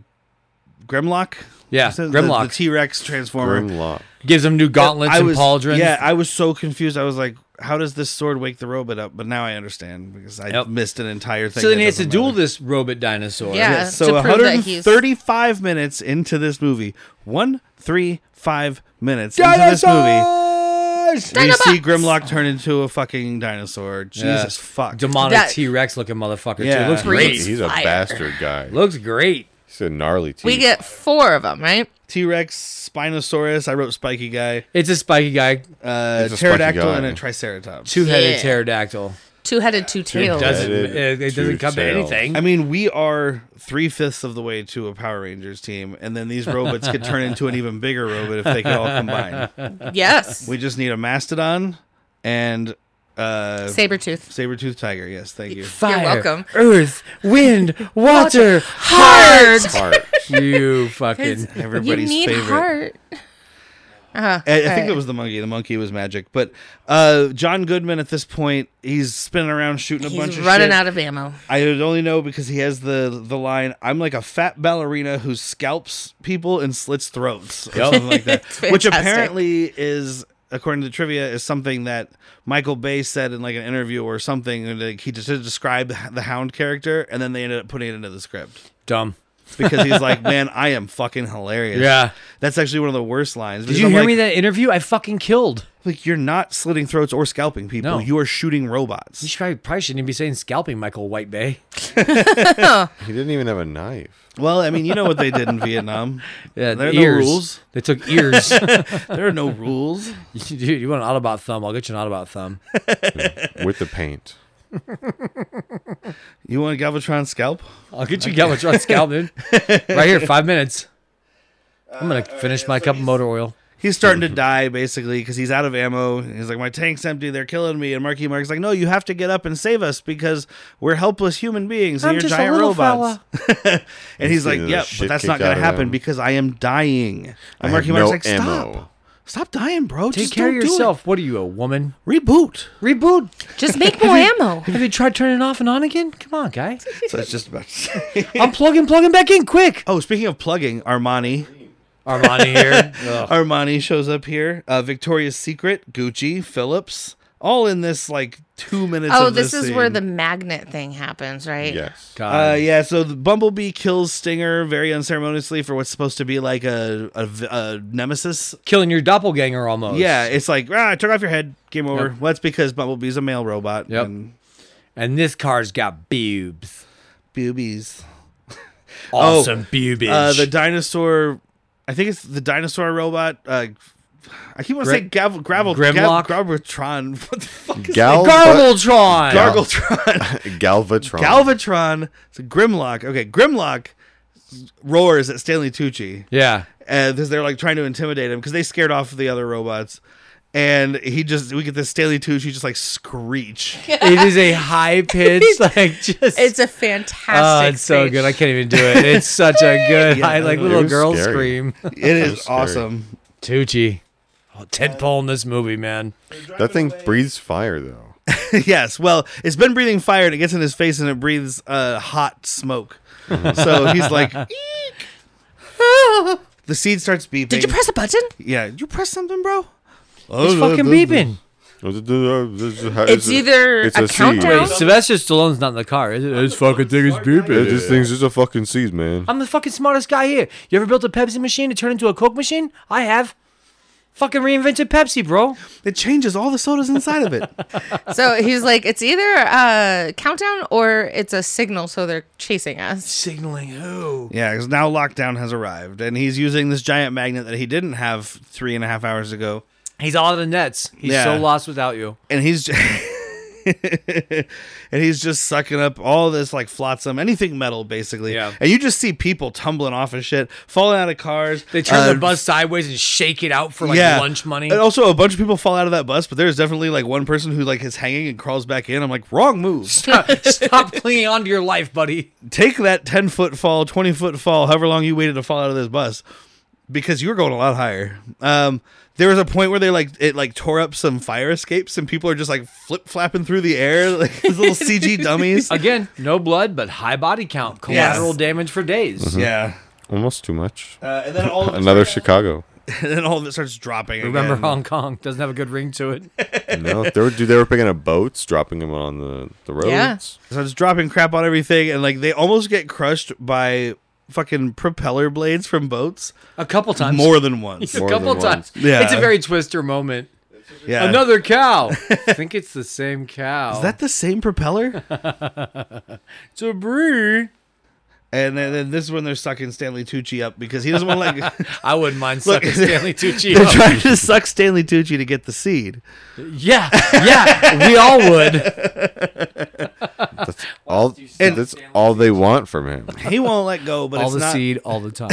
Grimlock.
Yeah,
So
Grimlock
the T Rex transformer.
Grimlock.
gives him new gauntlets
I was,
and pauldrons.
Yeah, I was so confused. I was like, "How does this sword wake the robot up?" But now I understand because I
Yep.
missed an entire thing.
so then
that
he has to
doesn't
duel
matter.
this robot dinosaur.
Yeah.
Yes, so
to prove that he's-
135 minutes into this movie, one, three, five minutes into this movie,
Dinosaurs!
we see Grimlock turn into a fucking dinosaur.
Yeah.
Jesus fuck.
demonic
That-
T Rex looking motherfucker
Yeah.
too. Looks
Freak.
great.
Breathe
He's a
fire.
bastard guy.
Looks great.
He's a gnarly. Teeth.
We get four of them, right?
T Rex, Spinosaurus. I wrote Spiky guy,
It's a spiky guy,
uh,
It's a spiky
pterodactyl,
guy.
and a triceratops.
two headed
Yeah.
pterodactyl.
Two headed, two tailed.
does
Doesn't
Headed
it, it doesn't
two
come to
tails.
anything.
I mean, we are three fifths of the way to a Power Rangers team, and then these robots could turn into an even bigger robot if they could all combine.
[laughs] Yes.
We just need a mastodon and Uh,
Sabretooth.
Sabretooth tiger. Yes, thank you.
Fire,
welcome.
earth,
[laughs]
wind, water,
Heart.
Heart.
[laughs] you fucking.
Everybody's
you need
favorite.
heart. Uh-huh.
I, I think
Alright.
it was the monkey. The monkey was magic. But uh, John Goodman at this point, he's spinning around shooting a bunch
He's
of
running
shit.
out of ammo.
I would only know because he has the the line, "I'm like a fat ballerina who scalps people and slits throats," or something like that.
[laughs] It's
Which
fantastic.
apparently is, according to trivia, is something that Michael Bay said in like an interview or something. And like, he just did describe the Hound character, and then they ended up putting it into the script
Dumb.
because he's
[laughs]
like, "Man, I am fucking hilarious."
Yeah.
that's actually one of the worst lines.
Did you hear me that interview? I fucking killed.
Like, you're not slitting throats or scalping people.
No.
You are shooting robots.
You should probably, probably shouldn't even be saying scalping, Michael White Bay.
He didn't even have a knife.
Well, I mean, you know what they
[laughs]
did in Vietnam.
Yeah,
there are
ears.
no rules.
They took
[laughs]
ears. [laughs]
There are no rules.
Dude, you want an Autobot thumb? I'll get you an Autobot thumb.
With the
[laughs]
paint.
You want a Galvatron scalp? [laughs]
I'll get you Galvatron scalp, dude. Right here, five minutes. I'm gonna
Uh,
finish my cup of motor oil.
He's starting
[laughs]
to die basically because he's out of ammo. He's like, my tank's empty. They're killing me. And Marky Mark's like, no, you have to get up and save us because we're helpless human beings and
I'm
you're
just a
giant
little
robots. [laughs] and he's like,
Getting the
yep, but
shit
that's
kicked
not gonna
out of
happen
him.
because I am dying.
I
And
have
Marky Mark's
no
like,
ammo.
stop, stop dying, bro.
Take
Just
care of
don't do it.
yourself. What are you, a woman?
Reboot.
Reboot.
[laughs]
[laughs]
Just make more ammo.
Have you tried turning off and on again? Come on, guy.
So it's just about.
I'm plugging, plugging back in, quick.
[laughs] oh, speaking of plugging, Armani.
Armani [laughs] here. Ugh.
Armani shows up here. Uh, Victoria's Secret, Gucci, Phillips, all in this like two minutes.
Oh,
of
this
this,
is
scene.
where the magnet thing happens, right?
Yes.
God.
Uh, yeah, so the Bumblebee kills Stinger very unceremoniously for what's supposed to be like a, a, v- a nemesis.
Killing your doppelganger almost.
Yeah, it's like, ah, I took off your head, game over.
Yep.
Well, that's because Bumblebee's a male robot.
Yep.
And
And this car's got boobs.
boobies.
Awesome boobage.
Uh, the dinosaur, I think it's the dinosaur robot. Uh, I keep wanting to say
Gri-
gavel, gravel,
Grimlock?
Gav, Gravatron. [laughs] What the fuck is
Gal-
Gargletron.
Gargletron.
[laughs]
Galvatron.
Galvatron, it's a Grimlock. Okay, Grimlock roars at Stanley Tucci
yeah.
because they're like trying to intimidate him because they scared off the other robots. And he just, we get this Stanley Tucci just like
[laughs]
screech.
It is a high [laughs] pitched, like just.
It's a fantastic.
Oh, it's so
scene.
good. I can't even do it. It's such a [laughs] good,
Yeah,
high, like
it
little
was
girl
scary.
scream.
It is
scary.
awesome.
[laughs]
[laughs]
Tucci. Oh, tentpole in this movie, man.
That thing breathes fire though.
yes. Well, it's been breathing fire and it gets in his face and it breathes uh, hot smoke. so he's like, "Eek." the seed starts beeping.
Did you press a button?
Yeah. Did you press something, bro? Oh,
It's fucking beeping.
It's
It's either
it's
a
seed.
countdown-
Wait, Sylvester Stallone's not in the car, is it? This fucking thing is
Yeah,
beeping.
This thing's just a fucking seed, man.
I'm the fucking smartest guy here. You ever built a Pepsi machine to turn into a Coke machine? I have. Fucking reinvented Pepsi, bro.
It changes all the sodas inside of it. [laughs]
[laughs] So he's like, it's either a countdown or it's a signal, so they're chasing us.
Signaling who?
Yeah, because now lockdown has arrived, and he's using this giant magnet that he didn't have three and a half hours ago,
He's all out of the nets. He's
Yeah.
so lost without you.
and he's [laughs] and he's just sucking up all this like flotsam, anything metal, basically.
Yeah.
And you just see people tumbling off of shit, falling out of cars.
They turn
uh,
the bus sideways and shake it out for like
[laughs]
lunch money.
And also, a bunch of people fall out of that bus, but there's definitely like one person who like is hanging and crawls back in. I'm like, wrong move.
[laughs] Stop clinging on to your life, buddy.
Take that ten foot fall, twenty foot fall, however long you waited to fall out of this bus. because you were going a lot higher. Um, there was a point where they like it like tore up some fire escapes and people are just like flip flapping through the air like [laughs] these little CG dummies.
Again, no blood, but high body count, collateral damage for days.
Yeah,
Almost too much.
uh, and then all of it
Another
starts-
Chicago.
and [laughs] then all of it starts dropping.
Remember
again.
Hong Kong doesn't have a good ring to it.
[laughs]
No, they were dude, they were picking up boats, dropping them on the the roads.
Yeah.
So it's dropping crap on everything, and like they almost get crushed by fucking propeller blades from boats
A couple
[laughs]
times.
more than
[laughs]
once.
a
More
couple
than
times.
once.
Yeah.
It's a very twister moment.
Yeah, [laughs]
Another cow. I think it's the same cow.
Is that the same
[laughs]
propeller?
it's a breed.
and then, then this is when they're sucking Stanley Tucci up because he doesn't want
[laughs]
to like
I wouldn't mind
Look,
sucking Stanley
[laughs]
Tucci.
they're
up.
trying to suck Stanley Tucci to get the seed.
yeah, yeah, we all would.
That's all. that's all they want from him.
He won't let go, but [laughs]
all
it's
the
not
seed, all the time.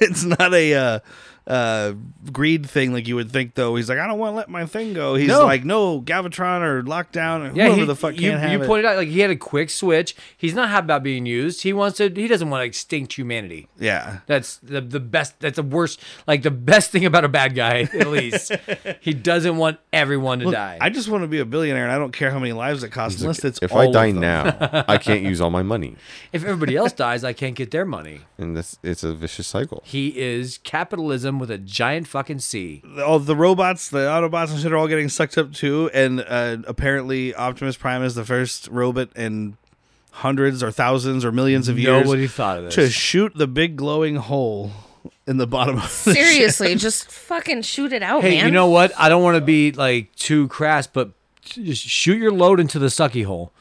it's not a uh, uh, greed thing like you would think. Though he's like, I don't want to let my thing go. He's
No.
like, no, Galvatron or Lockdown or
Yeah,
whoever
he-
the fuck
you,
can't have
you
it.
pointed out like he had a quick switch. He's not happy about being used. He wants to. He doesn't want to extinct humanity.
yeah,
That's the the best. That's the worst. Like the best thing about a bad guy. [laughs] At least he doesn't want everyone to
Look,
die.
I just want to be a billionaire, and I don't care how many lives it costs, unless [laughs] it's
if
all
I
of
die
them.
now,
[laughs]
I can't use all my money,
if everybody else dies, I can't get their money.
and that's it's a vicious cycle.
He is capitalism with a giant fucking C.
all the robots, the Autobots and shit are all getting sucked up too. And uh, apparently, Optimus Prime is the first robot in hundreds or thousands or millions of years
Nobody thought of this.
to shoot the big glowing hole in the bottom of the ship.
[laughs] [laughs] Seriously, just fucking shoot it out,
Hey,
man.
you know what? I don't want to be like too crass, but just shoot your load into the sucky hole.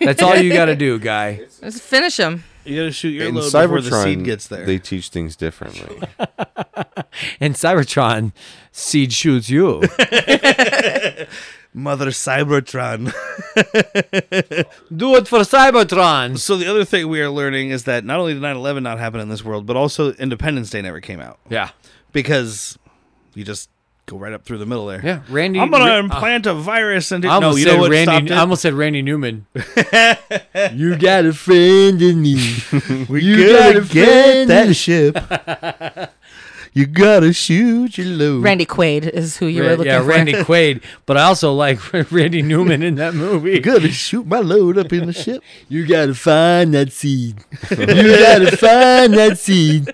That's all you got to do, guy.
Just finish him.
You gotta shoot your
In
load
Cybertron,
before the seed gets there.
they teach things differently.
And Cybertron, Seed shoots you.
Mother Cybertron. [laughs]
do it for Cybertron.
so the other thing we are learning is that not only did 9-11 not happen in this world, but also Independence Day never came out
Yeah.
because you just go right up through the middle there.
Yeah. Randy.
I'm gonna
Ra-
implant a virus into.
I
No,
almost
you
said
know what stopped
Randy.
it?
I almost said Randy Newman. you got a friend in [laughs] me.
We
You gotta gotta get that
ship. [laughs] you gotta shoot your load.
Randy Quaid is who you were
Ra-
looking
yeah,
for.
Randy
[laughs]
Quaid. But I also like [laughs] Randy Newman in that movie.
gotta shoot my load up in the ship.
[laughs] You gotta find
[laughs]
that seed. you gotta find that seed.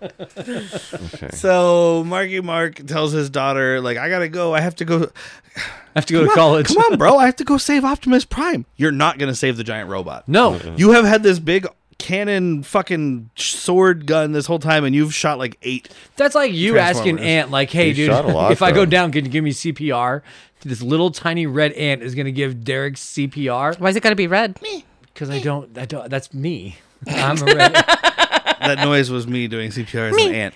Okay.
So Marky Mark tells his daughter, like, I gotta go. I have to go.
I have to go to college.
Come on, bro. I have to go save Optimus Prime. You're not gonna save the giant robot.
No.
You have had this big cannon fucking sword gun this whole time and you've shot like eight
That's like you asking
Transformers.
Ant, like, hey,
You
dude,
shot a lot,
if I go
though.
down, can you give me CPR? This little tiny red ant is gonna give Derek CPR
Why's it gotta be red?
because
Eh.
I don't, I don't. That's me. I'm a red. ant.
that noise was me doing cpr as an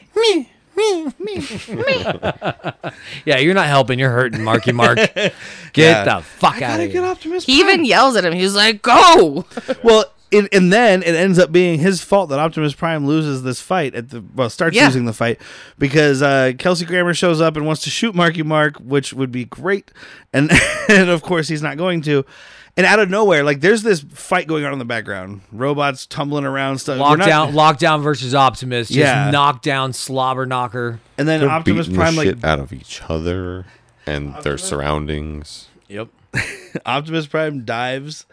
ant
Yeah, you're not helping. You're hurting, Marky [laughs] Mark. Get
Yeah.
the fuck out
gotta
of
get
here.
optimus
He even yells at him. He's like, "Go!"
Well, it, and then it ends up being his fault that Optimus Prime loses this fight at the well starts
Yeah.
losing the fight because uh, Kelsey Grammer shows up and wants to shoot Marky Mark, which would be great, and [laughs] and of course he's not going to. And out of nowhere, like there's this fight going on in the background, robots tumbling around stuff. We're not-
Lockdown, lockdown versus Optimus. Just
Yeah.
knockdown, slobber knocker.
and then
They're
Optimus
beating the
Prime like
shit out of each other and their surroundings.
Yep.
[laughs] Optimus Prime dives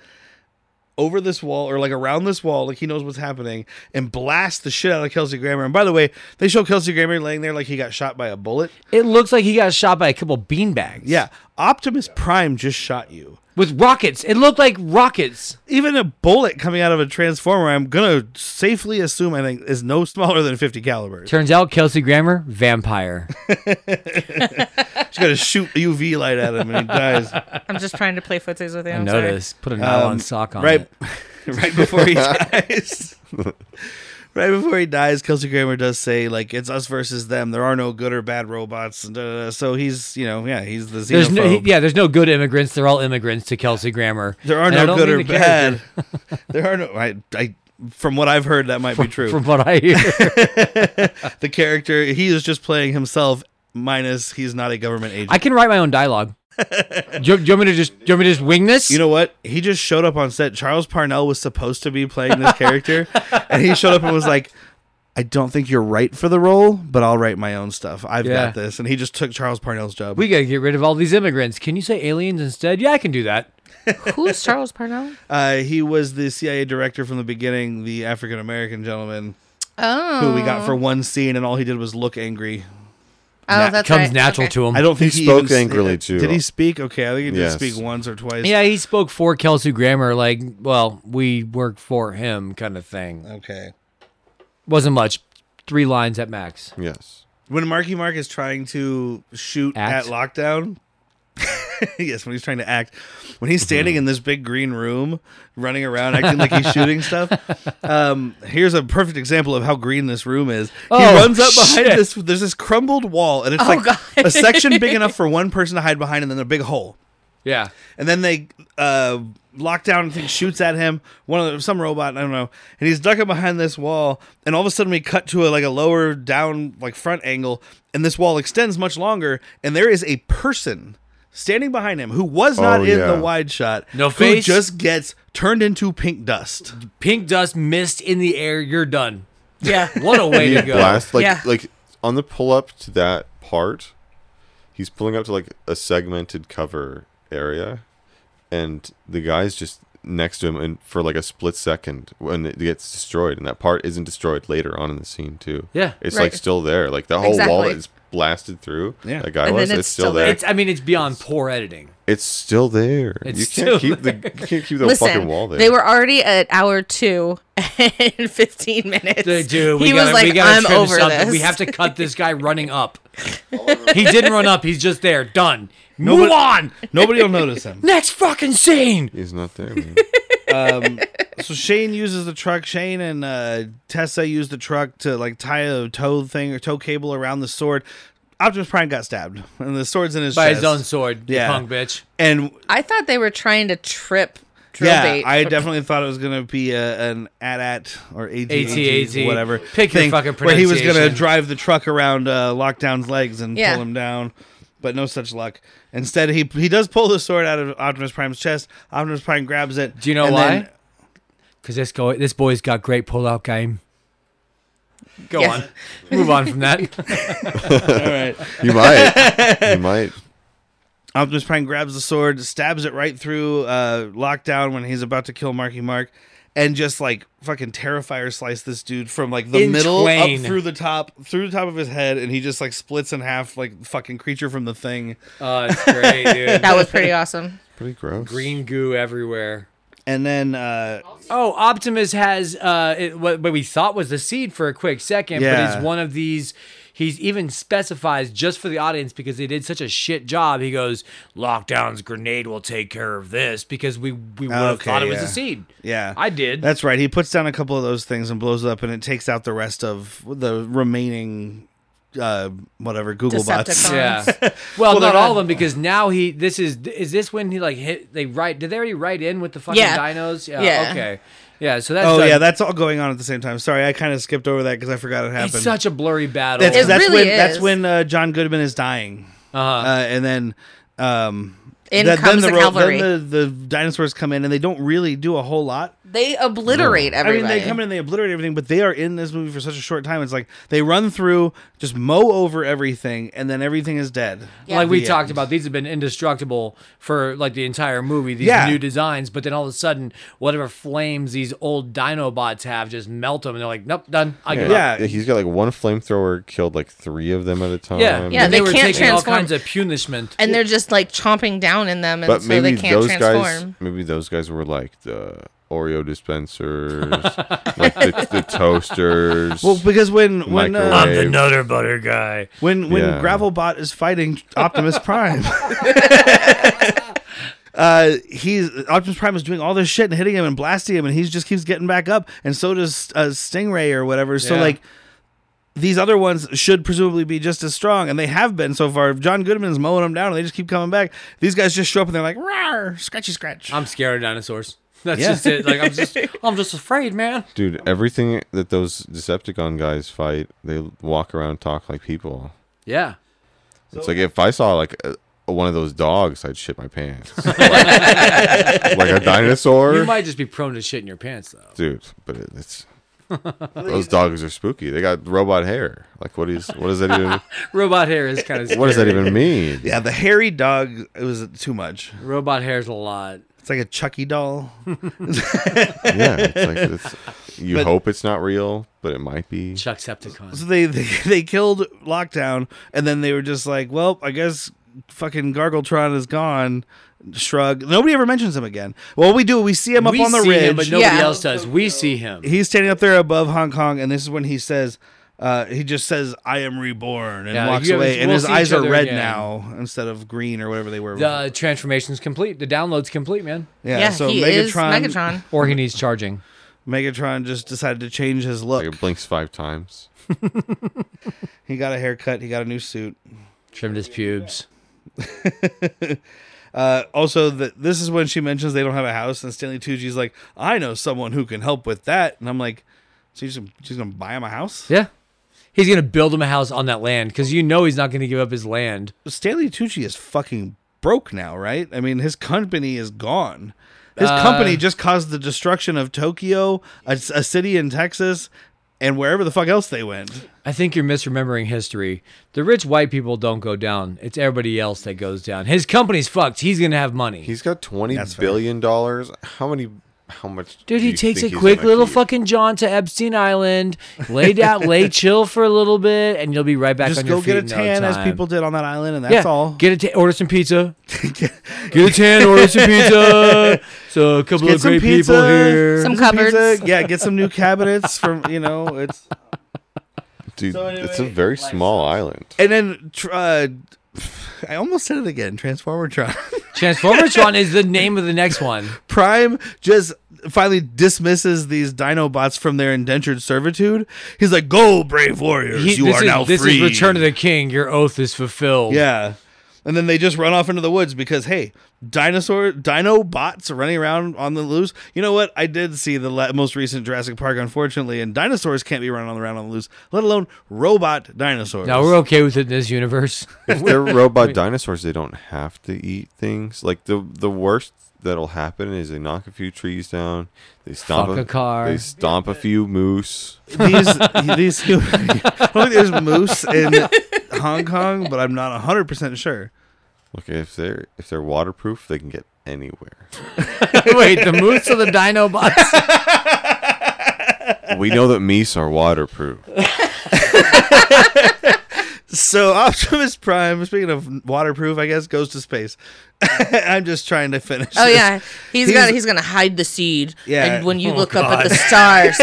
over this wall or like around this wall, like he knows what's happening, and blasts the shit out of Kelsey Grammer. And by the way, they show Kelsey Grammer laying there like he got shot by a bullet.
It looks like he got shot by a couple beanbags.
Yeah, Optimus Prime just shot you.
With rockets. It looked like rockets.
Even a bullet coming out of a transformer, I'm gonna safely assume I think is no smaller than 50 caliber.
Turns out Kelsey Grammer, vampire.
She's gonna shoot UV light at him and he dies.
I'm just trying to play footsies with you.
I
I'm sorry.
noticed. Put a nylon
Um,
sock on
right,
it.
[laughs] right before he dies. [laughs] right before he dies, Kelsey Grammer does say like it's us versus them. There are no good or bad robots. and da, da, da. So he's you know yeah he's the xenophobe.
There's no, he- yeah, there's no good immigrants. They're all immigrants to Kelsey Grammer.
There are
And I
no
don't
good
mean
or
the character
bad. [laughs] there are no. I, I from what I've heard that might be true.
From what I [laughs] hear,
the character he is just playing himself minus he's not a government agent
I can write my
[laughs]
own dialogue. do, you, do you want me to just, do you want me to just wing this?
you know what he just showed up on set charles parnell was supposed to be playing this character and he showed up and was like i don't think you're right for the role but i'll write my own stuff i've
Yeah.
got this and he just took charles parnell's job
we got to get rid of all these immigrants. Can you say aliens instead? Yeah, I can do that.
[laughs] Who's Charles Parnell?
uh, he was the cia director from the beginning the african-american gentleman
Oh,
who we got for one scene and all he did was look angry
oh,
Nat-
that's
comes
right.
natural
Okay.
to him.
i don't think
He
he,
spoke
even-
angrily, too.
did he speak okay i think he did
Yes.
speak once or twice
Yeah, he spoke for Kelsey Grammer, like, well, we work for him, kind of thing.
okay
Wasn't much, three lines at max.
Yes.
when Marky Mark is trying to shoot
Act?
at lockdown. [laughs] yes, when he's trying to act, when he's standing in this big green room, running around acting like he's shooting
[laughs]
stuff. Um, here's a perfect example of how green this room is. he
Oh,
runs up behind
shit. Oh,
this. There's this crumbled wall, and it's like
God.
a section big enough for one person to hide behind, and then a big hole.
Yeah.
And then they uh, lock down and thing shoots at him. One of the, some robot, I don't know, and he's ducking behind this wall. And all of a sudden, we cut to a like a lower down like front angle, and this wall extends much longer. And there is a person standing behind him who was not
Oh,
in
yeah.
the wide shot.
No
who
face.
just gets turned into pink dust.
Pink dust, mist in the air. You're done.
Yeah.
What
[laughs]
a way
he
to
[laughs]
go.
blast like
Yeah.
like on the pull up to that part he's pulling up to like a segmented cover area and the guy's just next to him and for like a split second when it gets destroyed and that part isn't destroyed later on in the scene too
Yeah.
it's
Right.
like still there like the whole wall
Exactly.
that is blasted through
Yeah.
that guy
And
was
then
it's,
it's
still
still
there,
there.
It's. I mean, it's beyond poor editing.
it's still there
It's
you
still
can't keep the you can't keep the fucking
Listen,
wall there
they were already at hour two [laughs] and 15 minutes.
Dude, dude, we
he
gotta,
was like,
we gotta
I'm
trim
over
something.
this.
We have to cut this guy running [laughs] up. he didn't run up. He's just there. Done. Move
Nobody-
on.
Nobody will notice
[laughs]
him.
Next fucking scene.
he's not
[laughs]
there man.
um, so Shane uses the truck. Shane and uh, Tessa use the truck to like tie a tow thing or tow cable around the sword. Optimus Prime got stabbed, and the sword's in his
By
chest.
his own sword. Yeah.
Yeah.
Punk bitch.
And
I thought they were trying to trip drill
yeah,
bait.
I definitely thought it was gonna be a, an AT-AT or AT-AT,
AT-AT.
whatever.
Pick your fucking
where he was gonna
pronunciation.
drive the truck around uh, Lockdown's legs and
Yeah.
pull him down. But no such luck. Instead, he he does pull the sword out of Optimus Prime's chest. Optimus Prime grabs it.
Do you know
and
why?
then-
Because this guy, this boy's got great pull-out game. Go
Yeah.
on. Move on from that.
all right.
you might you might
Optimus Prime grabs the sword, stabs it right through uh, Lockdown when he's about to kill Marky Mark, and just like fucking terrifier slice this dude from like the
In
middle
twain.
up through the top, through the top of his head, and he just like splits in half like fucking creature from the thing.
[laughs] Oh, it's great, dude.
that was pretty awesome.
[laughs]
pretty gross
Green goo everywhere.
And then uh,
Oh, Optimus has uh, it, what, what we thought was the seed for a quick second, but
Yeah.
he's one of these. He's even specifies just for the audience because they did such a shit job. He goes, "Lockdown's grenade will take care of this," because we we would have
Okay,
thought it was
yeah.
a seed.
yeah,
I did.
That's right. He puts down a couple of those things and blows it up, and it takes out the rest of the remaining uh, whatever Google bots.
Decepticons.
yeah.
[laughs]
Well, not all of them because now he. This is is this when he like hit they write? Did they already write in with the fucking
Yeah.
dinos? Yeah.
Yeah.
Okay. Yeah. So that's
Oh
a-
yeah, that's all going on at the same time. Sorry, I kind of skipped over that because I forgot it happened.
it's such a blurry battle.
That's,
It
that's
really
when that's
is.
when uh, John Goodman is dying,
Uh-huh.
uh, and then um,
In
th-
comes the
ro-
cavalry.
Then the, the dinosaurs come in, and they don't really do a whole lot.
They obliterate everybody.
I mean, they come in and they obliterate everything, but they are in this movie for such a short time. It's like they run through, just mow over everything, and then everything is dead.
Yeah.
Like we
The
talked
end.
about, these have been indestructible for like the entire movie. These
Yeah.
new designs, but then all of a sudden, whatever flames these old Dinobots have just melt them, and they're like, "Nope, done. I give
Yeah.
up."
he's got like one flamethrower killed like three of them at a time.
Yeah,
Yeah,
And
they
were
can't
taking all
transform.
kinds of punishment.
and they're just like chomping down in them, and
but
so
maybe
they can't
those guys,
transform.
maybe those guys were like the Oreo dispensers, [laughs] like the, the toasters.
Well, because when when
Microwave.
uh,
I'm the
Nutter Butter guy.
when when
Yeah.
Gravelbot is fighting Optimus [laughs] Prime. Uh, he's Optimus Prime is doing all this shit and hitting him and blasting him, and he just keeps getting back up, and so does uh, Stingray or whatever. So
Yeah.
like, these other ones should presumably be just as strong, and they have been so far. John Goodman's mowing them down, and they just keep coming back. These guys just show up and they're like, "Rawr, scratchy scratch."
I'm scared of dinosaurs. [laughs] That's
Yeah.
just it. Like I'm [laughs] just, I'm just afraid, man.
Dude, everything that those Decepticon guys fight, they walk around and talk like people.
Yeah.
it's like if I saw like a, one of those dogs, I'd shit my pants. like, a
You
dinosaur,
might just be prone to shit in your pants, though.
dude. But it,
[laughs]
it's those dogs are spooky. They got robot hair. Like what is what does that even
[laughs]
Robot hair is [laughs] kind of.
what does that even mean?
yeah, the hairy dog. It was too much.
Robot hair's a lot.
It's like a Chucky doll.
yeah, it's like it's, you hope it's not real, but it might be.
Chucksepticons.
So they, [laughs] they they killed Lockdown, and then they were just like, "Well, I guess fucking Gargletron is gone." Shrug. Nobody ever mentions him again. Well, we do. We see him up
we
on the
see
ridge.
him, but nobody
Yeah.
else does. We see him.
He's standing up there above Hong Kong, and this is when he says, uh, "He just says I am reborn," and
Yeah,
walks
you-
away. and
we'll
his
see
eyes
each
are
other
red
again.
now instead of green or whatever they were.
The transformation's complete. The download's complete, man.
yeah,
yeah,
So
he is
Megatron,
Megatron.
Or he needs charging.
Megatron just decided to change his
Like
look.
it blinks five times.
He got a haircut. He got a new suit.
Trimmed his pubes.
Uh, also, the, this is when she mentions they don't have a house, and Stanley Tucci's like, "I know someone who can help with that," and I'm like, "So she's she's gonna buy him a house?"
Yeah. He's going to build him a house on that land because you know he's not going to give up his land.
Stanley Tucci is fucking broke now, right? I mean, his company is gone. His
Uh,
company just caused the destruction of Tokyo, a, a city in Texas, and wherever the fuck else they went.
I think you're misremembering history. The rich white people don't go down, it's everybody else that goes down. His company's fucked. He's going to have money.
He's got twenty billion
That's fair.
dollars. How many? How much?
Dude,
do
he
you
takes a
think he's
quick
gonna
little
keep?
fucking jaunt to Epstein Island,
[laughs]
lay down, lay chill for a little bit, and you'll be right back
Just
on your
go
feet.
get a
in no
tan, as
time.
people did on that island, and that's
yeah,
all.
Get a ta- order
[laughs]
some pizza. get a tan, order some pizza. So a couple
Get
of
some
great
pizza,
people here.
Some
some pizza,
cupboards.
yeah, get some new cabinets from you know it's.
Dude,
So
it's a
anyway,
very
life
small island.
[laughs] And then tr- uh, [sighs] I almost said it again. Transformer Tron.
Transformertron is the name of the next one.
[laughs] Prime just finally dismisses these Dinobots from their indentured servitude. He's like, "Go, brave warriors!
He-
you
this
are
is,
now
this
free."
is Return of the King. Your oath is fulfilled.
yeah. And then they just run off into the woods because hey, dinosaur Dinobots are running around on the loose. You know what? I did see the la- most recent Jurassic Park, unfortunately, and dinosaurs can't be running around on the loose, let alone robot dinosaurs.
Now we're okay with it in this universe. [laughs]
If they're robot dinosaurs, they don't have to eat things. Like the the worst that'll happen is they knock a few trees down. They stomp
Fuck a car.
They stomp a few moose.
these these [laughs] human. I don't think there's moose in Hong Kong, but I'm not 100 percent sure.
Look, if they're if they're waterproof, they can get anywhere.
Wait, the moose or the [laughs] Dinobots?
We know that meese are waterproof.
[laughs]
So [laughs] Optimus Prime, speaking of waterproof, I guess goes to space. [laughs] I'm just trying to finish.
Oh
this.
yeah, he's,
He's-
gonna he's gonna hide the seed.
Yeah.
And when you
Oh,
look up at the stars,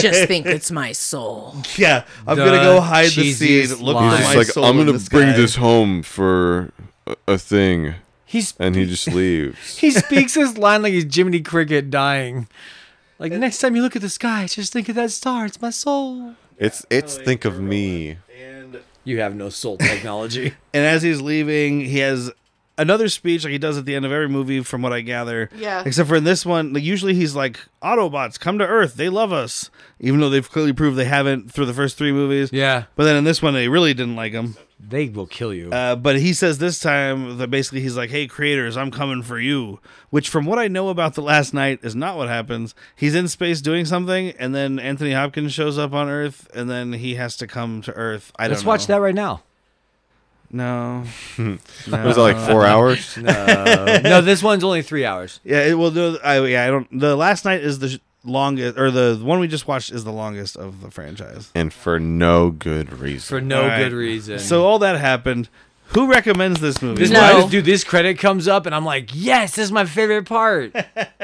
just think it's my soul.
[laughs] yeah. I'm
The
gonna go hide the seed.
cheesiest
Look for
line.
He's
He's
my
just like,
soul
I'm
in
gonna
the
bring
sky."
this home for a, a thing,
He's
and
[laughs]
he just leaves.
he speaks this line like he's Jiminy Cricket dying. Like next time you look at the sky, just think of that star. It's my soul.
It's it's think of me.
And
You have no soul technology.
and as he's leaving, he has another speech like he does at the end of every movie, from what I gather.
Yeah.
Except for in this one, like, usually he's like, "Autobots, come to Earth. They love us," even though they've clearly proved they haven't through the first three movies.
yeah,
But then in this one, they really didn't like him.
[laughs] they will kill you.
Uh, but he says this time that basically he's like, "Hey, creators, I'm coming for you." Which, from what I know about the last night, is not what happens. He's in space doing something, and then Anthony Hopkins shows up on Earth, and then he has to come to Earth. I
Let's
don't know.
watch that right now.
No.
What is that
Uh,
like
[laughs]
four hours?
Uh,
No, [laughs] no, this one's only three hours.
Yeah. It, well, no, I, yeah. I don't. The last night is the sh- longest, or the one we just watched is the longest of the franchise.
and for no good reason.
for no
All right.
good reason.
So all that happened. Who recommends this movie?
this
No.
why this- dude, this credit comes up, and I'm like, yes, this is my favorite part.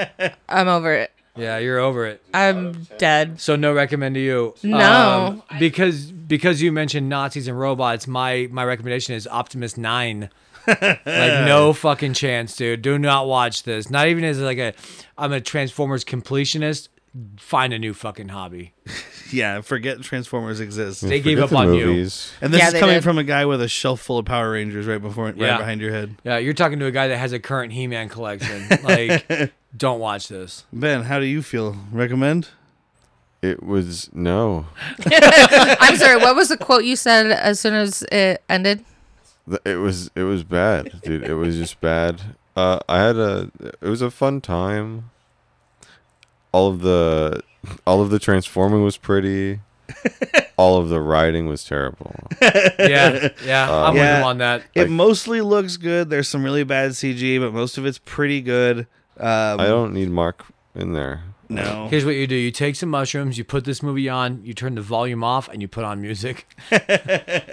[laughs]
I'm over it.
yeah, you're over it.
I'm dead.
So no recommend to you.
No.
Um, because because you mentioned Nazis and robots. My my recommendation is Optimus Nine. like no fucking chance, dude. Do not watch this. Not even as like a I'm a Transformers completionist. Find a new fucking hobby.
Yeah. Forget Transformers exists.
They gave
Forget
up
the
on you.
movies.
And this
Yeah,
is
they
coming
did.
from a guy with a shelf full of Power Rangers right before,
Yeah.
right behind your head.
Yeah, you're talking to a guy that has a current He-Man collection.
[laughs]
Like, don't watch this.
Ben, how do you feel? Recommend?
It was no.
I'm sorry. What was the quote you said as soon as it ended?
Th- It was it was bad, dude. It was just bad. Uh, I had a. It was a fun time. All of the, all of the transforming
[laughs]
was pretty. All of the riding was terrible.
Yeah, yeah,
Uh,
I'm with
Yeah.
him on that.
it mostly looks good. There's some really bad CG, but most of it's pretty good. Um,
I don't need Mark in there.
know.
Here's what you do: you take some mushrooms, you put this movie on, you turn the volume off, and you put on music. [laughs]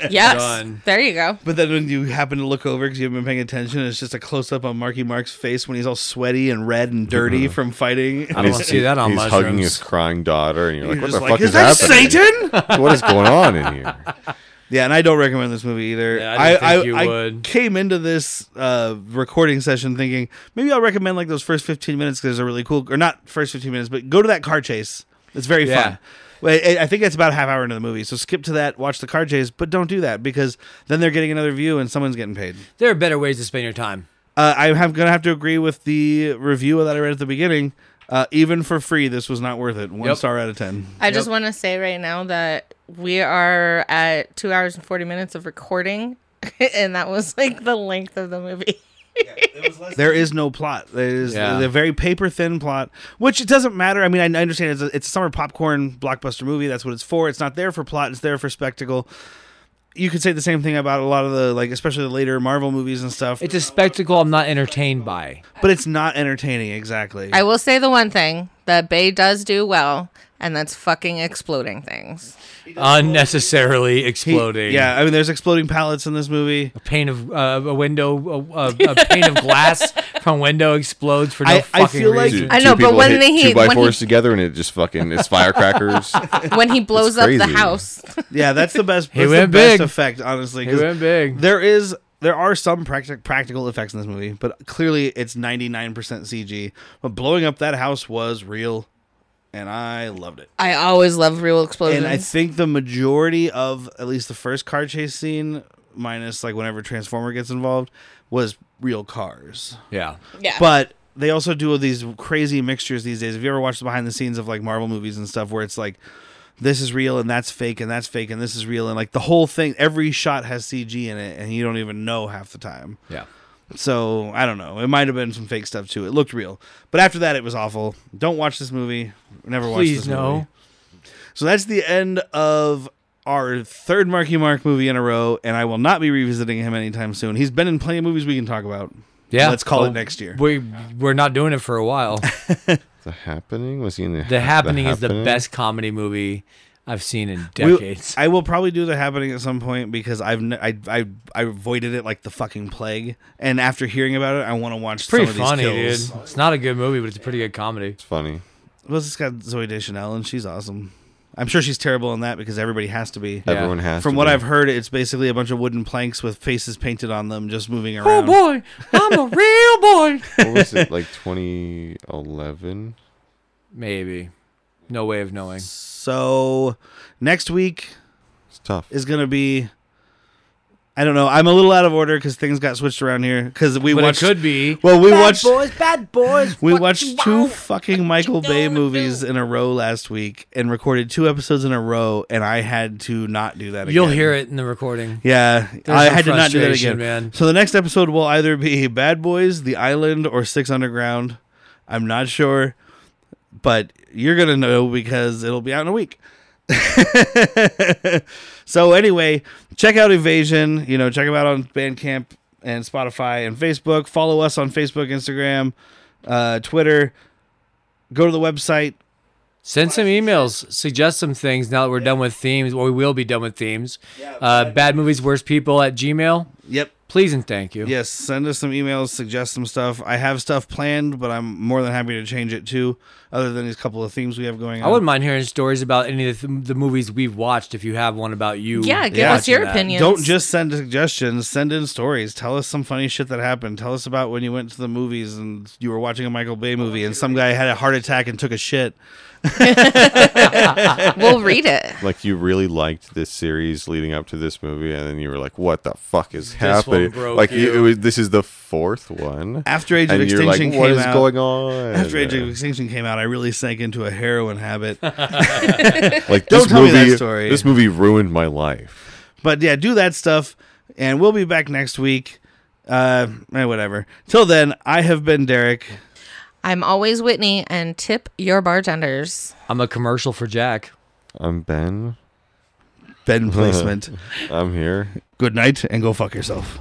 Yes.
Done.
There you go.
But then when you happen to look over because you haven't been paying attention, it's just a close up on Marky Mark's face when he's all sweaty and red and
Uh-huh.
dirty from fighting.
I don't want to see that on
He's
mushrooms.
hugging his crying daughter, and you're like,
[laughs] You're
"What the
just
fuck
like,
is,
is that
happening?
Satan?
[laughs] What is going on in here?"
yeah, and I don't recommend this movie either.
Yeah, I didn't
I,
think you
I
would.
came into this uh, recording session thinking maybe I'll recommend like those first 15 minutes because they're really cool. Or not first 15 minutes, but go to that car chase. It's very
Yeah.
fun. Well, I I think it's about a half hour into the movie, so skip to that, watch the car chase, but don't do that because then they're getting another view and someone's getting paid.
There are better ways to spend your time.
Uh, I'm have- gonna have to agree with the review that I read at the beginning. Uh, even for free, this was not worth it. One
Yep.
star out of ten.
I just want to say right now that we are at two hours and 40 minutes of recording, [laughs] and that was like the length of the movie.
There is no plot. There is
Yeah.
a very paper thin plot, which it doesn't matter. I mean, I I understand it's a, it's a summer popcorn blockbuster movie. That's what it's for. It's not there for plot. It's there for spectacle. You could say the same thing about a lot of the like, especially the later Marvel movies and stuff.
It's a spectacle I'm not entertained by.
but it's not entertaining exactly.
I will say the one thing that Bay does do well, and that's fucking exploding things.
Unnecessarily
He-
exploding.
yeah, I mean, there's exploding pallets in this movie.
pane of uh, a window, a, a, a pane of glass [laughs] from window explodes for no
I- I
fucking
feel like-
reason.
I know, but
people
when
hit
they-
two by
when he-
fours together and it just fucking it's firecrackers. [laughs]
When he blows up the
crazy.
house,
Yeah, that's the best.
[laughs] He
that's
went
the
big.
best effect, honestly.
He
'cause
went big.
There is there are some practic- practical effects in this movie, but clearly it's 99% CG. But blowing up that house was real, and I loved it.
I always love real explosions.
And I think the majority of at least the first car chase scene, minus like whenever Transformer gets involved, was real cars.
yeah,
yeah.
But they also do these crazy mixtures these days. Have you ever watched the behind the scenes of like Marvel movies and stuff where it's like this is real and that's fake and that's fake and this is real and like the whole thing every shot has CG in it and you don't even know half the time.
yeah.
So, I don't know. It might have been some fake stuff too. It looked real. But after that it was awful. Don't watch this movie. Never watch
Please
this
no.
movie. So that's the end of our third Marky Mark movie in a row, and I will not be revisiting him anytime soon. He's been in plenty of movies we can talk about.
Yeah,
Let's call
Oh,
it next year.
We we're not doing it for a
[laughs]
while.
the happening was he in the,
The Happening is the
Happening?
best comedy movie I've seen in
We-
decades.
I will probably do the happening at some point because I've n- I, I I avoided it like the fucking plague, and after hearing about it, I want to watch
pretty
some of
funny,
these
dude.
kills.
It's not a good movie, but it's a pretty good comedy.
It's funny.
Well, it's got Zoe Deschanel, and she's awesome. I'm sure she's terrible in that because everybody has to be.
Yeah.
Everyone has
From
to
what
be.
I've heard, it's basically a bunch of wooden planks with faces painted on them, just moving around.
Oh, boy, I'm a real boy. [laughs]
what was it like 2011?
Maybe. No way of knowing.
So next week
It's tough.
is gonna be. I don't know. I'm a little out of order because things got switched around here. Because we
But
watched.
it could be.
well, we watched.
bad boys.
We watched two fucking Michael Bay movies in a row last week and recorded two episodes in a row, and I had to not do that again.
You'll hear it in the recording.
Yeah,
There's
I
some
had to not do that
frustration,
again.
man.
So the next episode will either be Bad Boys, The Island, or Six Underground. I'm not sure, but you're gonna know because it'll be out in a week. [laughs] so anyway, check out Evasion. You know, check them out on Bandcamp and Spotify and Facebook. Follow us on Facebook, Instagram, uh, Twitter. Go to the website.
Send some emails. Suggest some things now that we're done with themes. Well, we will be done with themes. Uh, bad movies, worst people at Gmail.
Yep.
Please and thank you.
Yes, send us some emails, suggest some stuff. I have stuff planned, but I'm more than happy to change it too. Other than these couple of themes we have going on,
I wouldn't mind hearing stories about any of the, th- the movies we've watched if you have one about you.
yeah, give
Yeah.
us your
Watching that.
opinion.
don't just send suggestions. Send in stories. Tell us some funny shit that happened. Tell us about when you went to the movies and you were watching a Michael Bay movie and some guy had a heart attack and took a shit.
We'll read it.
Like you really liked this series leading up to this movie, and then you were like, "What the fuck is
one
happening?"
broke
Like you.
you.
it was, this is the fourth one,
After Age of
and you're like,
Extinction
"What
came
is
out-
going on?"
After Age of Extinction came out, I really sank into a heroin habit. [laughs]
like
Don't
this
tell me
movie,
that story.
This movie ruined my life.
But yeah, do that stuff, and we'll be back next week. Uh, eh, whatever. Till then, I have been Derek.
[laughs] I'm always Whitney, and tip your bartenders.
I'm a commercial for Jack.
I'm Ben.
Ben placement.
I'm here.
Good night, and go fuck yourself.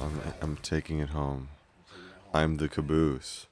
I'm, I'm taking it home. I'm the caboose.